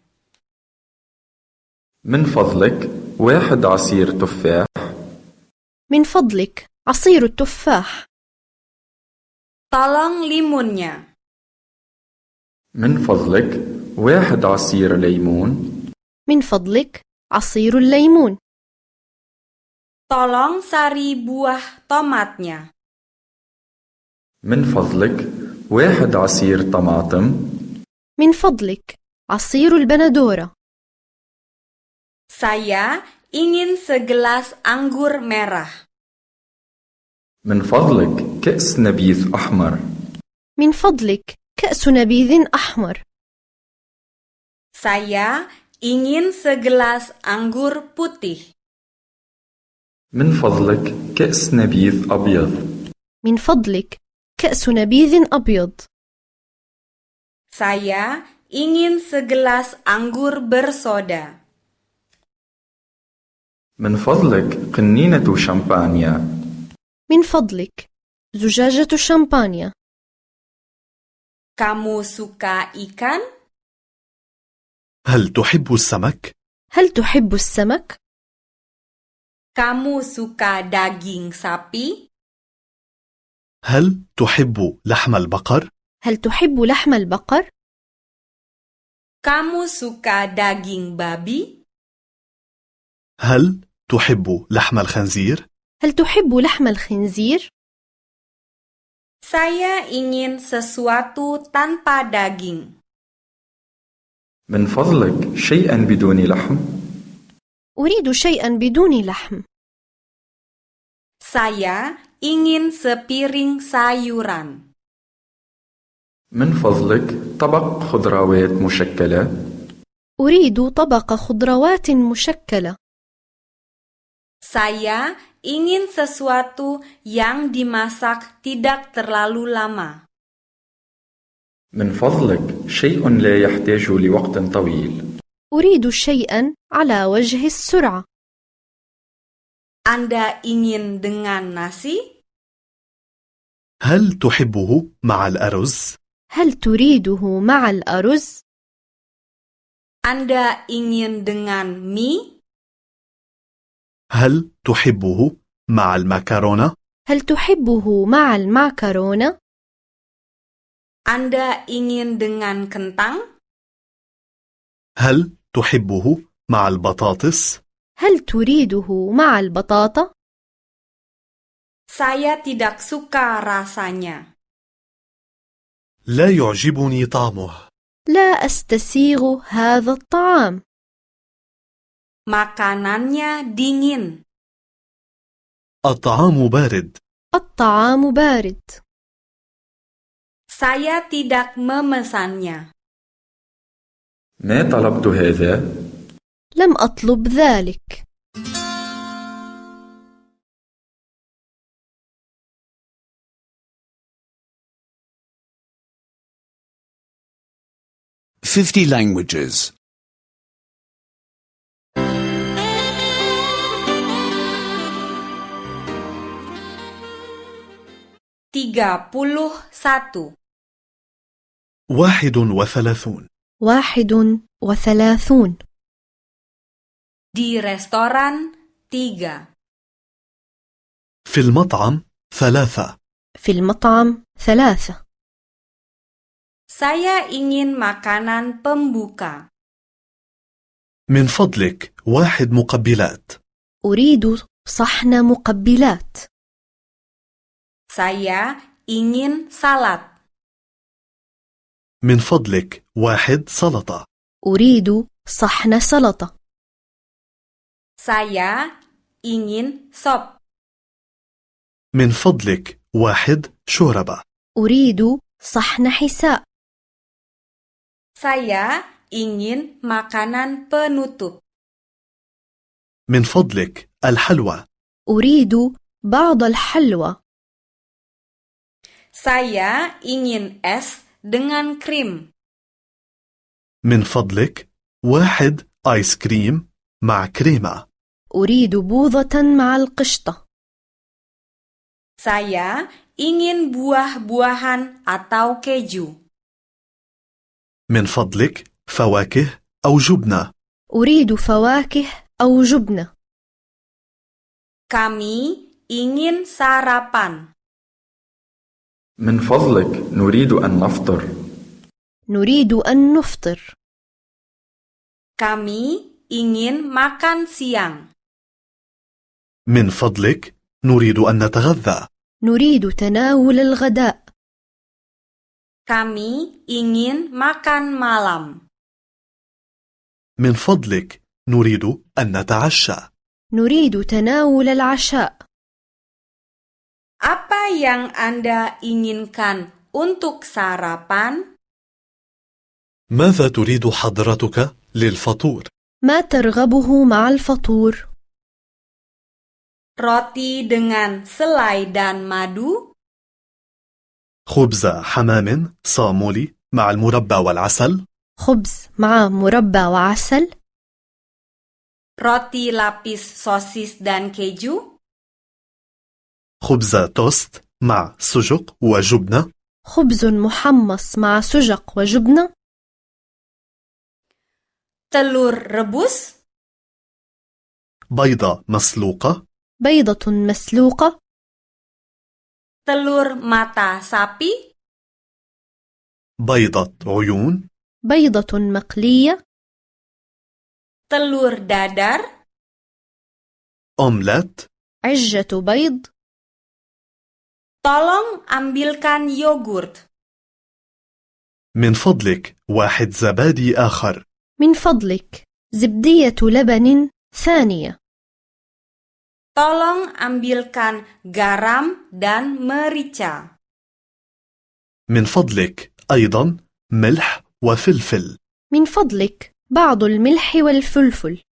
Speaker 4: من فضلك واحد عصير تفاح
Speaker 3: من فضلك عصير التفاح
Speaker 1: Tolong limunnya.
Speaker 4: من فضلك واحد عصير ليمون
Speaker 3: من فضلك عصير الليمون
Speaker 1: Tolong sari buah tomatnya.
Speaker 4: من فضلك واحد عصير طماطم
Speaker 3: من فضلك عصير البندورة
Speaker 1: Saya ingin segelas anggur merah.
Speaker 4: من فضلك كأس نبيذ أحمر
Speaker 3: من فضلك كأس نبيذ أحمر
Speaker 1: Saya ingin segelas anggur putih.
Speaker 4: من فضلك كأس نبيذ أبيض
Speaker 3: من فضلك كأس نبيذ أبيض
Speaker 1: Saya ingin segelas anggur bersoda.
Speaker 4: من فضلك قنينة شامبانيا
Speaker 3: من فضلك زجاجة شمبانيا
Speaker 1: Kamu suka ikan?
Speaker 2: هل تحب السمك؟
Speaker 3: هل تحب السمك؟
Speaker 1: Kamu suka daging sapi?
Speaker 2: هل تحب لحم البقر؟
Speaker 3: هل تحب لحم البقر؟
Speaker 1: Kamu suka daging babi?
Speaker 2: هل تحب لحم الخنزير؟
Speaker 3: هل تحب لحم الخنزير؟
Speaker 1: Saya ingin sesuatu tanpa daging.
Speaker 4: من فضلك شيئا بدون لحم
Speaker 3: أريد شيئا بدون لحم
Speaker 1: Saya ingin sepiring sayuran.
Speaker 4: من فضلك طبق خضروات مشكله
Speaker 3: أريد طبق خضروات مشكلة
Speaker 1: Saya ingin sesuatu yang dimasak tidak terlalu lama.
Speaker 4: من فضلك شيء لا يحتاج لوقت طويل
Speaker 3: أريد شيئا على وجه السرعة
Speaker 1: Anda ingin dengan nasi?
Speaker 2: هل تحبه مع الأرز؟
Speaker 3: هل تريده مع الأرز؟
Speaker 1: Anda ingin dengan mie?
Speaker 2: هل تحبه مع المكرونة؟
Speaker 3: هل تحبه مع المعكرونة؟
Speaker 1: Anda ingin dengan kentang?
Speaker 2: هل تحبه مع البطاطس؟
Speaker 3: هل تريده مع البطاطا؟
Speaker 1: Saya tidak suka rasanya.
Speaker 2: لا يعجبني طعمه
Speaker 3: لا أستسيغ هذا الطعام
Speaker 1: Makanannya dingin.
Speaker 2: الطعام بارد
Speaker 3: الطعام بارد
Speaker 1: Saya tidak memesannya.
Speaker 4: ما طلبت هذا
Speaker 3: لم أطلب ذلك
Speaker 5: Fifty languages.
Speaker 1: 31.
Speaker 2: واحد وثلاثون
Speaker 3: واحد وثلاثون
Speaker 1: Di restoran 3.
Speaker 2: في المطعم ثلاثة
Speaker 3: في المطعم ثلاثة
Speaker 1: Saya ingin makanan pembuka.
Speaker 2: من فضلك واحد مقبلات
Speaker 3: أريد صحن مقبلات
Speaker 1: Saya ingin salad.
Speaker 2: من فضلك واحد سلطة
Speaker 3: أريد صحن سلطة
Speaker 1: Saya ingin sop.
Speaker 2: من فضلك واحد شوربة
Speaker 3: أريد صحن حساء
Speaker 1: Saya ingin makanan penutup.
Speaker 2: من فضلك الحلوى
Speaker 3: أريد بعض الحلوى
Speaker 1: Saya ingin es dengan krim.
Speaker 2: من فضلك واحد آيس كريم مع كريمة
Speaker 3: أريد بوظة مع القشطة
Speaker 1: Saya ingin buah-buahan atau keju.
Speaker 2: من فضلك فواكه أو جبنة
Speaker 3: أريد فواكه أو جبنة
Speaker 1: Kami ingin sarapan.
Speaker 4: من فضلك نريد أن نفطر
Speaker 3: نريد أن نفطر
Speaker 1: Kami ingin makan siang.
Speaker 2: من فضلك نريد أن نتغذى
Speaker 3: نريد تناول الغداء
Speaker 1: Kami ingin makan malam.
Speaker 2: من فضلك نريد أن نتعشى
Speaker 3: نريد تناول العشاء
Speaker 1: Apa yang Anda inginkan untuk sarapan?
Speaker 2: ماذا تريد حضرتك للفطور؟
Speaker 3: ما ترغبه مع الفطور
Speaker 1: Roti dengan selai dan madu?
Speaker 2: خبز حمام صامولي مع المربى والعسل
Speaker 3: خبز مع مربى وعسل
Speaker 1: Roti lapis sosis dan keju?
Speaker 2: خبز توست مع سجق وجبنة
Speaker 3: خبز محمص مع سجق وجبنة
Speaker 1: Telur rebus?
Speaker 2: بيضة مسلوقة
Speaker 3: بيضة مسلوقة
Speaker 1: Telur mata sapi?
Speaker 2: بيضة عيون
Speaker 3: بيضة مقلية
Speaker 1: Telur dadar?
Speaker 2: أومليت
Speaker 3: عجة بيض
Speaker 1: Tolong ambilkan yogurt.
Speaker 2: من فضلك واحد زبادي آخر
Speaker 3: من فضلك زبدية لبن ثانية
Speaker 1: Tolong ambilkan garam dan merica.
Speaker 2: من فضلك أيضا ملح وفلفل
Speaker 3: من فضلك بعض الملح والفلفل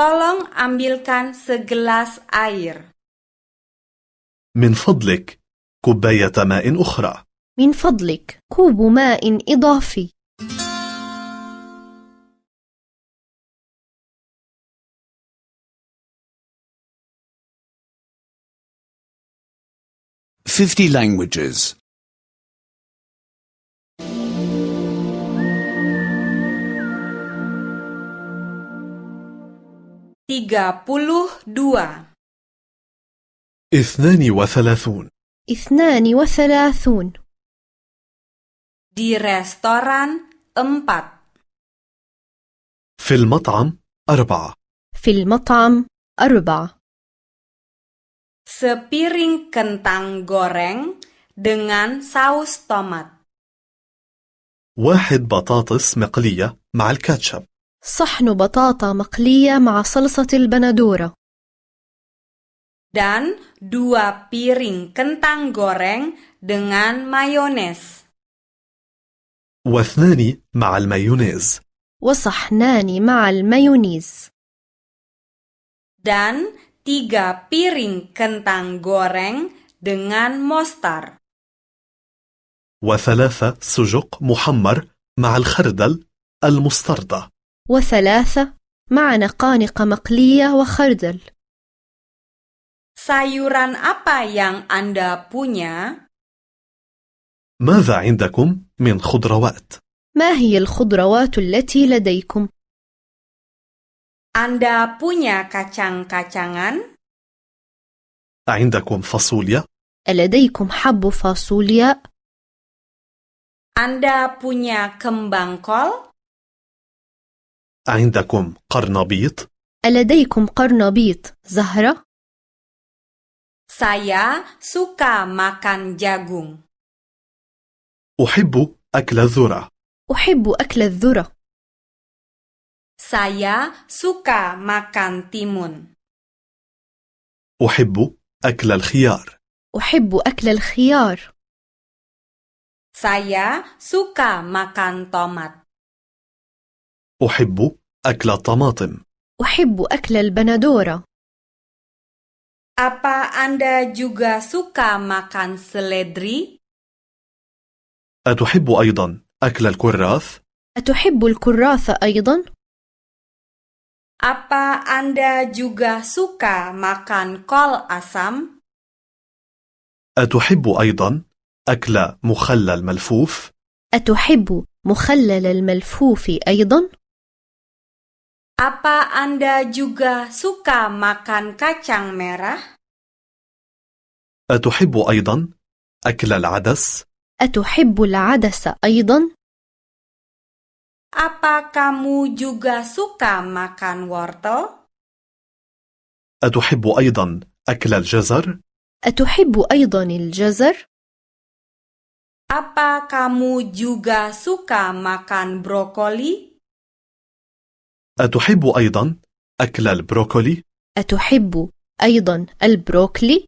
Speaker 1: Tolong ambilkan segelas air.
Speaker 2: من فضلك كوباية ماء أخرى
Speaker 3: من فضلك كوب ماء إضافي
Speaker 5: Fifty languages.
Speaker 1: 32.
Speaker 2: اثنان وثلاثون
Speaker 3: اثنان وثلاثون
Speaker 1: Di restoran 4.
Speaker 2: في المطعم أربعة
Speaker 3: في المطعم أربعة
Speaker 1: Sepiring kentang goreng dengan saus tomat.
Speaker 2: واحد بطاطس مقلية مع الكاتشب
Speaker 3: صحن بطاطا مقلية مع صلصة البندورة
Speaker 1: dan dua piring kentang goreng dengan mayones.
Speaker 2: واثنان مع المايونيز
Speaker 3: وصحنان مع المايونيز
Speaker 1: dan tiga piring kentang goreng dengan mostar.
Speaker 2: وثلاثة سجق محمر مع الخردل المستردة
Speaker 3: وثلاثة مع نقانق مقلية وخردل
Speaker 1: Sayuran apa yang Anda punya?
Speaker 2: ماذا عندكم من خضروات؟
Speaker 3: ما هي الخضروات التي لديكم؟
Speaker 1: Anda punya kacang-kacangan?
Speaker 2: عندكم فاصوليا؟
Speaker 3: ألديكم حب فاصولياء؟
Speaker 1: Anda punya kembang kol?
Speaker 2: عندكم قرنبيط؟
Speaker 3: ألديكم قرنبيط زهرة؟
Speaker 1: Saya suka makan jagung.
Speaker 2: أحب أكل الذرة
Speaker 3: أحب أكل الذرة
Speaker 1: Saya suka makan timun.
Speaker 2: أحب أكل الخيار
Speaker 3: أحب أكل الخيار
Speaker 1: Saya suka makan tomat.
Speaker 2: أحب أكل الطماطم
Speaker 3: أحب أكل البندورة
Speaker 1: Apa Anda juga suka makan seledri?
Speaker 2: أتحب أيضا أكل الكراث؟
Speaker 3: أتحب الكراثة أيضا؟
Speaker 1: Apa Anda juga suka makan kol asam?
Speaker 2: أتحب أيضا أكل مخلل ملفوف؟
Speaker 3: أتحب مخلل الملفوف أيضا؟
Speaker 1: Apa Anda juga suka makan kacang merah?
Speaker 2: أتحب أيضا أكل العدس؟
Speaker 3: أتحب العدس أيضا؟
Speaker 1: Apa kamu juga suka makan wortel?
Speaker 2: أتحب أيضا أكل الجزر؟
Speaker 3: أتحب أيضا الجزر؟
Speaker 1: Apa kamu juga suka makan brokoli?
Speaker 2: أتحب أيضا أكل البروكولي؟
Speaker 3: أتحب أيضا البروكلي؟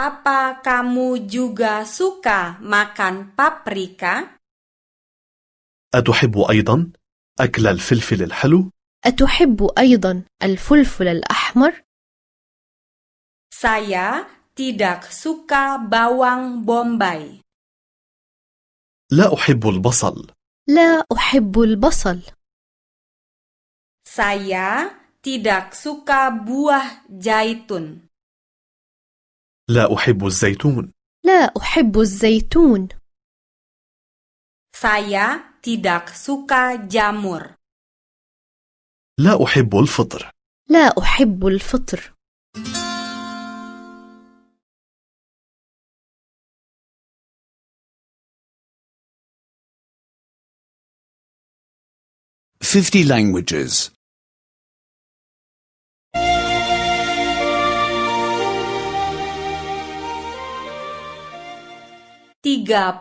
Speaker 1: Apa kamu juga suka makan paprika?
Speaker 2: أتحب أيضا أكل الفلفل الحلو؟
Speaker 3: أتحب أيضا الفلفل الأحمر؟
Speaker 1: Saya tidak suka bawang bombay.
Speaker 2: لا أحب البصل
Speaker 3: لا أحب البصل
Speaker 1: Saya tidak suka buah jaitun.
Speaker 2: لا أحب الزيتون
Speaker 3: لا أحب الزيتون
Speaker 1: Saya tidak suka jamur.
Speaker 2: لا أحب الفطر
Speaker 3: لا أحب الفطر
Speaker 5: Fifty languages.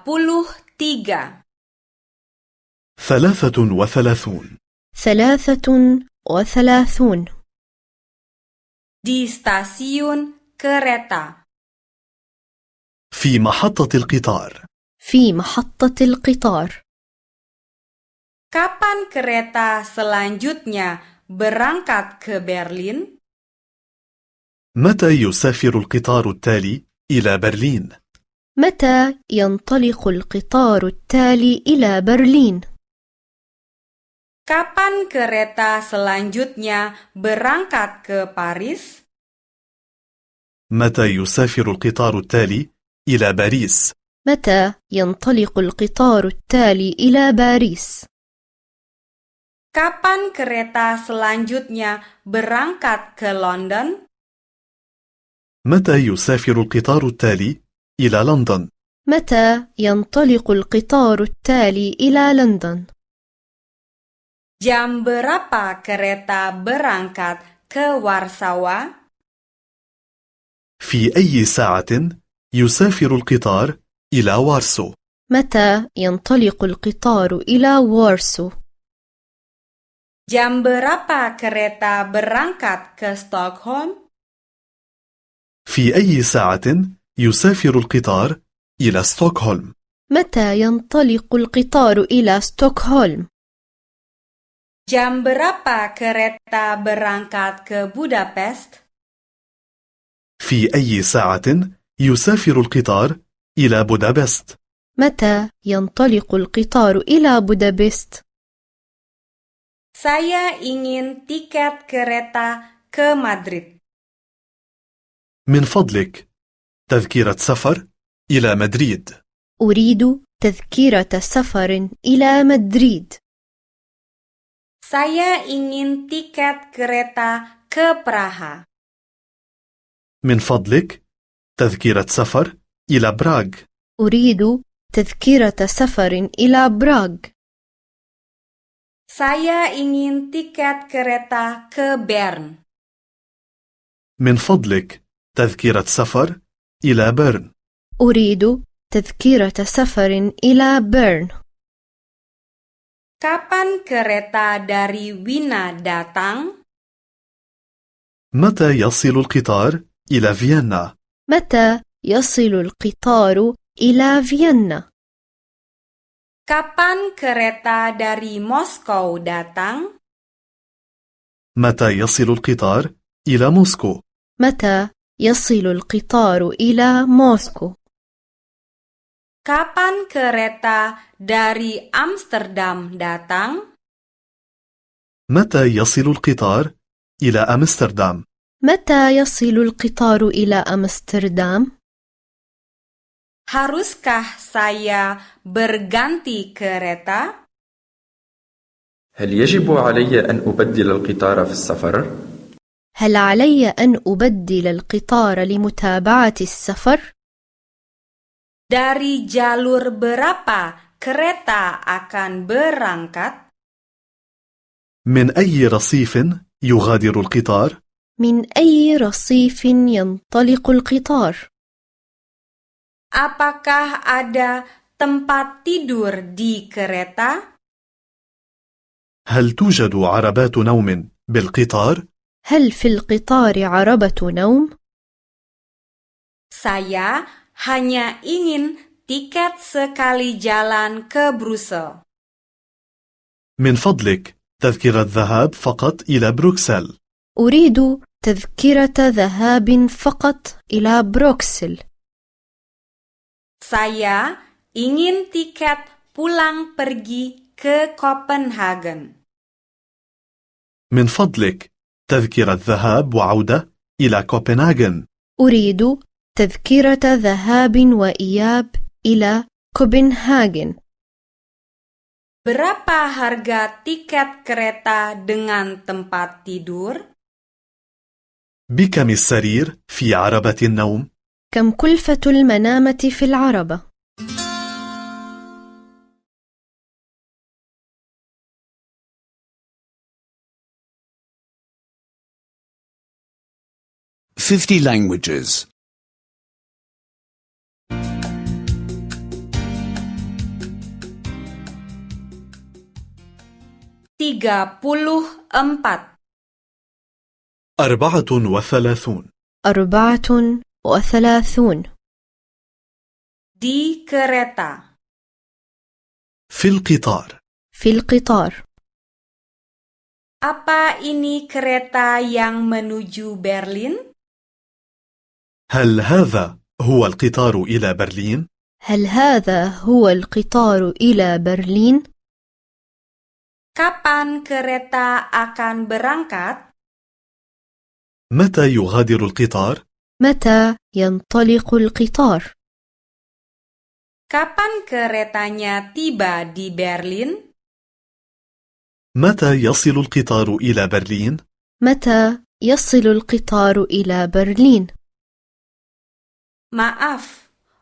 Speaker 1: 33.
Speaker 2: ثلاثة وثلاثون
Speaker 3: ثلاثة وثلاثون
Speaker 1: Di stasiun kereta.
Speaker 2: في محطة القطار
Speaker 3: في محطة القطار
Speaker 1: Kapan kereta selanjutnya berangkat ke Berlin?
Speaker 2: متى يسافر القطار التالي إلى برلين؟
Speaker 3: متى ينطلق القطار التالي إلى برلين؟
Speaker 1: Kapan kereta selanjutnya berangkat ke Paris?
Speaker 2: متى يسافر القطار التالي إلى باريس؟
Speaker 3: متى ينطلق القطار التالي إلى باريس؟
Speaker 1: Kapan kereta selanjutnya berangkat ke London?
Speaker 2: متى يسافر القطار التالي إلى لندن؟
Speaker 3: متى ينطلق القطار التالي إلى لندن؟
Speaker 1: Jam berapa kereta berangkat ke Warsawa?
Speaker 2: في أي ساعة يسافر القطار إلى وارسو؟
Speaker 3: متى ينطلق القطار إلى وارسو؟
Speaker 1: Jam berapa kereta berangkat ke Stockholm?
Speaker 2: في أي ساعة يسافر القطار إلى ستوكهولم؟
Speaker 3: متى ينطلق القطار إلى ستوكهولم؟
Speaker 1: Jam berapa kereta berangkat ke Budapest?
Speaker 2: في أي ساعة يسافر القطار إلى بودابست؟
Speaker 3: متى ينطلق القطار إلى بودابست؟
Speaker 1: Saya ingin tiket kereta ke Madrid.
Speaker 2: من فضلك تذكرة سفر إلى مدريد
Speaker 3: أريد تذكرة سفر إلى مدريد
Speaker 1: Saya ingin tiket kereta ke Praha.
Speaker 2: من فضلك تذكرة سفر إلى براغ
Speaker 3: أريد تذكرة سفر إلى براغ
Speaker 1: Saya ingin tiket kereta ke Bern.
Speaker 2: من فضلك تذكرة سفر إلى بيرن
Speaker 3: أريد تذكرة سفر إلى بيرن
Speaker 1: Kapan kereta dari Wina datang?
Speaker 2: متى يصل القطار إلى فيينا؟
Speaker 3: متى يصل القطار إلى فيينا؟
Speaker 1: Kapan kereta dari Moskow datang?
Speaker 2: متى يصل القطار إلى موسكو؟
Speaker 3: متى يصل القطار إلى موسكو؟
Speaker 1: Kapan kereta dari Amsterdam datang?
Speaker 2: متى يصل القطار إلى أمستردام؟
Speaker 3: متى يصل القطار إلى أمستردام؟
Speaker 1: Haruskah saya berganti kereta?
Speaker 4: هل يجب علي أن أبدل القطار في السفر؟
Speaker 3: هل علي أن أبدل القطار لمتابعة السفر؟
Speaker 1: Dari jalur berapa kereta akan berangkat?
Speaker 2: من أي رصيف يغادر القطار؟
Speaker 3: من أي رصيف ينطلق القطار؟
Speaker 1: Apakah ada tempat tidur di kereta?
Speaker 2: هل توجد عربات نوم بالقطار؟
Speaker 3: هل في القطار عربة نوم؟
Speaker 1: Saya hanya ingin tiket sekali jalan ke Brussel.
Speaker 2: من فضلك تذكرة ذهاب فقط إلى بروكسل
Speaker 3: أريد تذكرة ذهاب فقط إلى بروكسل
Speaker 1: Saya ingin tiket pulang pergi ke Copenhagen.
Speaker 2: من فضلك تذكرة ذهاب وعودة إلى كوبنهاجن
Speaker 3: أريد تذكرة ذهاب وإياب إلى كوبنهاجن
Speaker 1: Berapa harga tiket kereta dengan tempat tidur?
Speaker 2: بكم السرير في عربة النوم؟
Speaker 3: كم كلفة المنامة في العربة؟
Speaker 5: Fifty languages.
Speaker 1: 34.
Speaker 2: أربعة وثلاثون
Speaker 3: أربعة وثلاثون
Speaker 1: Di kereta.
Speaker 2: في القطار
Speaker 3: في القطار
Speaker 1: Apa ini kereta yang menuju Berlin?
Speaker 2: هل هذا هو القطار إلى برلين؟
Speaker 3: هل هذا هو القطار إلى برلين؟
Speaker 1: Kapan kereta akan berangkat?
Speaker 2: متى يغادر القطار؟
Speaker 3: متى ينطلق القطار؟
Speaker 1: Kapan keretanya tiba di Berlin?
Speaker 2: متى يصل القطار إلى برلين؟
Speaker 3: متى يصل القطار إلى برلين؟
Speaker 1: Maaf,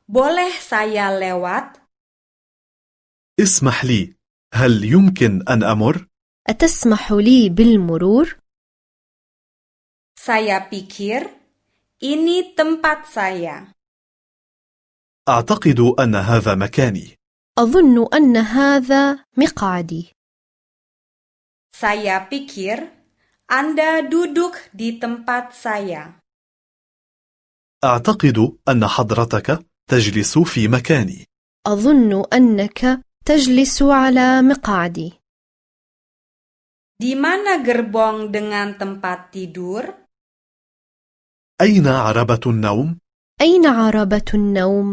Speaker 1: boleh saya lewat?
Speaker 2: اسمح لي هل يمكن أن أمر؟
Speaker 3: أتسمح لي بالمرور؟
Speaker 1: Saya pikir ini tempat saya.
Speaker 2: أعتقد أن هذا مكاني
Speaker 3: أظن أن هذا مقعدي
Speaker 1: Saya pikir Anda duduk di tempat saya.
Speaker 2: أعتقد أن حضرتك تجلس في مكاني
Speaker 3: أظن أنك تجلس على مقعدي
Speaker 1: Di mana gerbong dengan tempat tidur?
Speaker 2: أين عربة النوم؟
Speaker 3: أين عربة النوم؟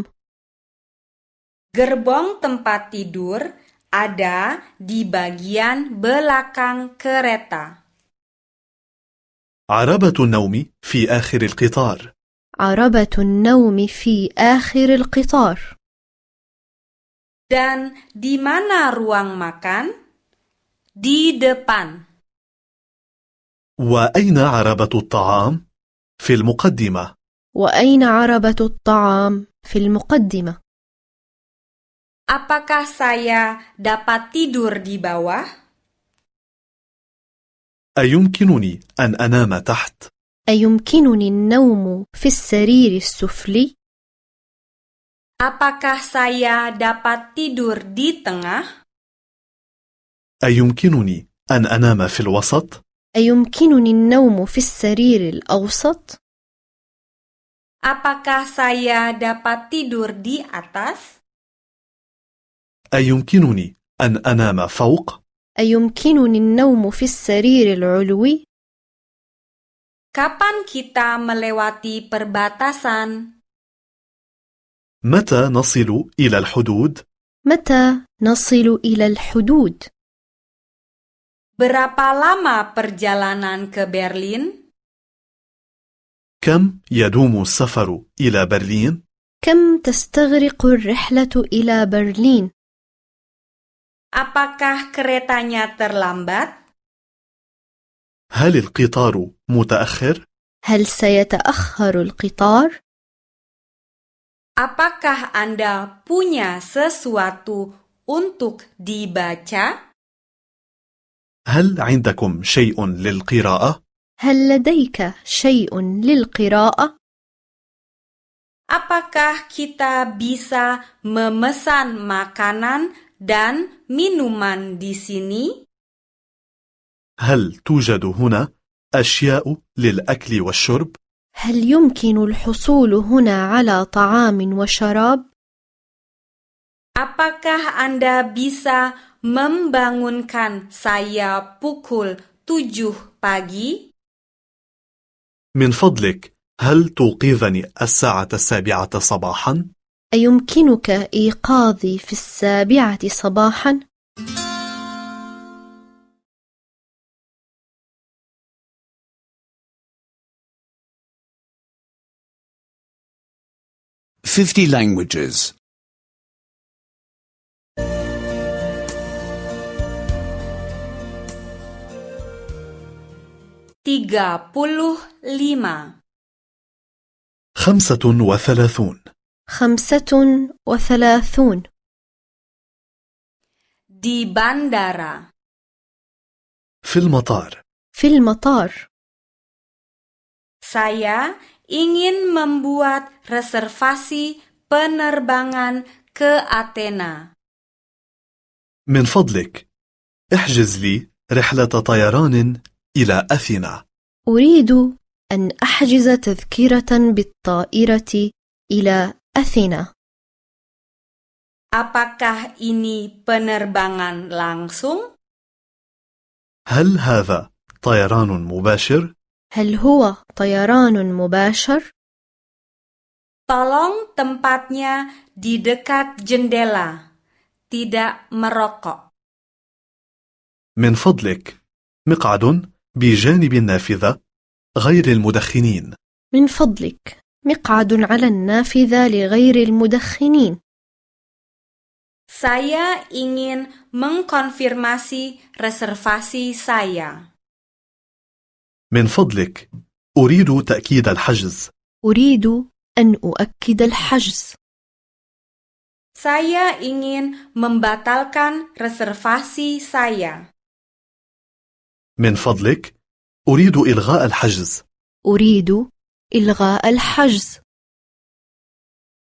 Speaker 1: Gerbong tempat tidur ada di bagian belakang kereta.
Speaker 2: عربة النوم في آخر القطار
Speaker 3: عربة النوم في آخر القطار
Speaker 1: Dan di mana ruang makan? Di depan.
Speaker 2: وأين عربة الطعام؟ في المقدمة
Speaker 3: وأين عربة الطعام؟ في المقدمة
Speaker 1: Apakah saya dapat tidur di bawah?
Speaker 2: أيمكنني أن أنام تحت؟
Speaker 3: أيمكنني النوم في السرير السفلي؟
Speaker 1: Apakah saya dapat tidur di tengah?
Speaker 2: أيمكنني أن أنام في الوسط؟
Speaker 3: أيمكنني النوم في السرير الأوسط؟
Speaker 1: Apakah saya dapat tidur di atas?
Speaker 2: أيمكنني أن أنام فوق؟
Speaker 3: أيمكنني النوم في السرير العلوي؟
Speaker 1: Kapan kita melewati perbatasan?
Speaker 2: متى نصل إلى الحدود؟
Speaker 3: متى نصل إلى الحدود؟
Speaker 1: Berapa lama perjalanan ke Berlin?
Speaker 2: كم يدوم السفر إلى برلين؟
Speaker 3: كم تستغرق الرحلة إلى برلين؟
Speaker 1: Apakah keretanya terlambat?
Speaker 2: هل القطار متأخر؟
Speaker 3: هل سيتأخر القطار؟
Speaker 1: Apakah Anda punya sesuatu untuk dibaca?
Speaker 2: هل عندكم شيء للقراءة؟
Speaker 3: هل لديك شيء للقراءة؟
Speaker 1: Apakah kita bisa memesan makanan dan minuman di sini?
Speaker 2: هل توجد هنا أشياء للأكل والشرب؟
Speaker 3: هل يمكن الحصول هنا على طعام وشراب؟
Speaker 1: Apakah Anda bisa membangunkan saya pukul 7 pagi?
Speaker 2: من فضلك هل توقظني الساعة السابعة صباحا؟
Speaker 3: أيمكنك إيقاظي في السابعة صباحا؟
Speaker 5: Fifty languages.
Speaker 1: 35.
Speaker 2: خمسة وثلاثون
Speaker 3: خمسة وثلاثون
Speaker 1: Di bandara.
Speaker 2: في المطار
Speaker 3: في المطار
Speaker 1: Saya ingin membuat reservasi penerbangan ke Athena.
Speaker 2: من فضلك احجز لي رحلة طيران إلى أثينا
Speaker 3: أريد أن أحجز تذكرة بالطائرة إلى أثينا
Speaker 1: Apakah ini penerbangan langsung?
Speaker 2: هل هذا طيران مباشر؟
Speaker 3: هل هو طيران مباشر؟
Speaker 1: Tolong tempatnya di dekat jendela. Tidak merokok.
Speaker 2: من فضلك مقعد بجانب النافذة غير المدخنين
Speaker 3: من فضلك مقعد على النافذة لغير المدخنين
Speaker 1: Saya ingin mengkonfirmasi reservasi saya.
Speaker 2: من فضلك أريد تأكيد الحجز
Speaker 3: أريد أن أؤكد الحجز
Speaker 1: Saya ingin membatalkan reservasi saya.
Speaker 2: من فضلك أريد إلغاء الحجز
Speaker 3: أريد إلغاء الحجز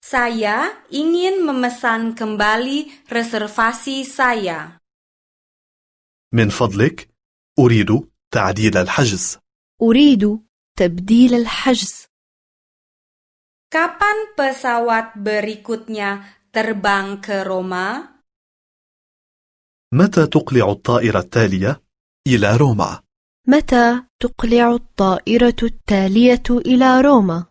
Speaker 1: Saya ingin memesan kembali reservasi saya.
Speaker 2: من فضلك أريد تعديل الحجز
Speaker 3: أريد تبديل الحجز
Speaker 1: Kapan pesawat berikutnya terbang ke Roma?
Speaker 2: متى تقلع الطائرة التالية إلى روما؟
Speaker 3: متى تقلع الطائرة التالية إلى روما؟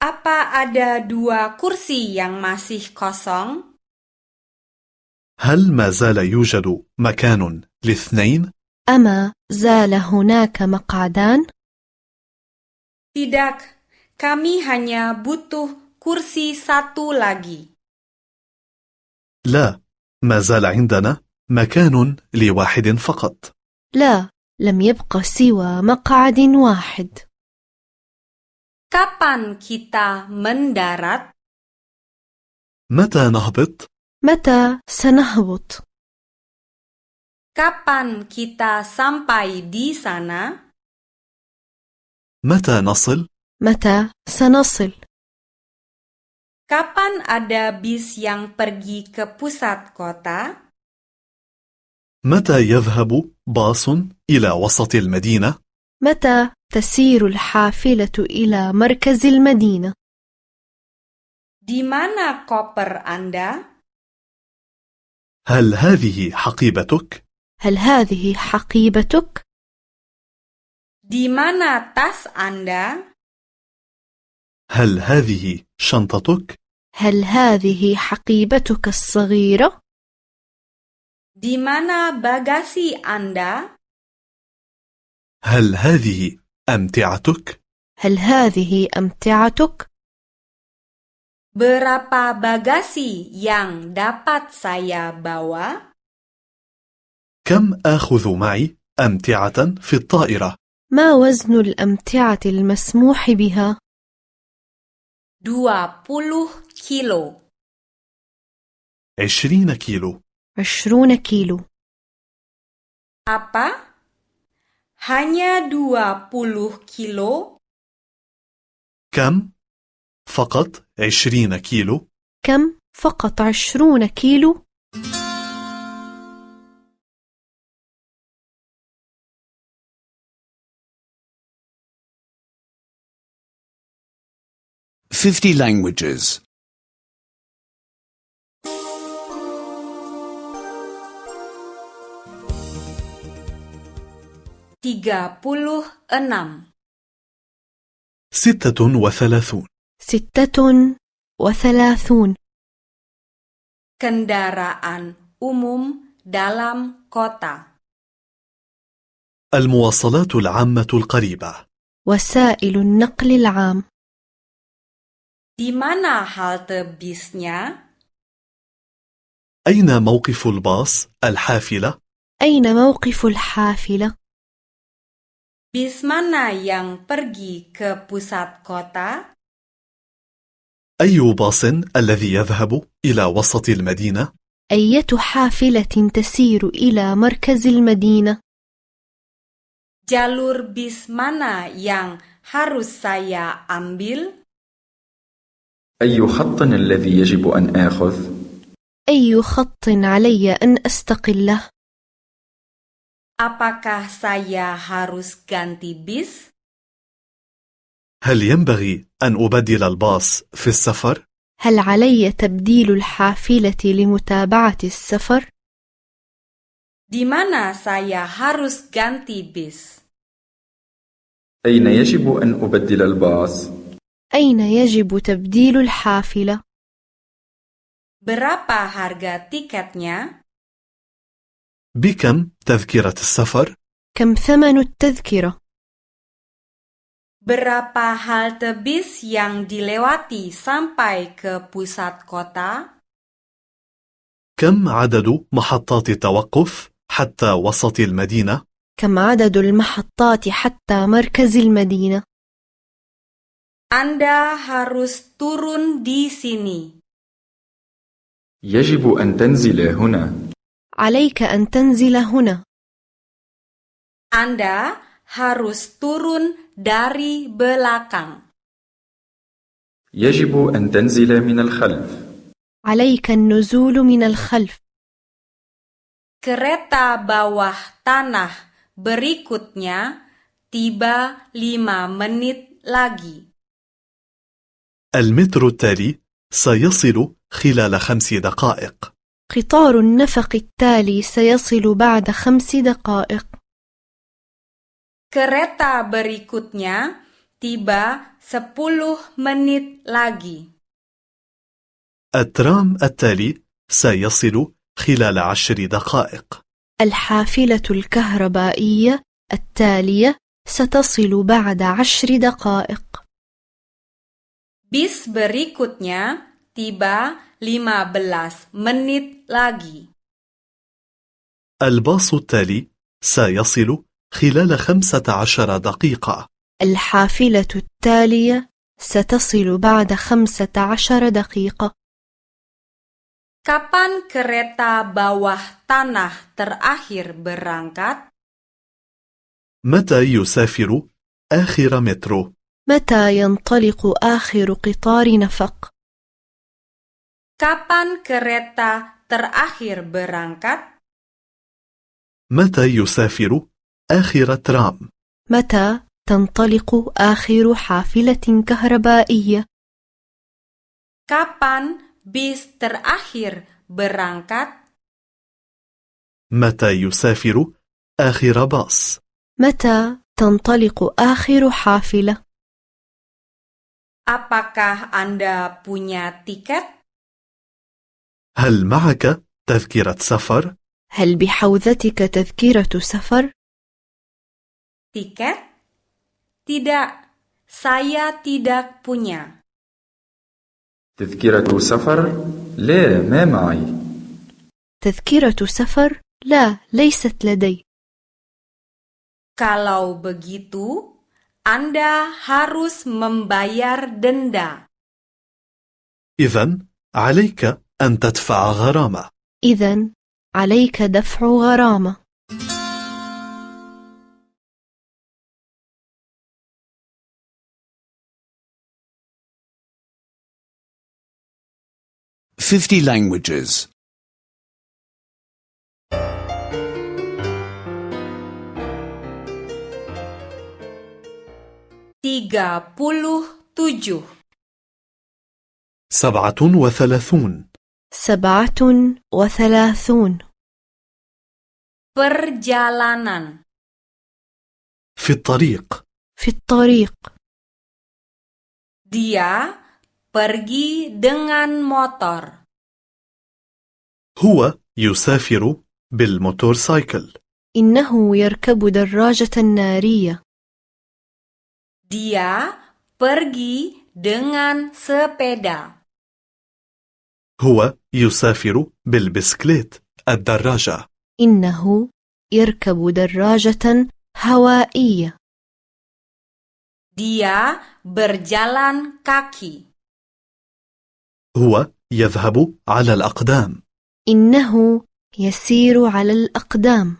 Speaker 1: Apa ada dua kursi yang masih kosong?
Speaker 2: هل ما زال يوجد مكان لاثنين؟
Speaker 3: أما زال هناك مقعدان؟
Speaker 1: Tidak, kami hanya butuh kursi satu lagi.
Speaker 2: لا، ما زال عندنا مكان لواحد فقط.
Speaker 3: لا، لم يبق سوى مقعد واحد.
Speaker 1: Kapan kita mendarat?
Speaker 2: متى نهبط؟
Speaker 3: متى سنهبط؟
Speaker 1: Kapan kita sampai di sana?
Speaker 2: متى نصل؟
Speaker 3: متى سنصل؟
Speaker 1: Kapan ada bis yang pergi ke pusat kota?
Speaker 2: متى يذهب باص إلى وسط المدينة؟
Speaker 3: متى تسير الحافلة إلى مركز المدينة؟
Speaker 1: Di mana koper Anda?
Speaker 2: هل هذه حقيبتك؟
Speaker 3: هل هذه حقيبتك؟
Speaker 1: Di mana tas Anda?
Speaker 2: هل هذه شنطتك؟
Speaker 3: هل هذه حقيبتك الصغيرة؟
Speaker 1: Di mana bagasi Anda?
Speaker 2: هل هذه أمتعتك؟
Speaker 3: هل هذه أمتعتك؟
Speaker 1: Berapa bagasi yang dapat saya bawa?
Speaker 2: كم آخذ معي أمتعة في الطائرة؟
Speaker 3: ما وزن الأمتعة المسموح بها؟
Speaker 1: 20 kilo.
Speaker 2: 20 كيلو
Speaker 3: 20 كيلو
Speaker 1: Apa? Hanya 20 kilo?
Speaker 2: كم؟ فقط 20 كيلو
Speaker 3: كم؟ فقط 20 كيلو
Speaker 5: Fifty languages.
Speaker 1: 36.
Speaker 2: 36
Speaker 3: ستة وثلاثون
Speaker 1: Kendaraan umum dalam kota.
Speaker 2: المواصلات العامة القريبة
Speaker 3: وسائل النقل العام
Speaker 1: Di mana halte bisnya?
Speaker 2: أين موقف الباص الحافلة؟
Speaker 3: أين موقف الحافلة؟
Speaker 1: Bis mana yang pergi ke pusat kota?
Speaker 2: أي باص الذي يذهب إلى وسط المدينة؟
Speaker 3: أية حافلة تسير إلى مركز المدينة؟
Speaker 1: Jalur bis mana yang harus saya ambil?
Speaker 4: أي خط الذي يجب أن آخذ؟
Speaker 3: أي خط علي أن أستقله؟
Speaker 1: Apakah saya harus ganti bis?
Speaker 2: هل ينبغي أن أبدل الباص في السفر؟
Speaker 3: هل علي تبديل الحافلة لمتابعة السفر؟
Speaker 1: Di mana saya harus ganti bis?
Speaker 4: أين يجب أن أبدل الباص؟
Speaker 3: أين يجب تبديل الحافلة؟
Speaker 1: Berapa harga tiketnya?
Speaker 2: بكم تذكرة السفر؟
Speaker 3: كم ثمن التذكرة؟
Speaker 1: Berapa halte bis yang dilewati sampai ke pusat kota?
Speaker 2: كم عدد محطات التوقف حتى وسط المدينة؟
Speaker 3: كم عدد المحطات حتى مركز المدينة؟
Speaker 1: Anda harus turun di sini.
Speaker 4: يجب أن تنزل هنا.
Speaker 3: عليك أن تنزل هنا
Speaker 1: Anda harus turun dari belakang.
Speaker 4: يجب أن تنزل من الخلف.
Speaker 3: عليك النزول من الخلف
Speaker 1: Kereta bawah tanah berikutnya tiba lima menit lagi.
Speaker 2: المترو التالي سيصل خلال خمس دقائق
Speaker 3: قطار النفق التالي سيصل بعد خمس دقائق
Speaker 1: Kereta berikutnya tiba sepuluh menit lagi.
Speaker 2: الترام التالي سيصل خلال عشر دقائق
Speaker 3: الحافلة الكهربائية التالية ستصل بعد عشر دقائق
Speaker 1: Bis berikutnya tiba 15 menit lagi.
Speaker 2: الباص التالي سيصل خلال خمسة عشر دقيقة
Speaker 3: الحافلة التالية ستصل بعد خمسة عشر دقيقة
Speaker 1: Kapan kereta bawah tanah terakhir berangkat?
Speaker 2: متى يسافر آخر مترو؟
Speaker 3: متى ينطلق آخر قطار نفق؟
Speaker 1: Kapan kereta terakhir berangkat?
Speaker 2: متى يسافر آخر ترام؟
Speaker 3: متى تنطلق آخر حافلة كهربائية؟
Speaker 1: Kapan bis terakhir berangkat?
Speaker 2: متى يسافر آخر باص؟
Speaker 3: متى تنطلق آخر حافلة؟
Speaker 1: Apakah Anda punya tiket?
Speaker 2: هل معك تذكرة سفر؟
Speaker 3: هل بحوزتك تذكرة سفر؟
Speaker 1: Tiket? Tidak, saya tidak punya.
Speaker 4: تذكرة سفر؟ لا ما معي
Speaker 3: تذكرة سفر؟ لا، ليست لدي.
Speaker 1: Kalau begitu, Anda harus membayar denda.
Speaker 2: إذا عليك أن تدفع غرامة
Speaker 3: إذا عليك دفع غرامة.
Speaker 5: Fifty languages.
Speaker 1: 37.
Speaker 2: سبعة وثلاثون
Speaker 3: سبعة وثلاثون
Speaker 1: Perjalanan.
Speaker 2: في الطريق
Speaker 3: في الطريق
Speaker 1: Dia pergi dengan motor.
Speaker 2: هو يسافر بالموتورسايكل
Speaker 3: إنه يركب دراجة نارية
Speaker 1: Dia pergi dengan sepeda.
Speaker 2: هو يسافر بالبسكليت الدراجة
Speaker 3: إنه يركب دراجة هوائية
Speaker 1: Dia berjalan kaki.
Speaker 2: هو يذهب على الأقدام
Speaker 3: إنه يسير على الأقدام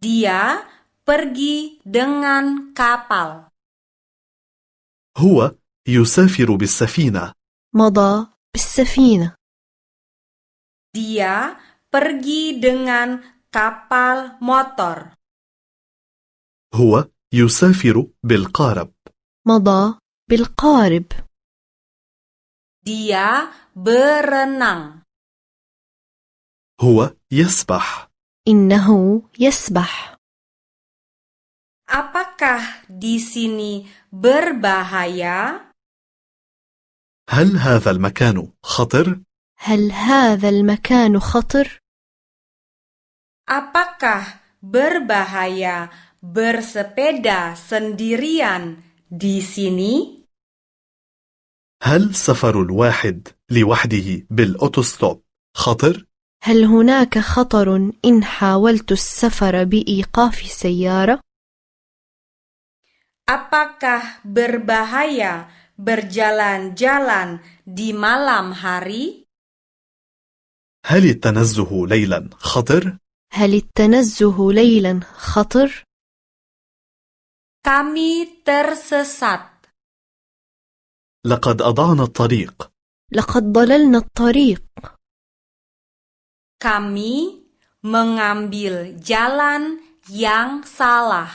Speaker 1: Dia pergi dengan kapal.
Speaker 2: هو يسافر بالسفينة
Speaker 3: مضى بالسفينة
Speaker 1: Dia pergi dengan kapal motor.
Speaker 2: هو يسافر بالقارب
Speaker 3: مضى بالقارب
Speaker 1: Dia berenang.
Speaker 2: هو يسبح
Speaker 3: إنه يسبح
Speaker 1: Apakah di sini berbahaya?
Speaker 2: هل هذا المكان خطر؟
Speaker 3: هل هذا المكان خطر؟
Speaker 1: Apakah berbahaya bersepeda sendirian di sini?
Speaker 2: هل سفر الواحد لوحده بالأوتوستوب خطر؟
Speaker 3: هل هناك خطر إن حاولت السفر بإيقاف سيارة؟
Speaker 1: Apakah berbahaya berjalan-jalan di malam hari?
Speaker 2: هل التنزه ليلا خطر؟
Speaker 3: هل التنزه ليلا خطر؟
Speaker 1: Kami tersesat.
Speaker 2: لقد أضعنا الطريق
Speaker 3: لقد ضللنا الطريق
Speaker 1: Kami mengambil jalan yang salah.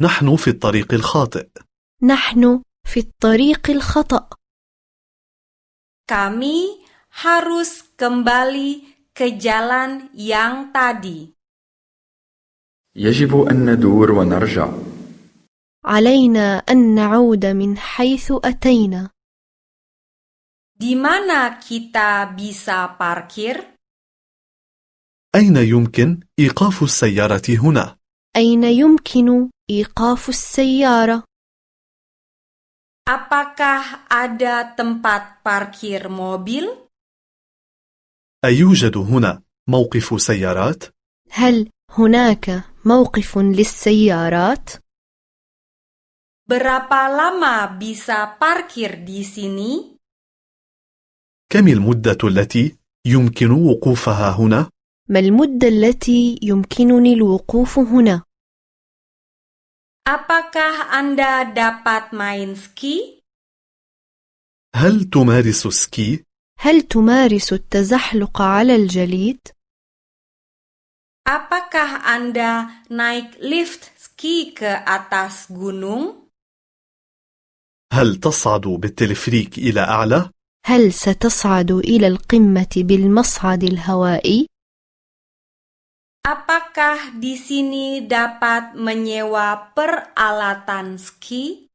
Speaker 2: نحن في الطريق الخاطئ
Speaker 3: نحن في الطريق الخطأ
Speaker 1: Kami harus kembali ke jalan yang tadi.
Speaker 4: يجب أن ندور ونرجع
Speaker 3: علينا أن نعود من حيث أتينا
Speaker 1: Di mana kita bisa parkir?
Speaker 2: أين يمكن إيقاف السيارة هنا؟
Speaker 3: أين يمكن إيقاف السيارة؟
Speaker 1: Apakah ada tempat parkir mobil?
Speaker 2: أيوجد هنا موقف سيارات؟
Speaker 3: هل هناك موقف للسيارات؟
Speaker 1: Berapa lama bisa parkir di sini?
Speaker 2: كم المدة التي يمكن وقوفها هنا؟
Speaker 3: ما المدة التي يمكنني الوقوف هنا؟
Speaker 1: Apakah Anda dapat main ski?
Speaker 2: هل تمارس السكي؟
Speaker 3: هل تمارس التزحلق على الجليد؟
Speaker 1: Apakah Anda naik lift ski ke atas gunung?
Speaker 2: هل تصعد بالتلفريك إلى أعلى؟
Speaker 3: هل ستصعد إلى القمة بالمصعد الهوائي؟
Speaker 1: Apakah di sini dapat menyewa peralatan ski?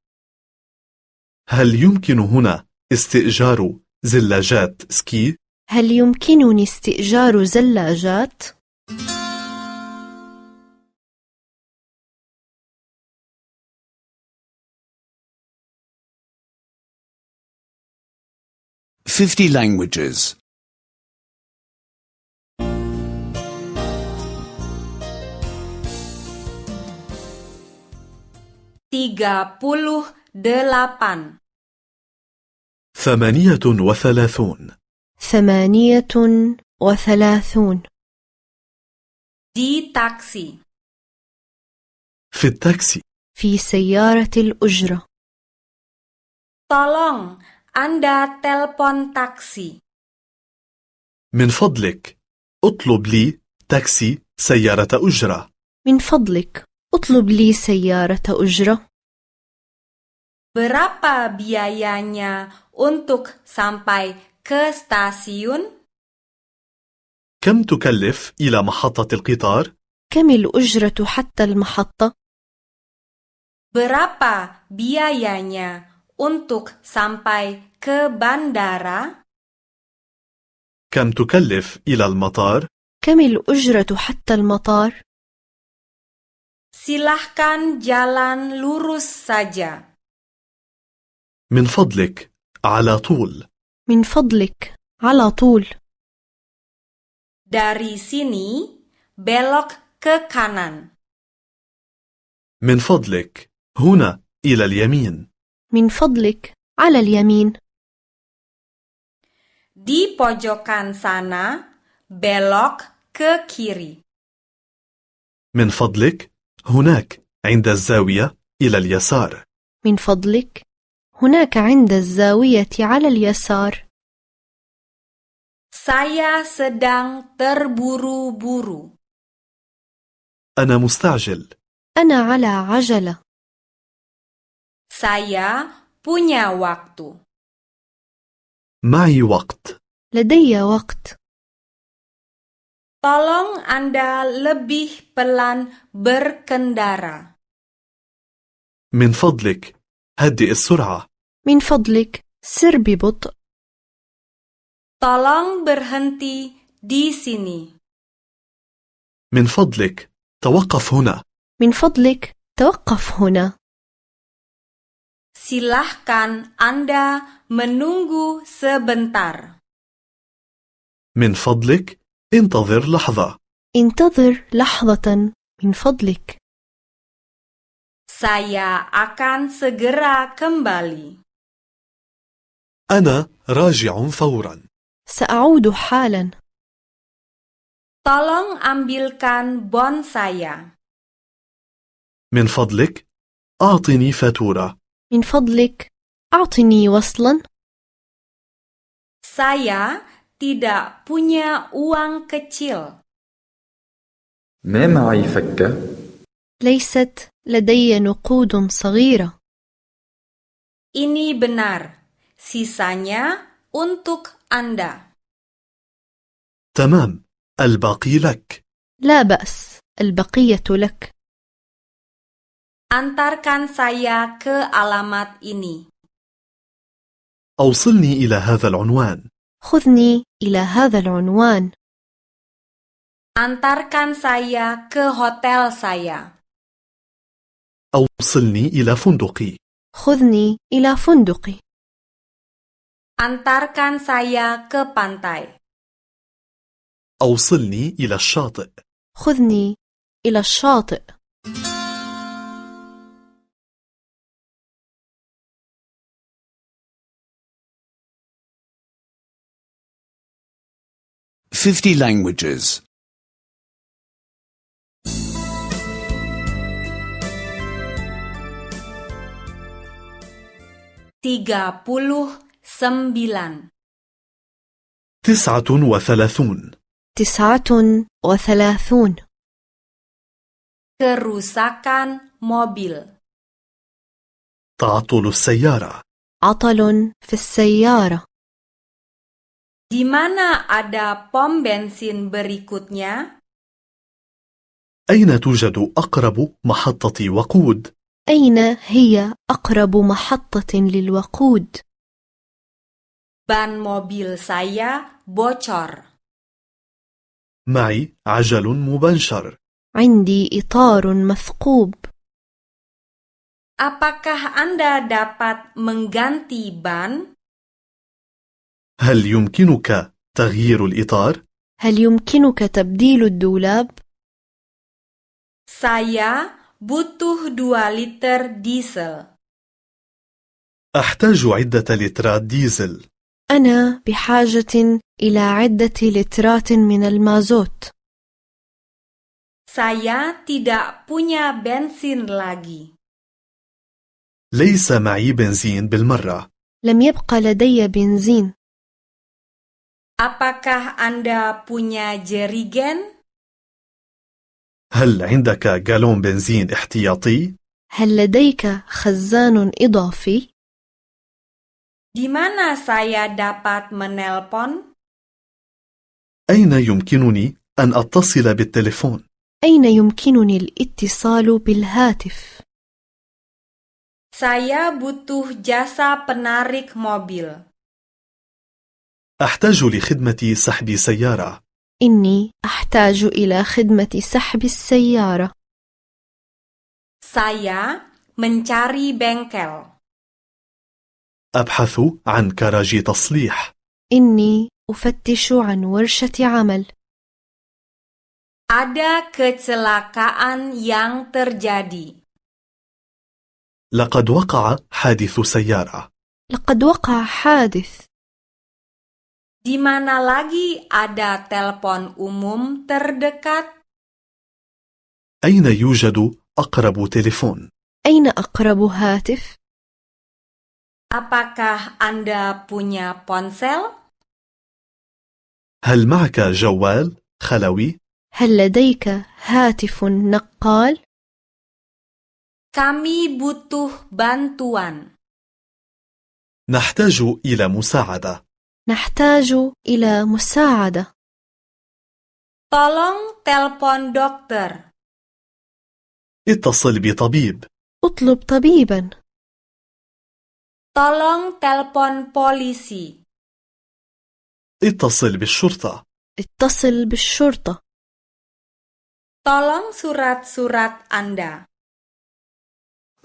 Speaker 2: هل يمكن هنا استئجار زلاجات سكي؟
Speaker 3: هل يمكنني استئجار زلاجات؟
Speaker 5: Fifty languages.
Speaker 1: 38
Speaker 2: ثمانية وثلاثون
Speaker 3: ثمانية وثلاثون
Speaker 1: di taksi.
Speaker 2: في التاكسي
Speaker 3: في سيارة الأجرة
Speaker 1: Tolong, Anda telepon taksi.
Speaker 2: من فضلك اطلب لي تاكسي سيارة أجرة
Speaker 3: من فضلك اطلب لي سيارة أجرة
Speaker 1: Berapa biayanya untuk sampai ke stasiun?
Speaker 2: كم تكلف إلى محطة القطار؟
Speaker 3: كم الأجرة حتى المحطة؟
Speaker 1: Berapa biayanya untuk sampai ke bandara?
Speaker 2: كم تكلف إلى المطار؟
Speaker 3: كم الأجرة حتى المطار؟
Speaker 1: Silahkan jalan lurus saja.
Speaker 2: من فضلك على طول
Speaker 3: من فضلك على طول
Speaker 1: Dari sini, belok ke kanan.
Speaker 2: من فضلك هنا إلى اليمين
Speaker 3: من فضلك على اليمين
Speaker 1: Di pojokan sana, belok ke kiri.
Speaker 2: من فضلك هناك عند الزاوية إلى اليسار
Speaker 3: من فضلك هناك عند الزاوية على اليسار
Speaker 1: Saya sedang terburu-buru.
Speaker 2: أنا مستعجل
Speaker 3: أنا على عجلة
Speaker 1: Saya punya waktu.
Speaker 2: معي وقت
Speaker 3: لدي وقت
Speaker 1: Tolong Anda lebih pelan berkendara.
Speaker 2: من فضلك هدئ السرعة
Speaker 3: من فضلك سر ببطء
Speaker 1: Tolong berhenti di sini.
Speaker 2: من فضلك توقف هنا
Speaker 3: من فضلك توقف هنا
Speaker 1: Silahkan Anda menunggu sebentar.
Speaker 2: من فضلك انتظر لحظة
Speaker 3: انتظر لحظة من فضلك
Speaker 1: Saya akan segera kembali.
Speaker 2: أنا راجع فورا
Speaker 3: سأعود حالا
Speaker 1: Tolong ambilkan bon saya.
Speaker 2: من فضلك أعطني فاتورة
Speaker 3: من فضلك أعطني وصلا
Speaker 1: Saya tidak punya uang kecil.
Speaker 4: ما معي فكة
Speaker 3: ليست لدي نقود صغيرة
Speaker 1: Ini benar. Sisanya untuk Anda.
Speaker 2: تمام الباقي لك
Speaker 3: لا بأس البقية لك
Speaker 1: Antarkan saya ke alamat ini.
Speaker 2: أوصلني إلى هذا العنوان
Speaker 3: خذني إلى هذا العنوان
Speaker 1: Antarkan saya ke hotel saya.
Speaker 2: أوصلني إلى فندقي
Speaker 3: خذني إلى فندقي
Speaker 1: Antarkan saya ke pantai.
Speaker 2: أوصلني إلى الشاطئ
Speaker 3: خذني إلى الشاطئ
Speaker 5: Fifty languages.
Speaker 1: 39.
Speaker 2: تسعة وثلاثون
Speaker 3: تسعة وثلاثون
Speaker 1: Kerusakan mobil.
Speaker 2: تعطل السيارة
Speaker 3: عطل في السيارة
Speaker 1: Di mana ada pom bensin berikutnya?
Speaker 2: أين توجد أقرب محطة وقود؟
Speaker 3: أين هي أقرب محطة للوقود؟
Speaker 1: Ban mobil saya bocor.
Speaker 2: معي عجل مبنشر
Speaker 3: عندي إطار مثقوب
Speaker 1: Apakah Anda dapat mengganti ban?
Speaker 2: هل يمكنك تغيير الإطار؟
Speaker 3: هل يمكنك تبديل الدولاب؟
Speaker 1: Saya butuh 2 liter diesel.
Speaker 2: أحتاج عدة لترات ديزل
Speaker 3: أنا بحاجة إلى عدة لترات من المازوت
Speaker 1: Saya tidak punya bensin lagi.
Speaker 2: ليس معي بنزين بالمرة
Speaker 3: لم يبقى لدي بنزين
Speaker 1: Apakah Anda punya jerigen?
Speaker 2: هل عندك جالون بنزين احتياطي؟
Speaker 3: هل لديك خزان إضافي؟
Speaker 1: Di mana saya dapat menelpon?
Speaker 2: أين يمكنني أن أتصل بالتليفون؟
Speaker 3: أين يمكنني الاتصال بالهاتف؟
Speaker 1: Saya butuh jasa penarik mobil.
Speaker 2: أحتاج لخدمة سحب سيارة
Speaker 3: إني أحتاج إلى خدمة سحب السيارة
Speaker 1: Saya mencari bengkel.
Speaker 2: أبحث عن كراج تصليح
Speaker 3: إني أفتش عن ورشة عمل
Speaker 1: Ada kecelakaan yang terjadi.
Speaker 2: لقد وقع حادث سيارة
Speaker 3: لقد وقع حادث
Speaker 1: Di mana lagi ada telepon umum terdekat?
Speaker 2: أين يوجد أقرب تليفون؟
Speaker 3: أين أقرب هاتف؟
Speaker 1: Apakah Anda punya ponsel?
Speaker 2: هل معك جوال خلوي؟
Speaker 3: هل لديك هاتف نقال؟
Speaker 1: Kami butuh bantuan.
Speaker 2: نحتاج إلى مساعدة
Speaker 3: نحتاج إلى مساعدة
Speaker 1: Tolong telepon dokter.
Speaker 2: اتصل بطبيب
Speaker 3: اطلب طبيبا
Speaker 1: Tolong telepon polisi.
Speaker 2: اتصل بالشرطة
Speaker 3: اتصل بالشرطة
Speaker 1: Tolong surat-surat Anda.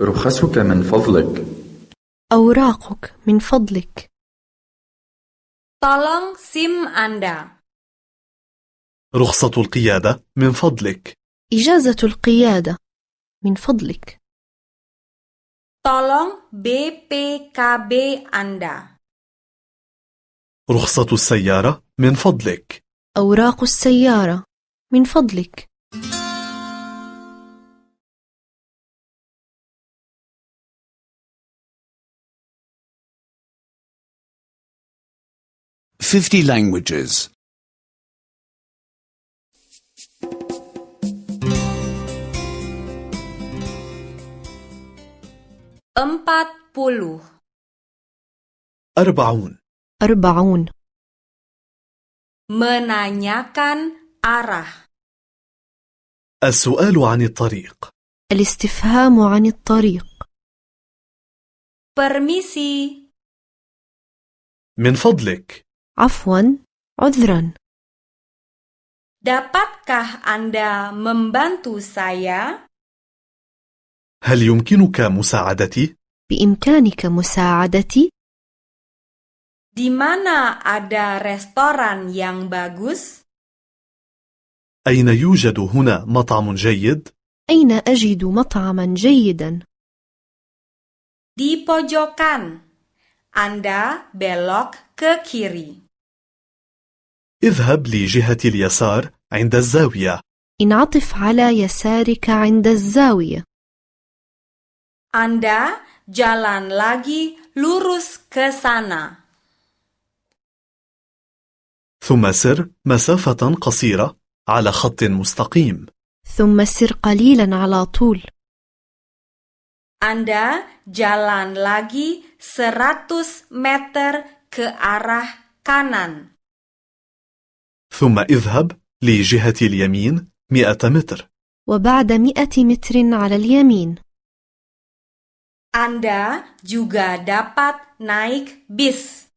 Speaker 4: رخصك من فضلك
Speaker 3: أوراقك من فضلك
Speaker 1: Tolong SIM Anda.
Speaker 2: رخصة القيادة من فضلك
Speaker 3: إجازة القيادة من فضلك
Speaker 1: Tolong BPKB Anda.
Speaker 2: رخصة السيارة من فضلك
Speaker 3: أوراق السيارة من فضلك
Speaker 5: 50 languages.
Speaker 1: empat puluh,
Speaker 2: أربعون
Speaker 3: أربعون
Speaker 1: menanyakan arah,
Speaker 2: السؤال عن الطريق
Speaker 3: الاستفهام عن الطريق
Speaker 1: permisi,
Speaker 2: من فضلك
Speaker 3: عفوا عذرا
Speaker 1: dapatkah Anda membantu saya?
Speaker 2: هل يمكنك مساعدتي؟
Speaker 3: بإمكانك مساعدتي
Speaker 1: Di mana ada restoran yang bagus?
Speaker 2: أين يوجد هنا مطعم جيد؟
Speaker 3: أين أجد مطعما جيدا؟
Speaker 1: Di pojokan, Anda belok ke kiri.
Speaker 2: اذهب لجهة اليسار عند الزاوية
Speaker 3: انعطف على يسارك عند الزاوية
Speaker 1: Anda jalan lagi lurus ke sana.
Speaker 2: ثم سر مسافة قصيرة على خط مستقيم
Speaker 3: ثم سر قليلا على طول
Speaker 1: Anda jalan lagi 100 meter ke arah kanan.
Speaker 2: ثم اذهب لجهة اليمين 100 متر
Speaker 3: وبعد مئة متر على اليمين
Speaker 1: Anda juga dapat naik bis.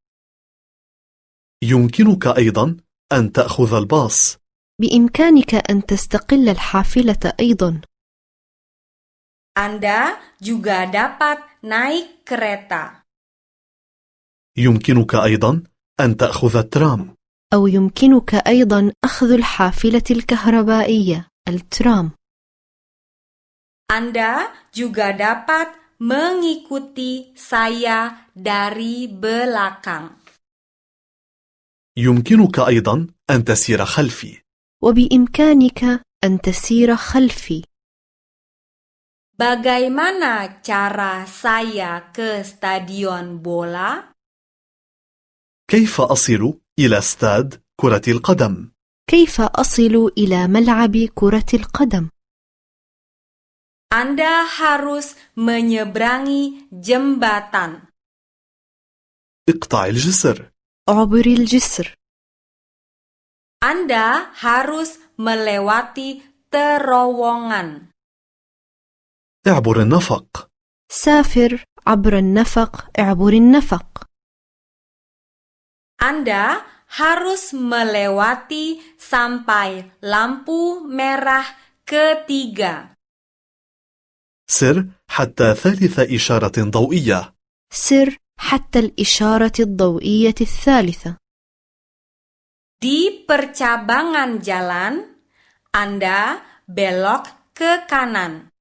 Speaker 2: يمكنك أيضا أن تأخذ الباص
Speaker 3: بإمكانك أن تستقل الحافلة أيضا
Speaker 1: Anda juga dapat naik kereta.
Speaker 2: يمكنك أيضا أن تأخذ الترام
Speaker 3: أو يمكنك أيضا أخذ الحافلة الكهربائية الترام
Speaker 1: Anda juga dapat mengikuti saya dari belakang.
Speaker 2: يمكنك أيضا أن تسير خلفي
Speaker 3: وبإمكانك أن تسير خلفي
Speaker 1: Bagaimana cara saya ke stadion bola?
Speaker 2: كيف أصل إلى استاد كرة القدم؟
Speaker 3: كيف أصل إلى ملعب كرة القدم؟
Speaker 1: Anda harus menyeberangi jembatan.
Speaker 2: اقطع الجسر
Speaker 3: عبر الجسر
Speaker 1: Anda harus melewati terowongan.
Speaker 2: اعبر النفق
Speaker 3: سافر عبر النفق اعبر النفق
Speaker 1: Anda harus melewati sampai lampu merah ketiga.
Speaker 2: سر حتى ثالث إشارة ضوئية
Speaker 3: سر حتى الإشارة الضوئية الثالثة
Speaker 1: Di percabangan jalan, Anda belok ke kanan.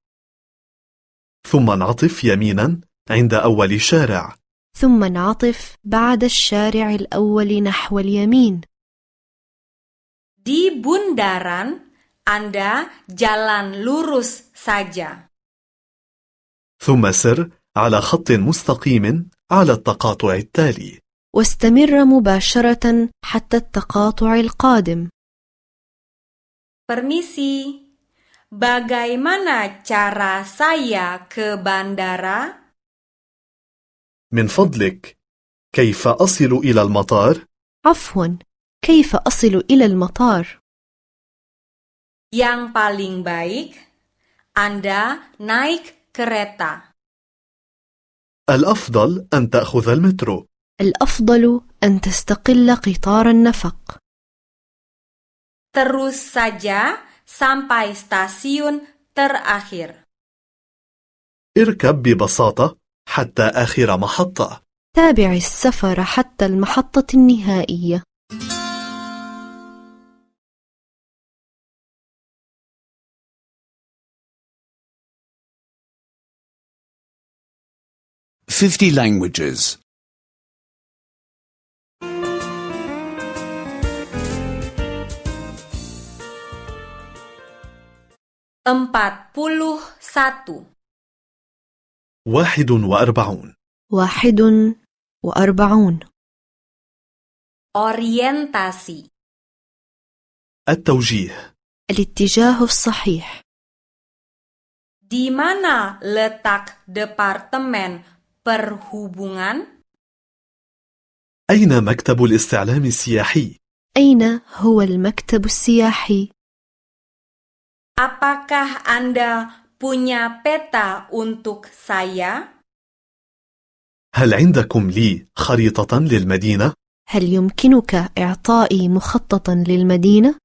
Speaker 2: ثم انعطف يمينا عند أول شارع
Speaker 3: ثم انعطف بعد الشارع الأول نحو اليمين
Speaker 1: Di bundaran, Anda jalan lurus saja.
Speaker 2: ثم سر على خط مستقيم على التقاطع التالي
Speaker 3: واستمر مباشرة حتى التقاطع القادم
Speaker 1: Permisi, bagaimana cara saya ke bandara?
Speaker 2: من فضلك كيف أصل إلى المطار؟
Speaker 3: عفوا كيف أصل إلى المطار؟
Speaker 1: Yang paling baik, Anda naik kereta.
Speaker 2: الأفضل أن تأخذ المترو
Speaker 3: الأفضل أن تستقل قطار النفق
Speaker 1: Terus saja sampai stasiun terakhir.
Speaker 2: اركب ببساطة حتى آخر محطة
Speaker 3: تابع السفر حتى المحطة النهائية
Speaker 5: Fifty languages.
Speaker 1: 41.
Speaker 2: واحد وأربعون
Speaker 3: واحد وأربعون
Speaker 1: Orientasi
Speaker 2: التوجيه
Speaker 3: الاتجاه الصحيح
Speaker 1: Di mana letak Departemen Perhubungan?
Speaker 2: أين مكتب الاستعلام السياحي؟
Speaker 3: أين هو المكتب السياحي؟
Speaker 1: Apakah Anda punya peta untuk saya?
Speaker 2: هل عندكم لي خريطة للمدينة؟
Speaker 3: هل يمكنك إعطائي مخططا للمدينة؟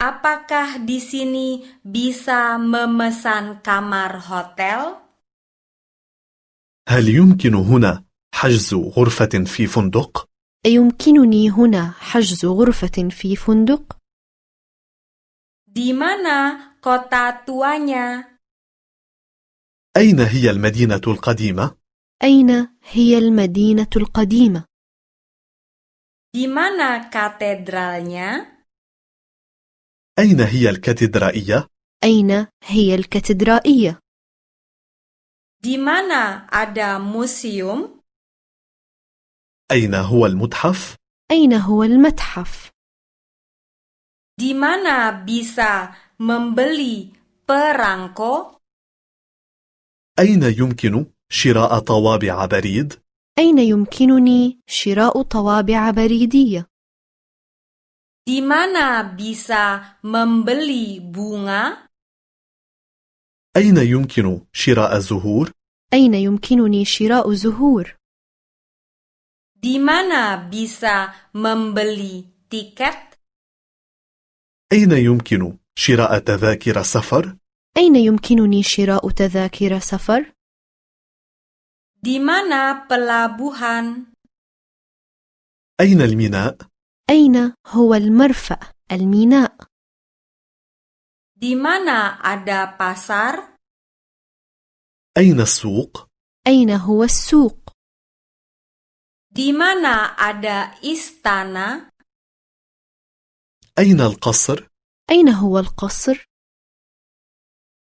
Speaker 1: Apakah di sini bisa memesan kamar hotel?
Speaker 2: هل يمكن هنا حجز غرفة في فندق؟
Speaker 3: أيمكنني هنا حجز غرفة في فندق؟
Speaker 1: Di mana kota tuanya?
Speaker 2: أين هي المدينة القديمة؟
Speaker 3: أين هي المدينة القديمة؟
Speaker 1: Di mana katedralnya?
Speaker 2: أين هي الكاتدرائية؟
Speaker 3: أين هي الكاتدرائية؟
Speaker 1: Di mana ada museum?
Speaker 2: أين هو المتحف؟
Speaker 3: أين هو المتحف؟
Speaker 1: Di mana bisa membeli perangko?
Speaker 2: أين يمكن شراء طوابع بريد؟
Speaker 3: أين يمكنني شراء طوابع بريدية؟
Speaker 1: Di mana bisa membeli bunga?
Speaker 2: أين يمكن شراء الزهور؟
Speaker 3: أين يمكنني شراء زهور؟
Speaker 1: Di mana bisa membeli tiket?
Speaker 2: أين يمكن شراء تذاكر سفر؟
Speaker 3: أين يمكنني شراء تذاكر سفر؟
Speaker 1: Di mana pelabuhan?
Speaker 2: أين الميناء؟
Speaker 3: أين هو المرفأ؟ الميناء
Speaker 1: Di mana ada pasar?
Speaker 2: أين السوق؟
Speaker 3: أين هو السوق؟
Speaker 1: Di mana ada istana?
Speaker 2: أين القصر؟
Speaker 3: أين هو القصر؟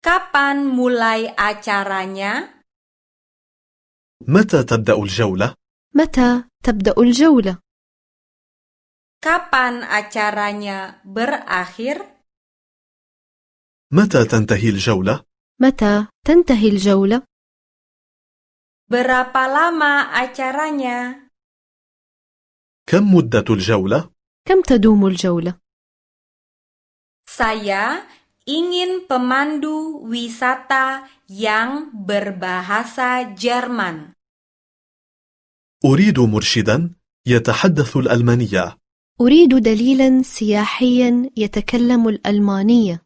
Speaker 1: Kapan mulai acaranya?
Speaker 2: متى تبدأ الجولة؟
Speaker 3: متى تبدأ الجولة؟
Speaker 1: Kapan acaranya berakhir?
Speaker 2: متى تنتهي الجولة؟
Speaker 3: متى تنتهي الجولة؟
Speaker 1: Berapa lama acaranya?
Speaker 2: كم مدة الجولة؟
Speaker 3: كم تدوم الجولة؟
Speaker 1: Saya ingin pemandu wisata yang berbahasa Jerman.
Speaker 2: أريد مرشدا يتحدث الألمانية
Speaker 3: أريد دليلا سياحيا يتكلم الألمانية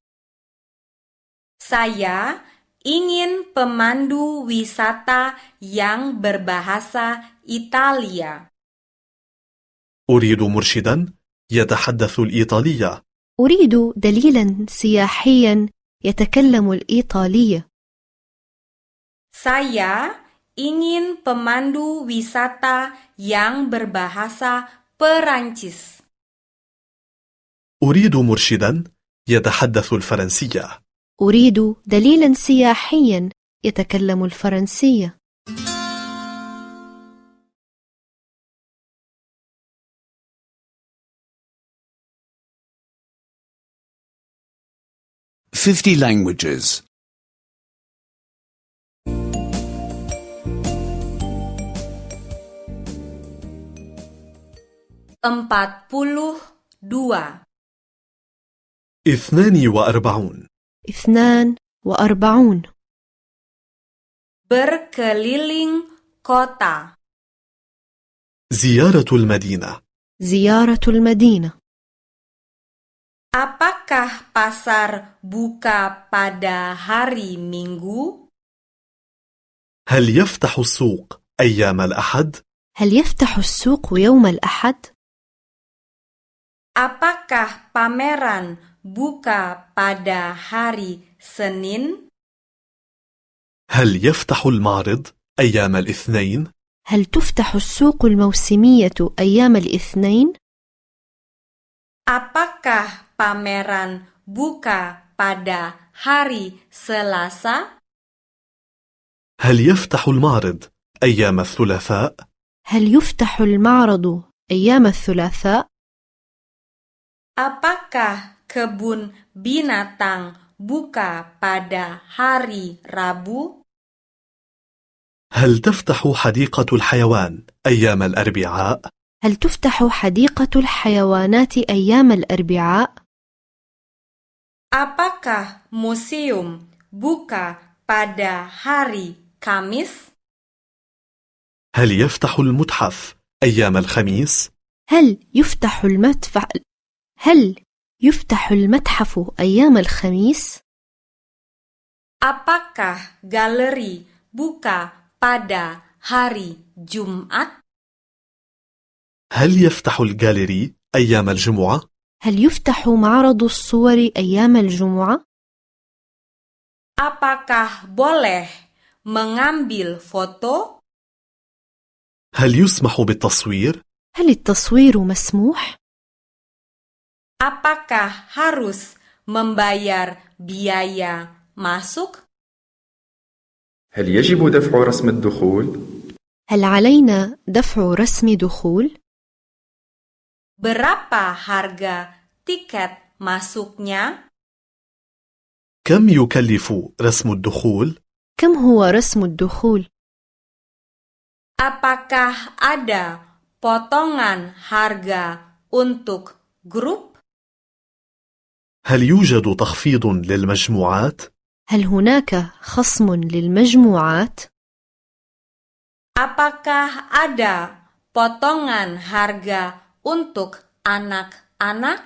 Speaker 1: Saya ingin pemandu wisata yang berbahasa Italia.
Speaker 2: أريد مرشدا يتحدث الإيطالية
Speaker 3: أريد دليلا سياحيا يتكلم الإيطالية
Speaker 1: Saya ingin pemandu wisata yang berbahasa Perancis.
Speaker 2: أريد مرشدا يتحدث الفرنسية
Speaker 3: أريد دليلا سياحيا يتكلم الفرنسية
Speaker 5: Fifty languages.
Speaker 1: 42.
Speaker 2: 42
Speaker 3: اثنان وأربعون
Speaker 1: Berkeliling kota.
Speaker 2: زيارة المدينة
Speaker 3: زيارة المدينة
Speaker 1: Apakah pasar buka pada hari Minggu?
Speaker 2: هل يفتح السوق أيام الأحد؟
Speaker 3: هل يفتح السوق يوم الأحد؟
Speaker 1: Apakah pameran buka pada hari Senin?
Speaker 2: هل يفتح المعرض أيام الاثنين؟
Speaker 3: هل تفتح السوق الموسمية أيام الاثنين؟
Speaker 1: Apakah pameran buka pada hari Selasa?
Speaker 2: هل يفتح المعرض أيام الثلاثاء؟
Speaker 3: هل يفتح المعرض أيام الثلاثاء
Speaker 1: Apakah kebun binatang buka pada hari Rabu?
Speaker 2: هل تفتح حديقة الحيوان أيام الأربعاء؟
Speaker 3: هل تفتح حديقة الحيوانات أيام الأربعاء؟
Speaker 1: Apakah museum buka pada hari Kamis?
Speaker 2: هل يفتح المتحف أيام الخميس؟
Speaker 3: هل يفتح المتفع هل يفتح المتحف أيام الخميس؟
Speaker 1: Apakah galeri buka pada hari Jumat?
Speaker 2: هل يفتح الجاليري أيام الجمعة؟
Speaker 3: هل يفتح معرض الصور أيام الجمعة؟
Speaker 1: Apakah boleh mengambil foto?
Speaker 2: هل يسمح بالتصوير؟
Speaker 3: هل التصوير مسموح؟
Speaker 1: Apakah harus membayar biaya masuk?
Speaker 4: هل يجب دفع رسم الدخول؟
Speaker 3: هل علينا دفع رسم دخول؟
Speaker 1: Berapa harga tiket masuknya?
Speaker 2: كم يكلف رسم الدخول؟
Speaker 3: كم هو رسم الدخول؟
Speaker 1: Apakah ada potongan harga untuk grup?
Speaker 2: هل يوجد تخفيض للمجموعات؟
Speaker 3: هل هناك خصم للمجموعات؟
Speaker 1: Apakah ada potongan harga untuk anak-anak?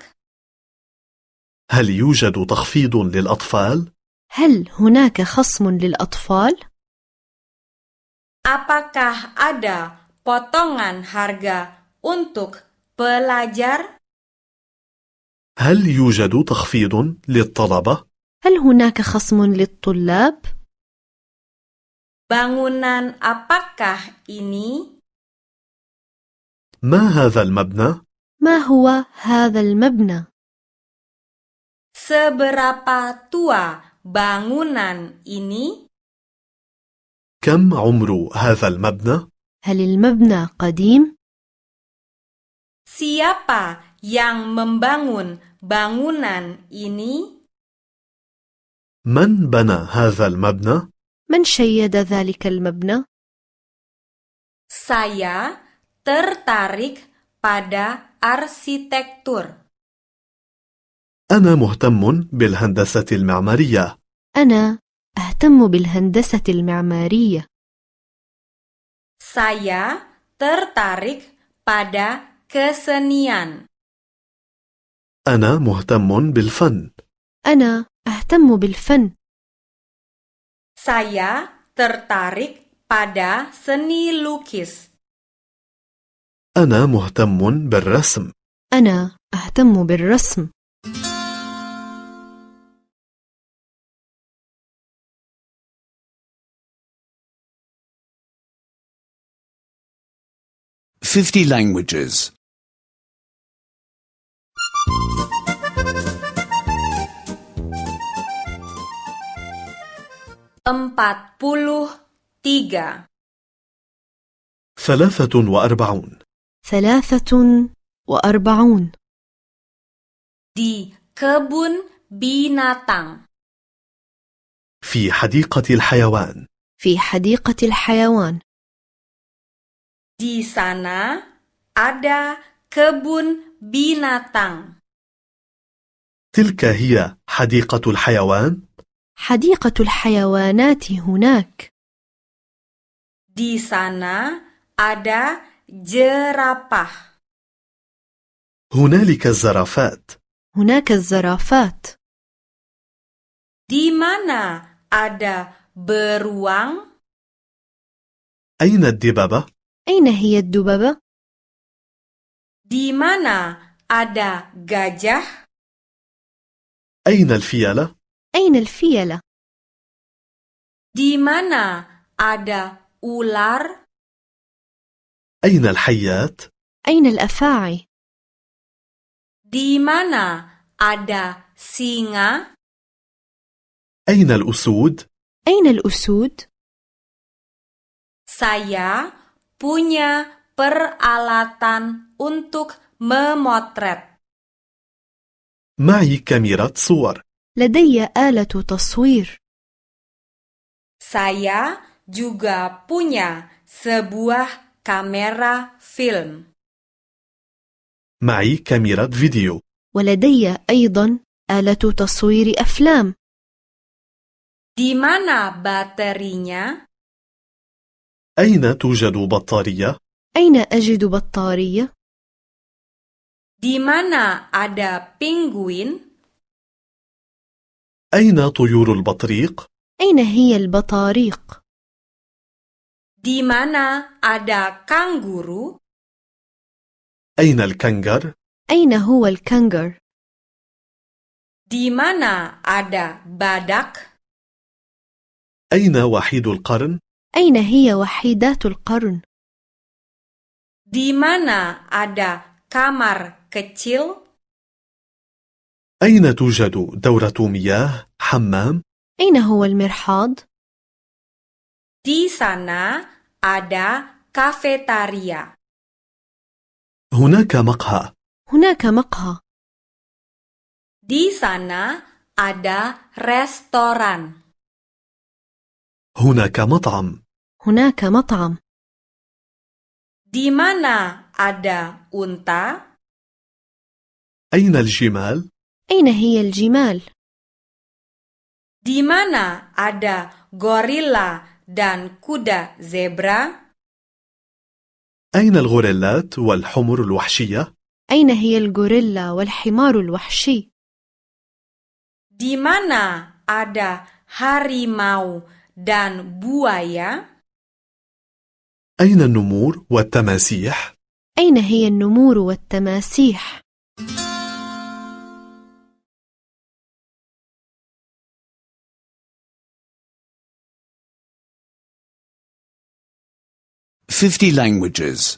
Speaker 2: هل يوجد تخفيض للأطفال؟
Speaker 3: هل هناك خصم للأطفال؟
Speaker 1: Apakah ada potongan harga untuk pelajar?
Speaker 2: هل يوجد تخفيض للطلبة؟
Speaker 3: هل هناك خصم للطلاب؟
Speaker 1: Bangunan apakah ini?
Speaker 2: ما هذا المبنى؟
Speaker 3: ما هو هذا المبنى؟
Speaker 1: Seberapa tua bangunan ini?
Speaker 2: كم عمر هذا المبنى؟
Speaker 3: هل المبنى قديم؟
Speaker 1: Siapa yang membangun bangunan ini?
Speaker 2: من بنى هذا المبنى؟
Speaker 3: من شيد ذلك المبنى؟
Speaker 1: Saya tertarik pada arsitektur.
Speaker 2: أنا مهتم بالهندسة المعمارية.
Speaker 3: أنا أهتم بالهندسة المعمارية.
Speaker 1: Saya tertarik pada kesenian.
Speaker 2: أنا مهتم بالفن.
Speaker 3: أنا أهتم بالفن.
Speaker 1: Saya tertarik pada seni lukis.
Speaker 2: أنا مهتم بالرسم.
Speaker 3: أنا أهتم بالرسم.
Speaker 5: Fifty languages.
Speaker 1: 43.
Speaker 2: ثلاثة وأربعون
Speaker 3: ثلاثة وأربعون
Speaker 1: Di kebun binatang.
Speaker 2: في حديقة الحيوان.
Speaker 3: في حديقة الحيوان.
Speaker 1: Di sana ada kebun binatang.
Speaker 2: تلك هي حديقة الحيوان.
Speaker 3: حديقة الحيوانات هناك.
Speaker 1: Di sana ada jerapah.
Speaker 2: هنالك الزرافات.
Speaker 3: هناك الزرافات.
Speaker 1: Di mana ada beruang?
Speaker 2: أين الدببة؟
Speaker 3: أين هي الدببة؟
Speaker 1: Di mana ada gajah?
Speaker 2: أين الفيلة؟
Speaker 3: أين الفيلة؟
Speaker 1: Di mana ada ular?
Speaker 2: أين الحيات؟
Speaker 3: أين الأفاعي؟
Speaker 1: Di mana ada singa?
Speaker 2: أين الأسود؟
Speaker 3: أين الأسود؟
Speaker 1: Saya punya peralatan untuk memotret.
Speaker 2: معي كاميرا صور
Speaker 3: لدي آلة تصوير
Speaker 1: Saya juga punya sebuah kamera film.
Speaker 2: معي كاميرا فيديو
Speaker 3: ولدي أيضا آلة تصوير أفلام
Speaker 1: Di mana baterinya?
Speaker 2: أين توجد بطارية؟
Speaker 3: أين أجد بطارية؟
Speaker 1: Di mana ada penguin?
Speaker 2: أين طيور البطريق؟
Speaker 3: أين هي البطاريق؟
Speaker 1: Di mana ada kanguru?
Speaker 2: أين الكنغر؟
Speaker 3: أين هو الكنغر؟
Speaker 1: Di mana ada badak?
Speaker 2: أين وحيد القرن؟
Speaker 3: أين هي وحيدات القرن؟
Speaker 1: Di mana ada kamar kecil?
Speaker 2: أين توجد دورة مياه؟ حمام؟
Speaker 3: أين هو المرحاض؟
Speaker 1: Di sana ada kafetaria.
Speaker 2: هناك مقهى
Speaker 3: هناك مقهى
Speaker 1: Di sana ada restoran.
Speaker 2: هناك مطعم
Speaker 3: هناك مطعم
Speaker 1: Di mana ada unta?
Speaker 2: أين الجمال؟
Speaker 3: أين هي الجمال؟
Speaker 1: Di mana ada gorila dan kuda zebra?
Speaker 2: أين الغوريلات والحمر الوحشية؟
Speaker 3: أين هي الغوريلا والحمار الوحشي؟
Speaker 1: Di mana ada harimau dan buaya?
Speaker 2: أين النمور والتماسيح؟
Speaker 3: أين هي النمور والتماسيح؟
Speaker 5: Fifty languages.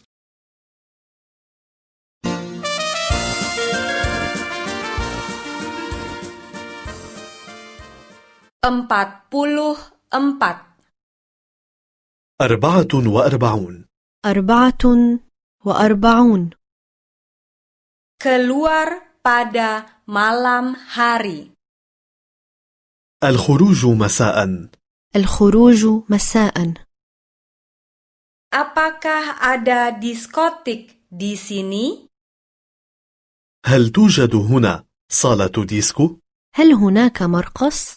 Speaker 1: 44.
Speaker 2: أربعة وأربعون
Speaker 3: أربعة وأربعون
Speaker 1: Keluar pada malam hari.
Speaker 2: الخروج مساء
Speaker 3: الخروج مساء
Speaker 1: Apakah ada diskotik di sini?
Speaker 2: هل توجد هنا صالة ديسكو؟
Speaker 3: هل هناك مرقص؟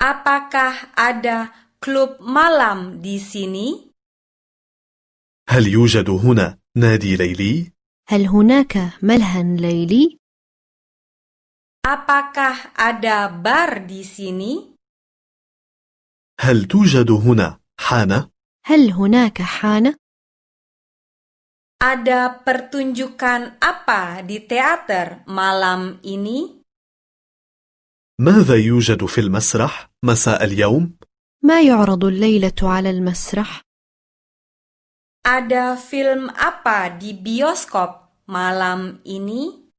Speaker 1: Apakah ada klub malam di sini?
Speaker 2: هل يوجد هنا نادي ليلي؟
Speaker 3: هل هناك ملهى ليلي؟
Speaker 1: Apakah ada bar di sini?
Speaker 2: هل توجد هنا حانة؟
Speaker 3: هل هناك حانة؟
Speaker 1: Ada pertunjukan apa di teater malam ini?
Speaker 2: ماذا يوجد في المسرح مساء اليوم؟
Speaker 3: ما يعرض الليلة على المسرح؟
Speaker 1: Ada film apa di bioskop malam ini?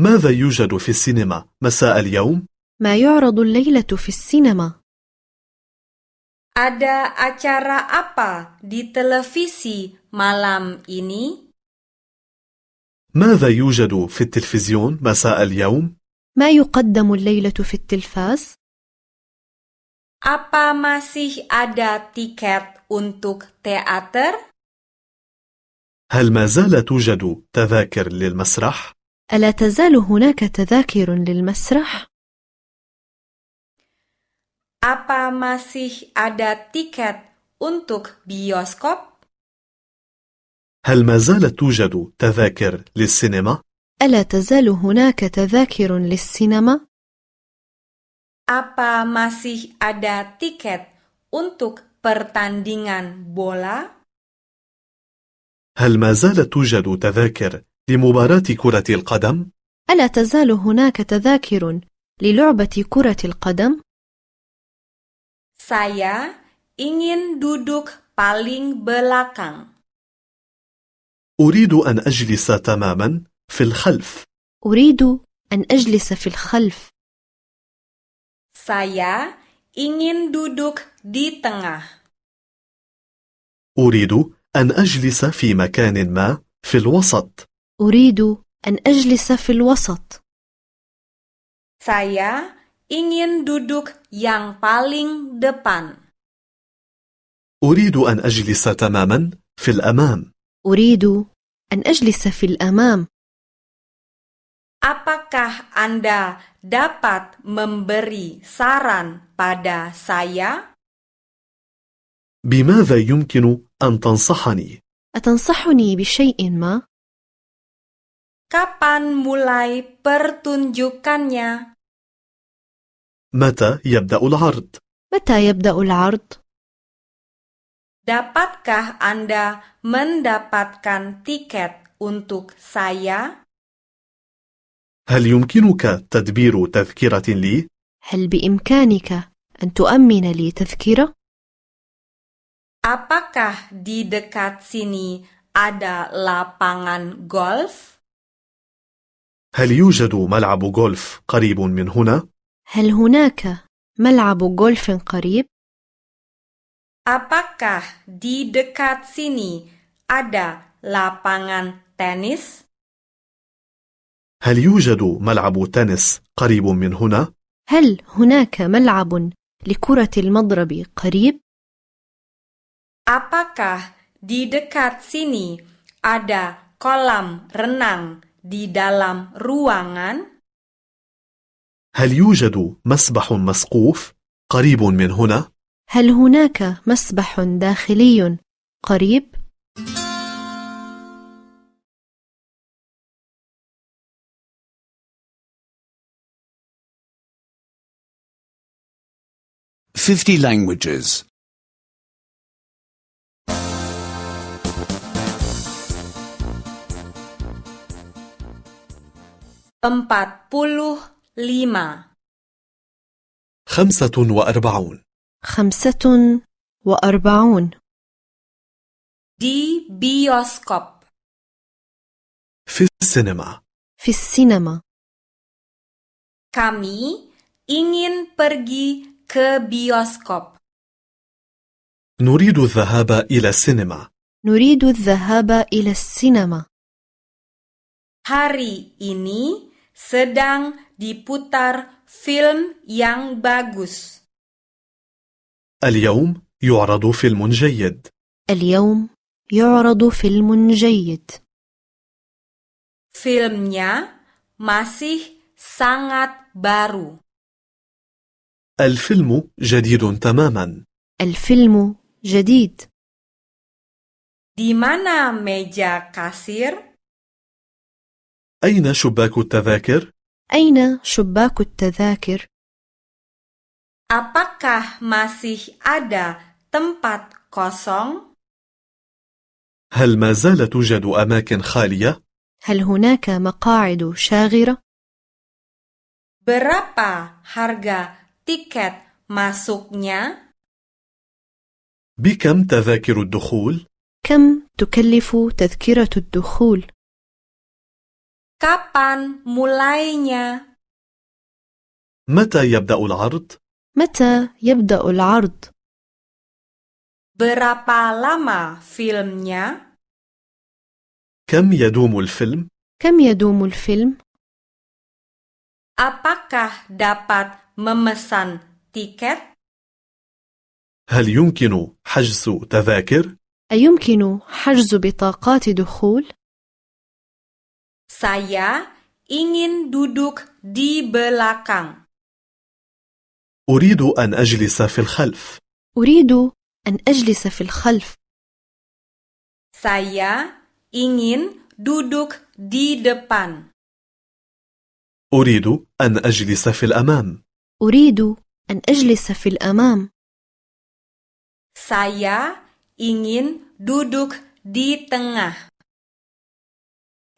Speaker 2: ماذا يوجد في السينما مساء اليوم؟
Speaker 3: ما يعرض الليلة في السينما؟
Speaker 1: Ada acara apa di televisi malam ini?
Speaker 2: ماذا يوجد في التلفزيون مساء اليوم؟
Speaker 3: ما يقدم الليلة في التلفاز؟
Speaker 1: Apa masih ada tiket untuk teater?
Speaker 2: هل ما زال توجد تذاكر للمسرح؟
Speaker 3: ألا تزال هناك تذاكر للمسرح؟
Speaker 1: Apa masih ada tiket untuk bioskop?
Speaker 2: هل ما زالت توجد تذاكر للسينما؟
Speaker 3: ألا تزال هناك تذاكر للسينما؟
Speaker 1: Apa masih ada tiket untuk pertandingan bola?
Speaker 2: هل ما زالت توجد تذاكر لمباراة كرة القدم؟
Speaker 3: ألا تزال هناك تذاكر للعبة كرة القدم؟
Speaker 1: Saya ingin duduk paling belakang.
Speaker 2: أريد أن أجلس تماما في الخلف.
Speaker 3: أريد أن أجلس في الخلف
Speaker 1: Saya ingin duduk di tengah.
Speaker 2: أريد أن أجلس في مكان ما في الوسط
Speaker 3: أريد أن أجلس في الوسط
Speaker 1: Saya ingin duduk yang paling depan.
Speaker 2: أريد أن أجلس تماما في الأمام
Speaker 3: أريد أن أجلس في الأمام
Speaker 1: Apakah Anda dapat memberi saran pada saya?
Speaker 2: بماذا يمكن أن تنصحني؟
Speaker 3: أتنصحني بشيء ما؟
Speaker 1: Kapan mulai pertunjukannya?
Speaker 2: متى يبدأ العرض؟
Speaker 3: متى يبدأ العرض؟
Speaker 1: Dapatkah Anda mendapatkan tiket untuk saya?
Speaker 2: هل يمكنك تدبير تذكرة لي؟
Speaker 3: هل بإمكانك أن تؤمن لي تذكرة؟
Speaker 1: Apakah di dekat sini ada lapangan golf?
Speaker 2: هل يوجد ملعب غولف قريب من هنا؟
Speaker 3: هل هناك ملعب جولف قريب؟
Speaker 1: Apakah di dekat sini ada lapangan tenis?
Speaker 2: هل يوجد ملعب تنس قريب من هنا؟
Speaker 3: هل هناك ملعب لكرة المضرب قريب؟
Speaker 1: Apakah di dekat sini ada kolam renang di dalam ruangan?
Speaker 2: هل يوجد مسبح مسقوف قريب من هنا؟
Speaker 3: هل هناك مسبح داخلي قريب؟
Speaker 5: Fifty languages.
Speaker 1: 45.
Speaker 2: 45
Speaker 3: خمسة وأربعون
Speaker 1: Di bioskop.
Speaker 2: في السينما
Speaker 3: في السينما
Speaker 1: Kami ingin pergi ke bioskop.
Speaker 2: نريد الذهاب إلى السينما
Speaker 3: نريد الذهاب إلى السينما
Speaker 1: Hari ini sedang diputar film yang bagus.
Speaker 2: اليوم يعرض فيلم جيد
Speaker 3: اليوم يعرض فيلم جيد
Speaker 1: Filmnya masih sangat baru.
Speaker 2: الفيلم جديد تماما
Speaker 3: الفيلم جديد
Speaker 1: Di mana meja kasir?
Speaker 2: أين شباك التذاكر؟
Speaker 3: أين شباك التذاكر؟
Speaker 1: Apakah masih ada tempat kosong?
Speaker 2: هل ما زال توجد أماكن خالية؟
Speaker 3: هل هناك مقاعد شاغرة؟
Speaker 1: Berapa harga tiket masuknya?
Speaker 2: بكم تذاكر الدخول؟
Speaker 3: كم تكلف تذكرة الدخول؟
Speaker 1: Kapan mulainya?
Speaker 2: متى يبدأ العرض؟
Speaker 3: متى يبدأ العرض؟
Speaker 1: Berapa lama filmnya?
Speaker 2: كم يدوم الفيلم؟
Speaker 3: كم يدوم الفيلم؟
Speaker 1: Apakah dapat memesan tiket?
Speaker 2: هل يمكن حجز تذاكر؟
Speaker 3: أيمكن حجز بطاقات دخول؟
Speaker 1: Saya ingin duduk di belakang.
Speaker 2: أريد أن أجلس في الخلف
Speaker 3: أريد أن أجلس في الخلف
Speaker 1: Saya ingin duduk di depan.
Speaker 2: أريد أن أجلس في الأمام
Speaker 3: أريد أن أجلس في الأمام
Speaker 1: Saya ingin duduk di tengah.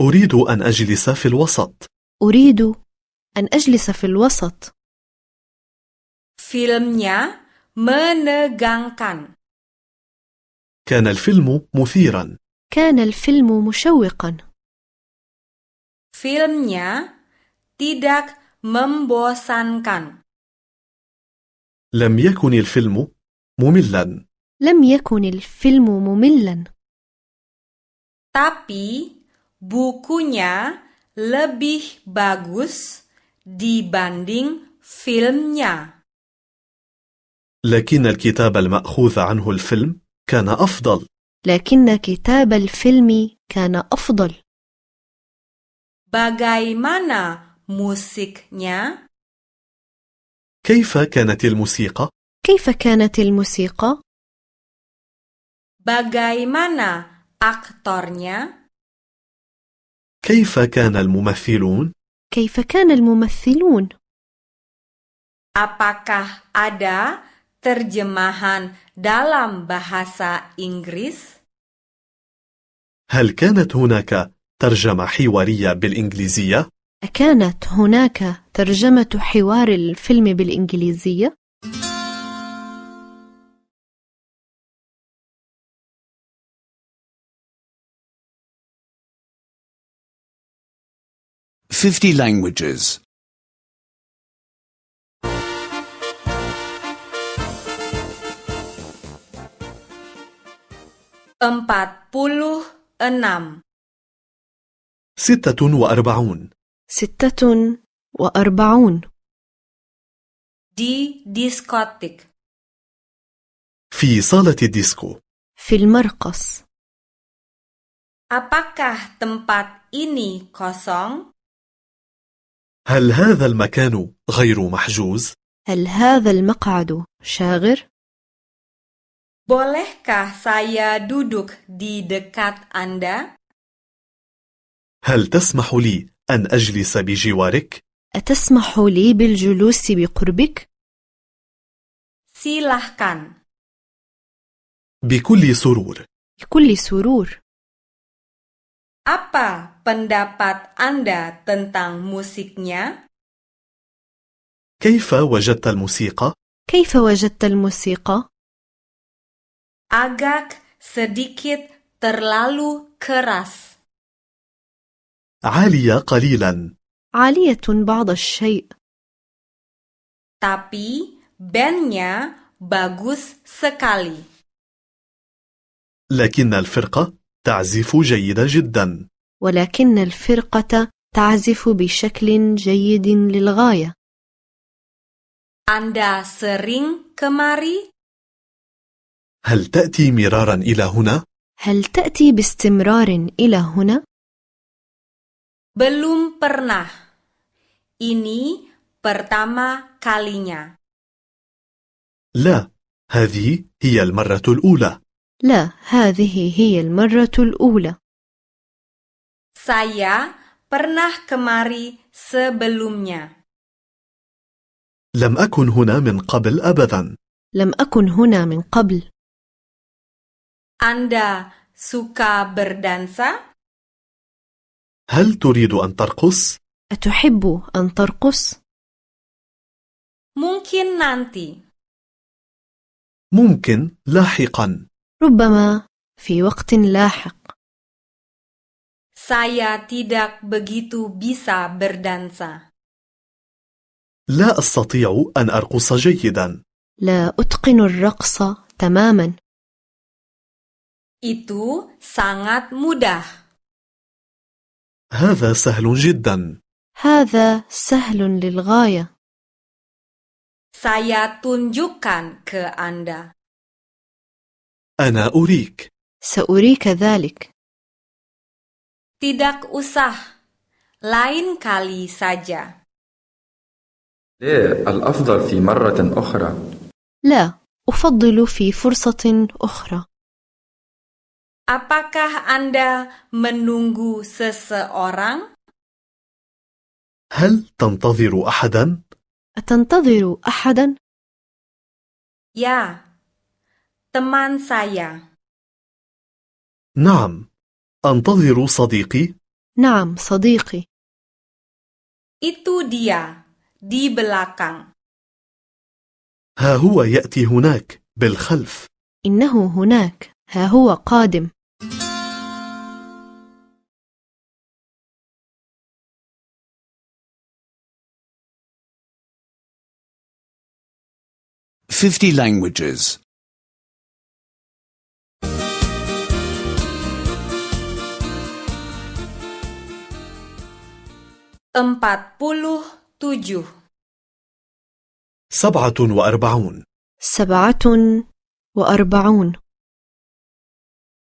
Speaker 2: أريد أن أجلس في الوسط
Speaker 3: أريد أن أجلس في الوسط
Speaker 1: Filmnya menegangkan.
Speaker 2: كان الفيلم مثيرا
Speaker 3: كان الفيلم مشوقا
Speaker 1: Filmnya tidak membosankan.
Speaker 2: لم يكن الفيلم مملا
Speaker 3: لم يكن الفيلم مملا
Speaker 1: Tapi bukunya lebih bagus dibanding filmnya.
Speaker 2: لكن الكتاب المأخوذ عنه الفيلم كان أفضل
Speaker 3: لكن كتاب الفيلم كان أفضل
Speaker 1: Bagaimana musiknya?
Speaker 2: كيف كانت الموسيقى؟
Speaker 3: كيف كانت الموسيقى؟
Speaker 1: Bagaimana aktornya?
Speaker 2: كيف كان الممثلون؟
Speaker 3: كيف كان الممثلون؟
Speaker 1: Apakah ada terjemahan dalam bahasa Inggris?
Speaker 2: هل كانت هناك ترجمة حوارية بالإنجليزية؟
Speaker 3: أكانت هناك ترجمة حوار الفيلم بالإنجليزية؟
Speaker 5: Fifty languages.
Speaker 1: 46.
Speaker 2: 46
Speaker 3: ستة وأربعون
Speaker 1: Di diskotik.
Speaker 2: في صالة الديسكو
Speaker 3: في المرقص
Speaker 1: Apakah tempat ini kosong?
Speaker 2: هل هذا المكان غير محجوز؟
Speaker 3: هل هذا المقعد شاغر؟
Speaker 1: Bolehkah saya duduk di dekat Anda?
Speaker 2: هل تسمح لي أن أجلس بجوارك؟
Speaker 3: أتسمح لي بالجلوس بقربك؟
Speaker 1: Silahkan.
Speaker 2: بكل سرور
Speaker 3: بكل سرور
Speaker 1: Apa pendapat Anda tentang musiknya?
Speaker 2: كيف وجدت الموسيقى؟
Speaker 3: كيف وجدت الموسيقى؟
Speaker 1: Agak sedikit terlalu keras.
Speaker 2: عالية قليلا
Speaker 3: عالية بعض الشيء
Speaker 1: Tapi bandnya bagus sekali.
Speaker 2: لكن الفرقة تعزف جيدة جدا
Speaker 3: ولكن الفرقة تعزف بشكل جيد للغاية
Speaker 1: Anda sering kemari?
Speaker 2: هل تأتي مرارا إلى هنا؟
Speaker 3: هل تأتي باستمرار إلى هنا؟
Speaker 1: Belum pernah. Ini pertama kalinya.
Speaker 2: لا هذه هي المرة الأولى
Speaker 3: لا هذه هي المرة الأولى
Speaker 1: Saya pernah kemari sebelumnya.
Speaker 2: لم أكن هنا من قبل أبدا
Speaker 3: لم أكن هنا من قبل
Speaker 1: Anda suka berdansa?
Speaker 2: هل تريد أن ترقص؟
Speaker 3: أتحب أن ترقص؟
Speaker 1: Mungkin nanti.
Speaker 2: ممكن لاحقا
Speaker 3: ربما في وقت لاحق
Speaker 1: Saya tidak begitu bisa berdansa.
Speaker 2: لا أستطيع أن أرقص جيدا
Speaker 3: لا أتقن الرقص تماما
Speaker 1: Itu sangat mudah.
Speaker 2: هذا سهل جدا
Speaker 3: هذا سهل للغاية
Speaker 1: Saya tunjukkan ke Anda.
Speaker 2: أنا أريك
Speaker 3: سأريك ذلك
Speaker 1: Tidak usah. Lain kali saja.
Speaker 4: لا الأفضل في مرة أخرى
Speaker 3: لا أفضل في فرصة أخرى
Speaker 1: Apakah Anda menunggu seseorang?
Speaker 2: هل تنتظر أحدا؟
Speaker 3: أتنتظر أحدا؟
Speaker 1: Ya. Teman saya.
Speaker 2: نعم أنتظر صديقي
Speaker 3: نعم صديقي
Speaker 1: Itu dia, di belakang.
Speaker 2: ها هو يأتي هناك بالخلف
Speaker 3: إنه هناك ها هو قادم
Speaker 5: Fifty languages.
Speaker 1: Empat puluh tujuh.
Speaker 2: سبعة وأربعون
Speaker 3: سبعة وأربعون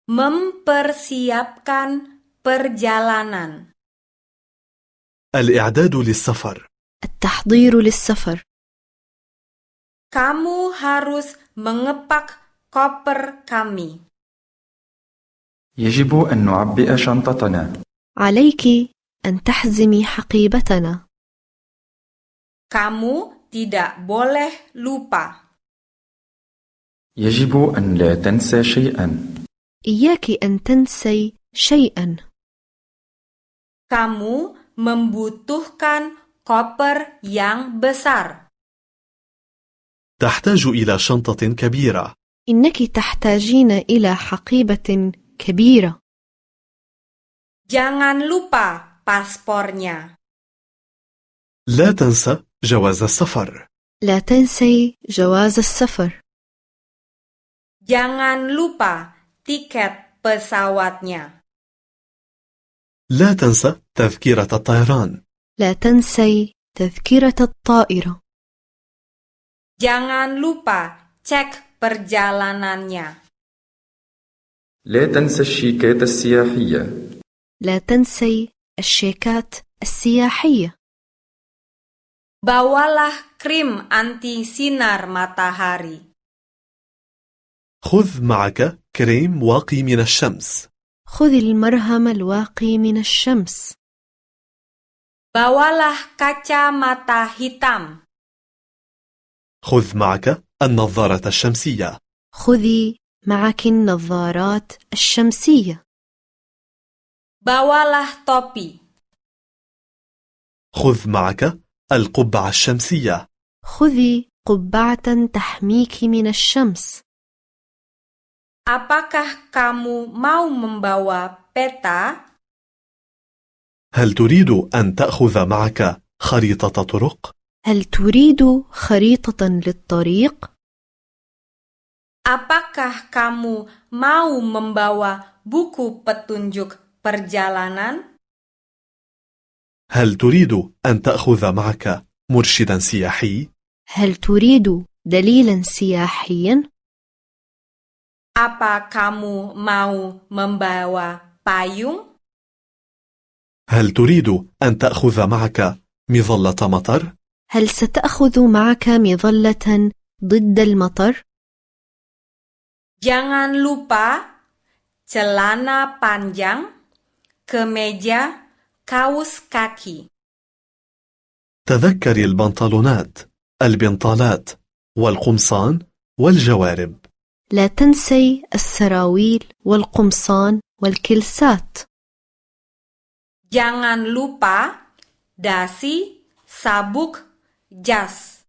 Speaker 1: Mempersiapkan perjalanan.
Speaker 2: الإعداد للسفر
Speaker 3: التحضير للسفر
Speaker 1: Kamu harus mengepak koper kami.
Speaker 4: يجب أن نعبئ شنطتنا.
Speaker 3: عليك أن تحزمي حقيبتنا
Speaker 1: Kamu tidak boleh lupa.
Speaker 4: يجب أن لا تنسى شيئا.
Speaker 3: إياك أن تنسي شيئا
Speaker 1: Kamu membutuhkan koper yang besar.
Speaker 2: تحتاج إلى شنطة كبيرة
Speaker 3: إنك تحتاجين إلى حقيبة كبيرة
Speaker 1: Jangan lupa paspornya.
Speaker 2: لا تنسى جواز السفر
Speaker 3: لا تنسي جواز السفر
Speaker 1: Jangan lupa tiket pesawatnya.
Speaker 2: لا تنسى تذكرة الطيران
Speaker 3: لا تنسي تذكرة الطائرة
Speaker 1: Jangan lupa cek perjalanannya.
Speaker 4: لا تنسى الشيكات السياحية.
Speaker 3: لا تنسي الشيكات السياحية
Speaker 1: Bawalah krim anti sinar matahari.
Speaker 2: خذ معك كريم واقي من الشمس
Speaker 3: خذ المرهم الواقي من الشمس
Speaker 1: Bawalah kacamata hitam.
Speaker 2: خذ معك النظارة الشمسية
Speaker 3: خذي معك النظارات الشمسية
Speaker 1: Bawalah topi.
Speaker 2: خذ معك القبعة الشمسية
Speaker 3: خذي قبعة تحميك من الشمس
Speaker 1: Apakah kamu mau membawa peta?
Speaker 2: هل تريد أن تأخذ معك خريطة طرق؟
Speaker 3: هل تريد خريطة للطريق؟
Speaker 1: Apakah kamu mau membawa buku petunjuk perjalanan?
Speaker 2: هل تريد أن تأخذ معك مرشدا سياحي؟
Speaker 3: هل تريد دليلا سياحيا؟
Speaker 1: Apa kamu mau membawa payung?
Speaker 2: هل تريد أن تأخذ معك مظلة مطر؟
Speaker 3: هل ستأخذ معك مظلة ضد المطر؟
Speaker 1: Jangan lupa celana panjang, kemeja, kaos kaki.
Speaker 2: تذكر البنطلونات، البنطالات، والقمصان، والجوارب.
Speaker 3: لا تنسي السراويل والقمصان والكلسات
Speaker 1: Jangan lupa dasi, sabuk, jas.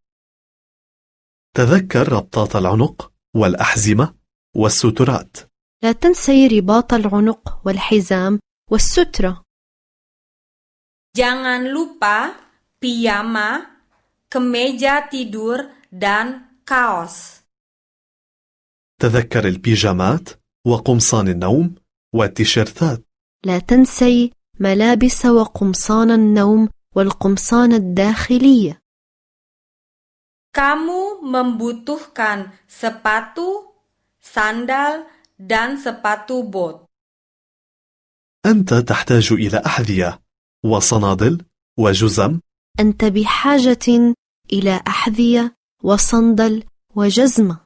Speaker 2: تذكر ربطات العنق والأحزمة والسترات.
Speaker 3: لا تنسي رباط العنق والحزام والسترة
Speaker 1: Jangan lupa piyama, kemeja tidur, dan kaos.
Speaker 2: تذكر البيجامات وقمصان النوم والتيشيرتات.
Speaker 3: لا تنسي ملابس وقمصان النوم والقمصان الداخلية
Speaker 1: Kamu membutuhkan sepatu, sandal, dan sepatu bot.
Speaker 2: أنت تحتاج إلى أحذية وصنادل وجزم.
Speaker 3: أنت بحاجة إلى أحذية وصندل وجزمة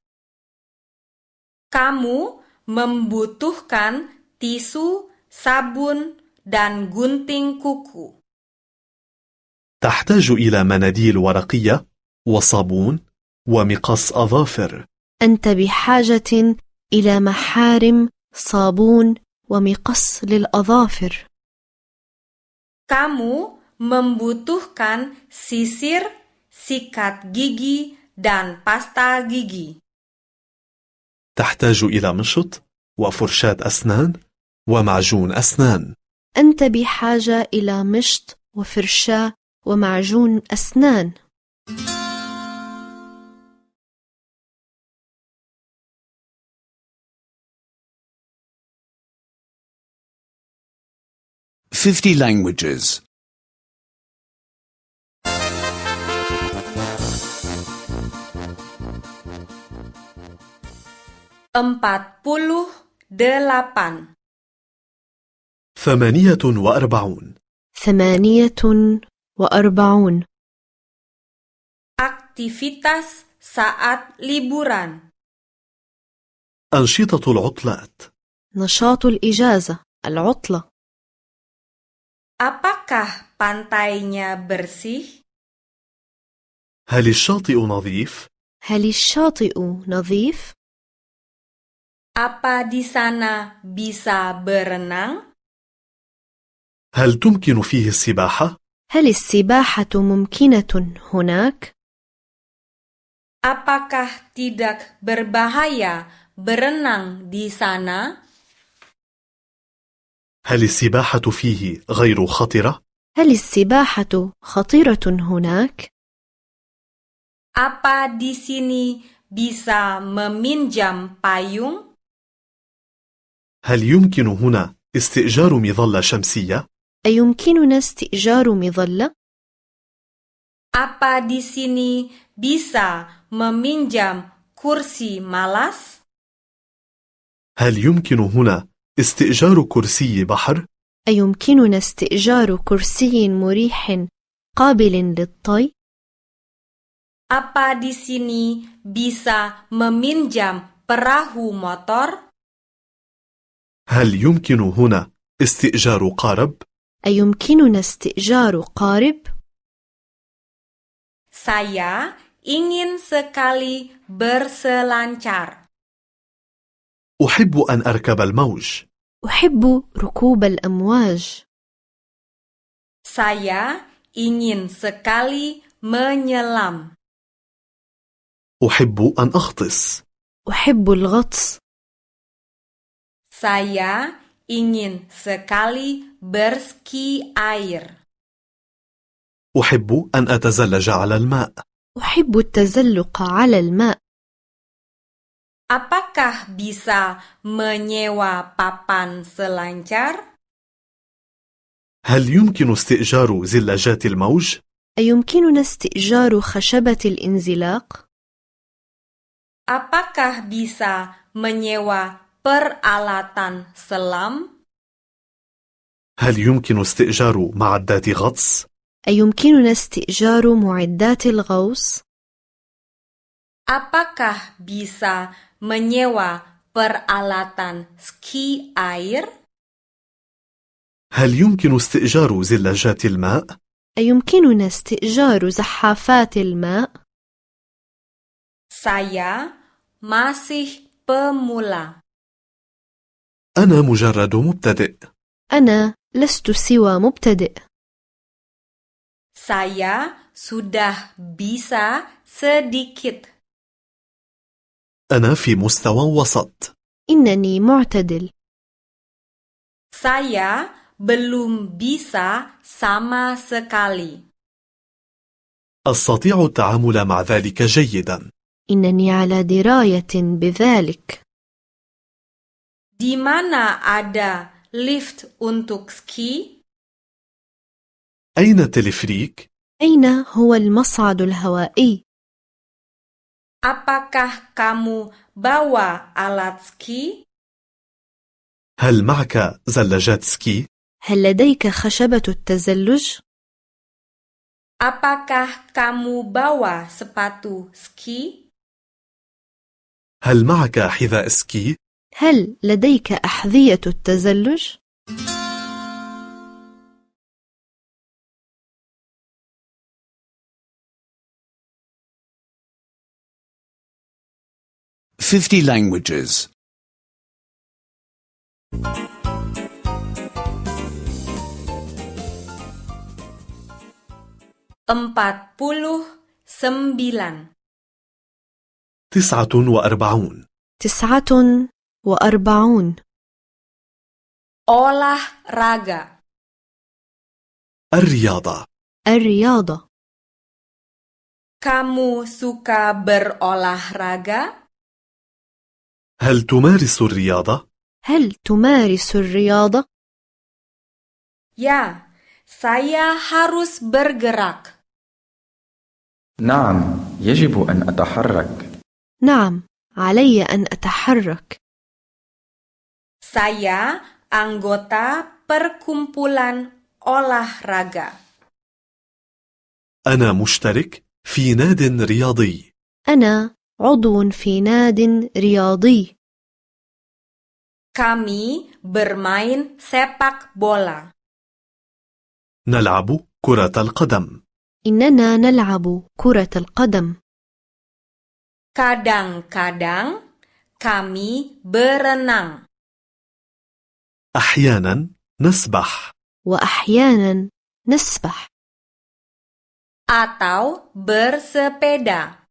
Speaker 1: Kamu membutuhkan tisu, sabun, dan gunting kuku.
Speaker 2: تحتاج إلى مناديل ورقية وصابون ومقص أظافر.
Speaker 3: أنت بحاجة إلى محارم صابون ومقص للأظافر
Speaker 1: Kamu membutuhkan sisir, sikat gigi, dan pasta gigi.
Speaker 2: تحتاج إلى مشط وفرشاة أسنان ومعجون أسنان.
Speaker 3: أنت بحاجة إلى مشط وفرشاة ومعجون أسنان
Speaker 5: Fifty languages.
Speaker 1: Empat puluh delapan.
Speaker 2: ثمانية وأربعون
Speaker 3: ثمانية وأربعون
Speaker 1: Aktivitas saat liburan.
Speaker 2: أنشطة العطلات
Speaker 3: نشاط الإجازة العطلة
Speaker 1: Apakah pantainya bersih?
Speaker 2: هل الشاطئ نظيف؟
Speaker 3: هل الشاطئ نظيف؟
Speaker 1: Apa di sana bisa berenang?
Speaker 2: هل تمكن فيه السباحة؟
Speaker 3: هل السباحة ممكنة هناك؟
Speaker 1: Apakah tidak berbahaya berenang di sana?
Speaker 2: هل السباحة فيه غير خطرة؟
Speaker 3: هل السباحة خطيرة هناك؟
Speaker 1: Apa di sini bisa meminjam payung?
Speaker 2: هل يمكن هنا استئجار مظلة شمسية؟
Speaker 3: أيمكننا استئجار مظلة؟
Speaker 1: Apa di sini bisa meminjam kursi malas?
Speaker 2: هل يمكن هنا استئجار كرسي بحر؟
Speaker 3: أيمكننا استئجار كرسي مريح قابل للطي؟
Speaker 1: Apa di sini bisa meminjam perahu motor?
Speaker 2: هل يمكن هنا استئجار قارب؟
Speaker 3: أيمكننا استئجار قارب؟
Speaker 1: Saya ingin sekali berselancar.
Speaker 2: أحب أن أركب الموج
Speaker 3: أحب ركوب الأمواج
Speaker 1: Saya ingin sekali menyelam.
Speaker 2: أحب أن أغطس
Speaker 3: أحب الغطس
Speaker 1: Saya ingin sekali berski air.
Speaker 2: أحب أن أتزلج على الماء
Speaker 3: أحب التزلق على الماء
Speaker 1: Apakah bisa menyewa papan selancar?
Speaker 2: هل يمكن استئجار زلاجات الموج؟
Speaker 3: أيمكننا استئجار خشبة الانزلاق؟
Speaker 1: Apakah bisa menyewa peralatan selam?
Speaker 2: هل يمكن استئجار معدات غطس؟
Speaker 3: أيمكننا استئجار معدات الغوص؟
Speaker 1: Apakah bisa menyewa peralatan ski air?
Speaker 2: هل يمكن استئجار زلاجات الماء؟
Speaker 3: أيمكننا استئجار زحافات الماء؟
Speaker 1: Saya masih pemula.
Speaker 2: أنا مجرد مبتدئ
Speaker 3: أنا لست سوى مبتدئ
Speaker 1: Saya sudah bisa sedikit.
Speaker 2: أنا في مستوى وسط
Speaker 3: إنني معتدل
Speaker 1: Saya belum bisa sama sekali.
Speaker 2: أستطيع التعامل مع ذلك جيدا
Speaker 3: إنني على دراية بذلك
Speaker 1: Di mana ada lift untuk ski?
Speaker 2: أين التلفريك؟
Speaker 3: أين هو المصعد الهوائي؟
Speaker 1: Apakah kamu bawa alat ski?
Speaker 2: هل معك زلاجات سكي؟
Speaker 3: هل لديك خشبة التزلج؟
Speaker 1: Apakah kamu bawa sepatu ski?
Speaker 2: هل معك حذاء سكي؟
Speaker 3: هل لديك أحذية التزلج؟
Speaker 5: Fifty languages.
Speaker 1: 49.
Speaker 2: تسعة وأربعون
Speaker 3: تسعة وأربعون
Speaker 1: Olahraga.
Speaker 2: الرياضة
Speaker 3: الرياضة
Speaker 1: Kamu suka berolahraga?
Speaker 2: هل تمارس الرياضة؟
Speaker 3: هل تمارس الرياضة؟
Speaker 1: Ya, saya harus bergerak.
Speaker 4: نعم يجب أن أتحرك
Speaker 3: نعم علي أن أتحرك
Speaker 1: Saya anggota perkumpulan olahraga.
Speaker 2: أنا مشترك في ناد رياضي
Speaker 3: أنا عضو في ناد رياضي
Speaker 1: Kami bermain sepak bola.
Speaker 2: نلعب كرة القدم
Speaker 3: إننا نلعب كرة القدم
Speaker 1: Kadang-kadang kami berenang.
Speaker 2: أحيانا نسبح
Speaker 3: وأحيانا نسبح
Speaker 1: atau bersepeda.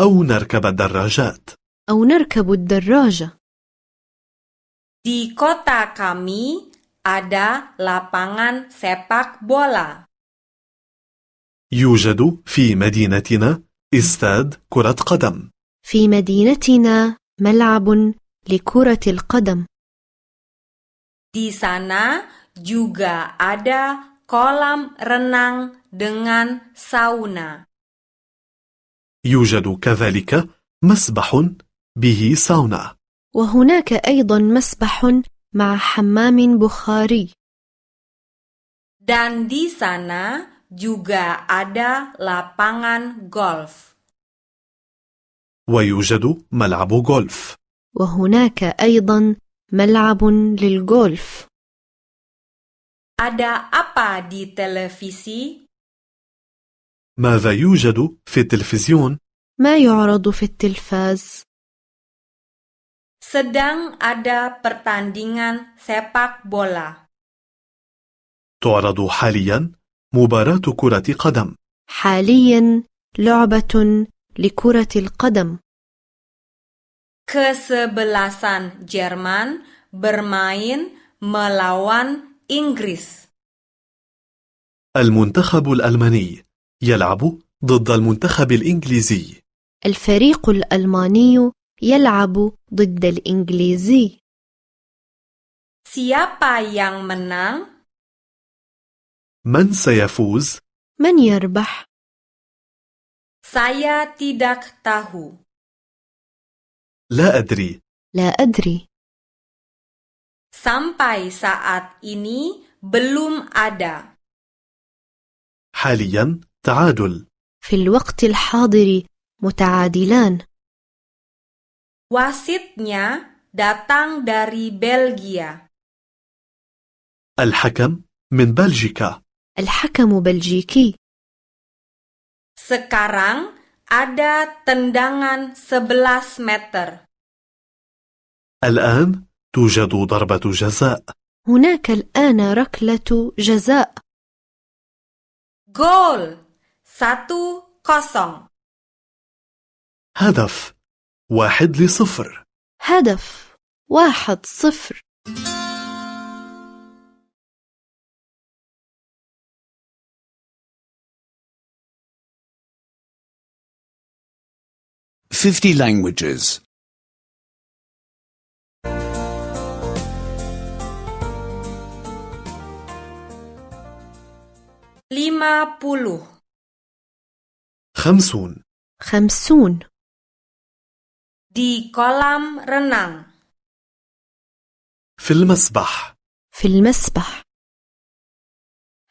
Speaker 2: أو نركب الدراجات
Speaker 3: أو نركب الدراجة
Speaker 1: Di kota kami ada lapangan sepak bola.
Speaker 2: يوجد في مدينتنا استاد كرة قدم
Speaker 3: في مدينتنا ملعب لكرة القدم
Speaker 1: Di sana juga ada kolam renang dengan sauna.
Speaker 2: يوجد كذلك مسبح به ساونا
Speaker 3: وهناك أيضا مسبح مع حمام بخاري
Speaker 1: Dan di sana juga ada lapangan golf.
Speaker 2: ويوجد ملعب غولف
Speaker 3: وهناك أيضا ملعب للجولف
Speaker 1: Ada apa di televisi?
Speaker 2: ماذا يوجد في التلفزيون؟
Speaker 3: ما يعرض في التلفاز
Speaker 1: Sedang ada pertandingan sepak bola.
Speaker 2: تعرض حاليا مباراة كرة قدم
Speaker 3: حاليا لعبة لكرة القدم
Speaker 1: Kesebelasan Jerman bermain melawan Inggris.
Speaker 2: المنتخب الألماني يلعب ضد المنتخب الإنجليزي
Speaker 3: الفريق الألماني يلعب ضد الإنجليزي
Speaker 1: Siapa yang menang?
Speaker 2: من سيفوز؟
Speaker 3: من يربح؟
Speaker 1: Saya tidak tahu.
Speaker 2: لا أدري
Speaker 3: لا أدري
Speaker 1: Sampai saat ini belum ada.
Speaker 2: حاليا تعادل
Speaker 3: في الوقت الحاضر متعادلان
Speaker 1: Wasitnya datang dari Belgia.
Speaker 2: الحكم من بلجيكا
Speaker 3: الحكم بلجيكي
Speaker 1: Sekarang ada tendangan 11 meter.
Speaker 2: الآن توجد ضربة جزاء
Speaker 3: هناك الآن ركلة جزاء
Speaker 1: Gol! 1-0.
Speaker 2: هدف واحد لصفر
Speaker 3: هدف واحد صفر
Speaker 5: Fifty languages.
Speaker 1: 50.
Speaker 2: خمسون
Speaker 3: خمسون
Speaker 1: Di kolam renang,
Speaker 2: في المسبح
Speaker 3: في المسبح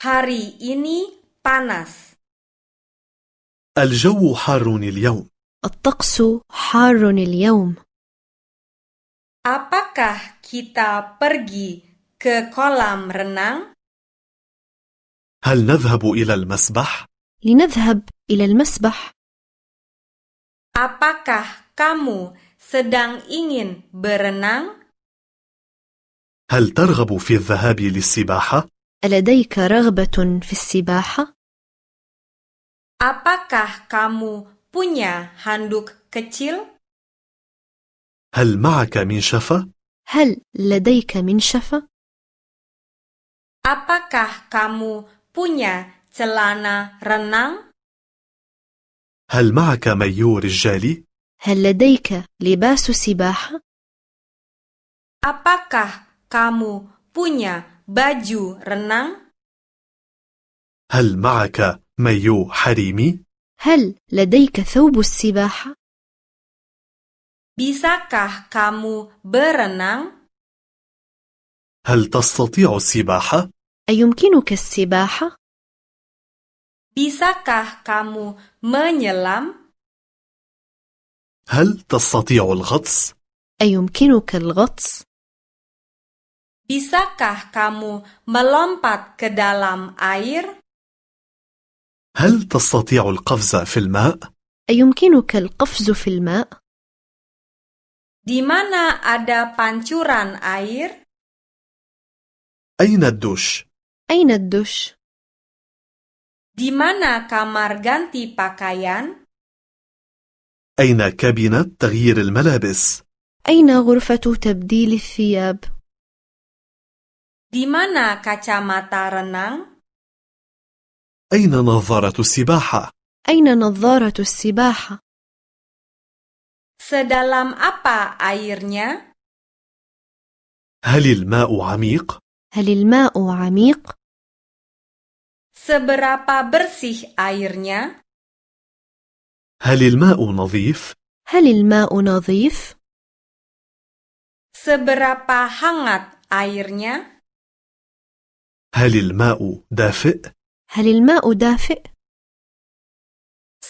Speaker 1: hari ini panas.
Speaker 2: الجو حار اليوم
Speaker 3: الطقس حار اليوم
Speaker 1: Apakah kita pergi ke kolam renang?
Speaker 2: هل نذهب إلى المسبح؟
Speaker 3: لنذهب إلى المسبح
Speaker 1: Apakah kamu sedang ingin berenang?
Speaker 2: هل ترغب في الذهاب للسباحة؟
Speaker 3: ألديك رغبة في السباحة؟
Speaker 1: Apakah kamu punya handuk kecil?
Speaker 2: هل معك منشفة؟
Speaker 3: هل لديك منشفة؟
Speaker 1: Apakah kamu punya celana renang?
Speaker 2: هل معك مايو رجالي؟
Speaker 3: هل لديك لباس سباحة؟
Speaker 1: Apakah kamu punya baju renang?
Speaker 2: هل معك مايو حريمي؟
Speaker 3: هل لديك ثوب السباحة؟
Speaker 1: Bisakah kamu berenang?
Speaker 2: هل تستطيع السباحة؟
Speaker 3: أيمكنك السباحة؟
Speaker 1: Bisakah kamu menyelam?
Speaker 2: هل تستطيع الغطس؟
Speaker 3: أيمكنك الغطس؟
Speaker 1: Bisakah kamu melompat ke dalam air?
Speaker 2: هل تستطيع القفز في الماء؟
Speaker 3: أيمكنك القفز في الماء؟
Speaker 1: Di mana ada pancuran air?
Speaker 2: أين الدش؟
Speaker 3: أين الدش؟
Speaker 1: Di mana kamar ganti pakaian?
Speaker 2: أين كابينة تغيير الملابس؟
Speaker 3: أين غرفة تبديل الثياب؟
Speaker 1: Di mana kacamata renang?
Speaker 2: أين نظارة السباحة؟
Speaker 3: أين نظارة السباحة؟
Speaker 1: Sedalam apa airnya?
Speaker 2: هل الماء عميق؟
Speaker 3: هل الماء عميق؟
Speaker 1: Seberapa bersih airnya?
Speaker 2: هل الماء نظيف؟
Speaker 3: هل الماء نظيف؟
Speaker 1: Seberapa hangat airnya?
Speaker 2: هل الماء دافئ؟
Speaker 3: هل الماء دافئ؟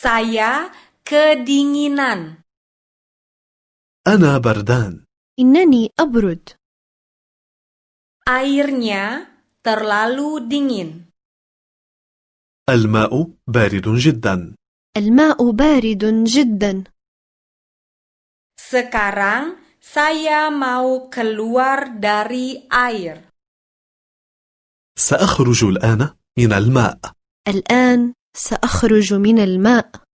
Speaker 1: Saya kedinginan.
Speaker 2: أنا بردان
Speaker 3: إنني أبرد
Speaker 1: Airnya terlalu dingin.
Speaker 2: الماء بارد جدا
Speaker 3: الماء بارد جدا
Speaker 1: Sekarang saya mau keluar dari air.
Speaker 2: سأخرج الآن من الماء
Speaker 3: الآن سأخرج من الماء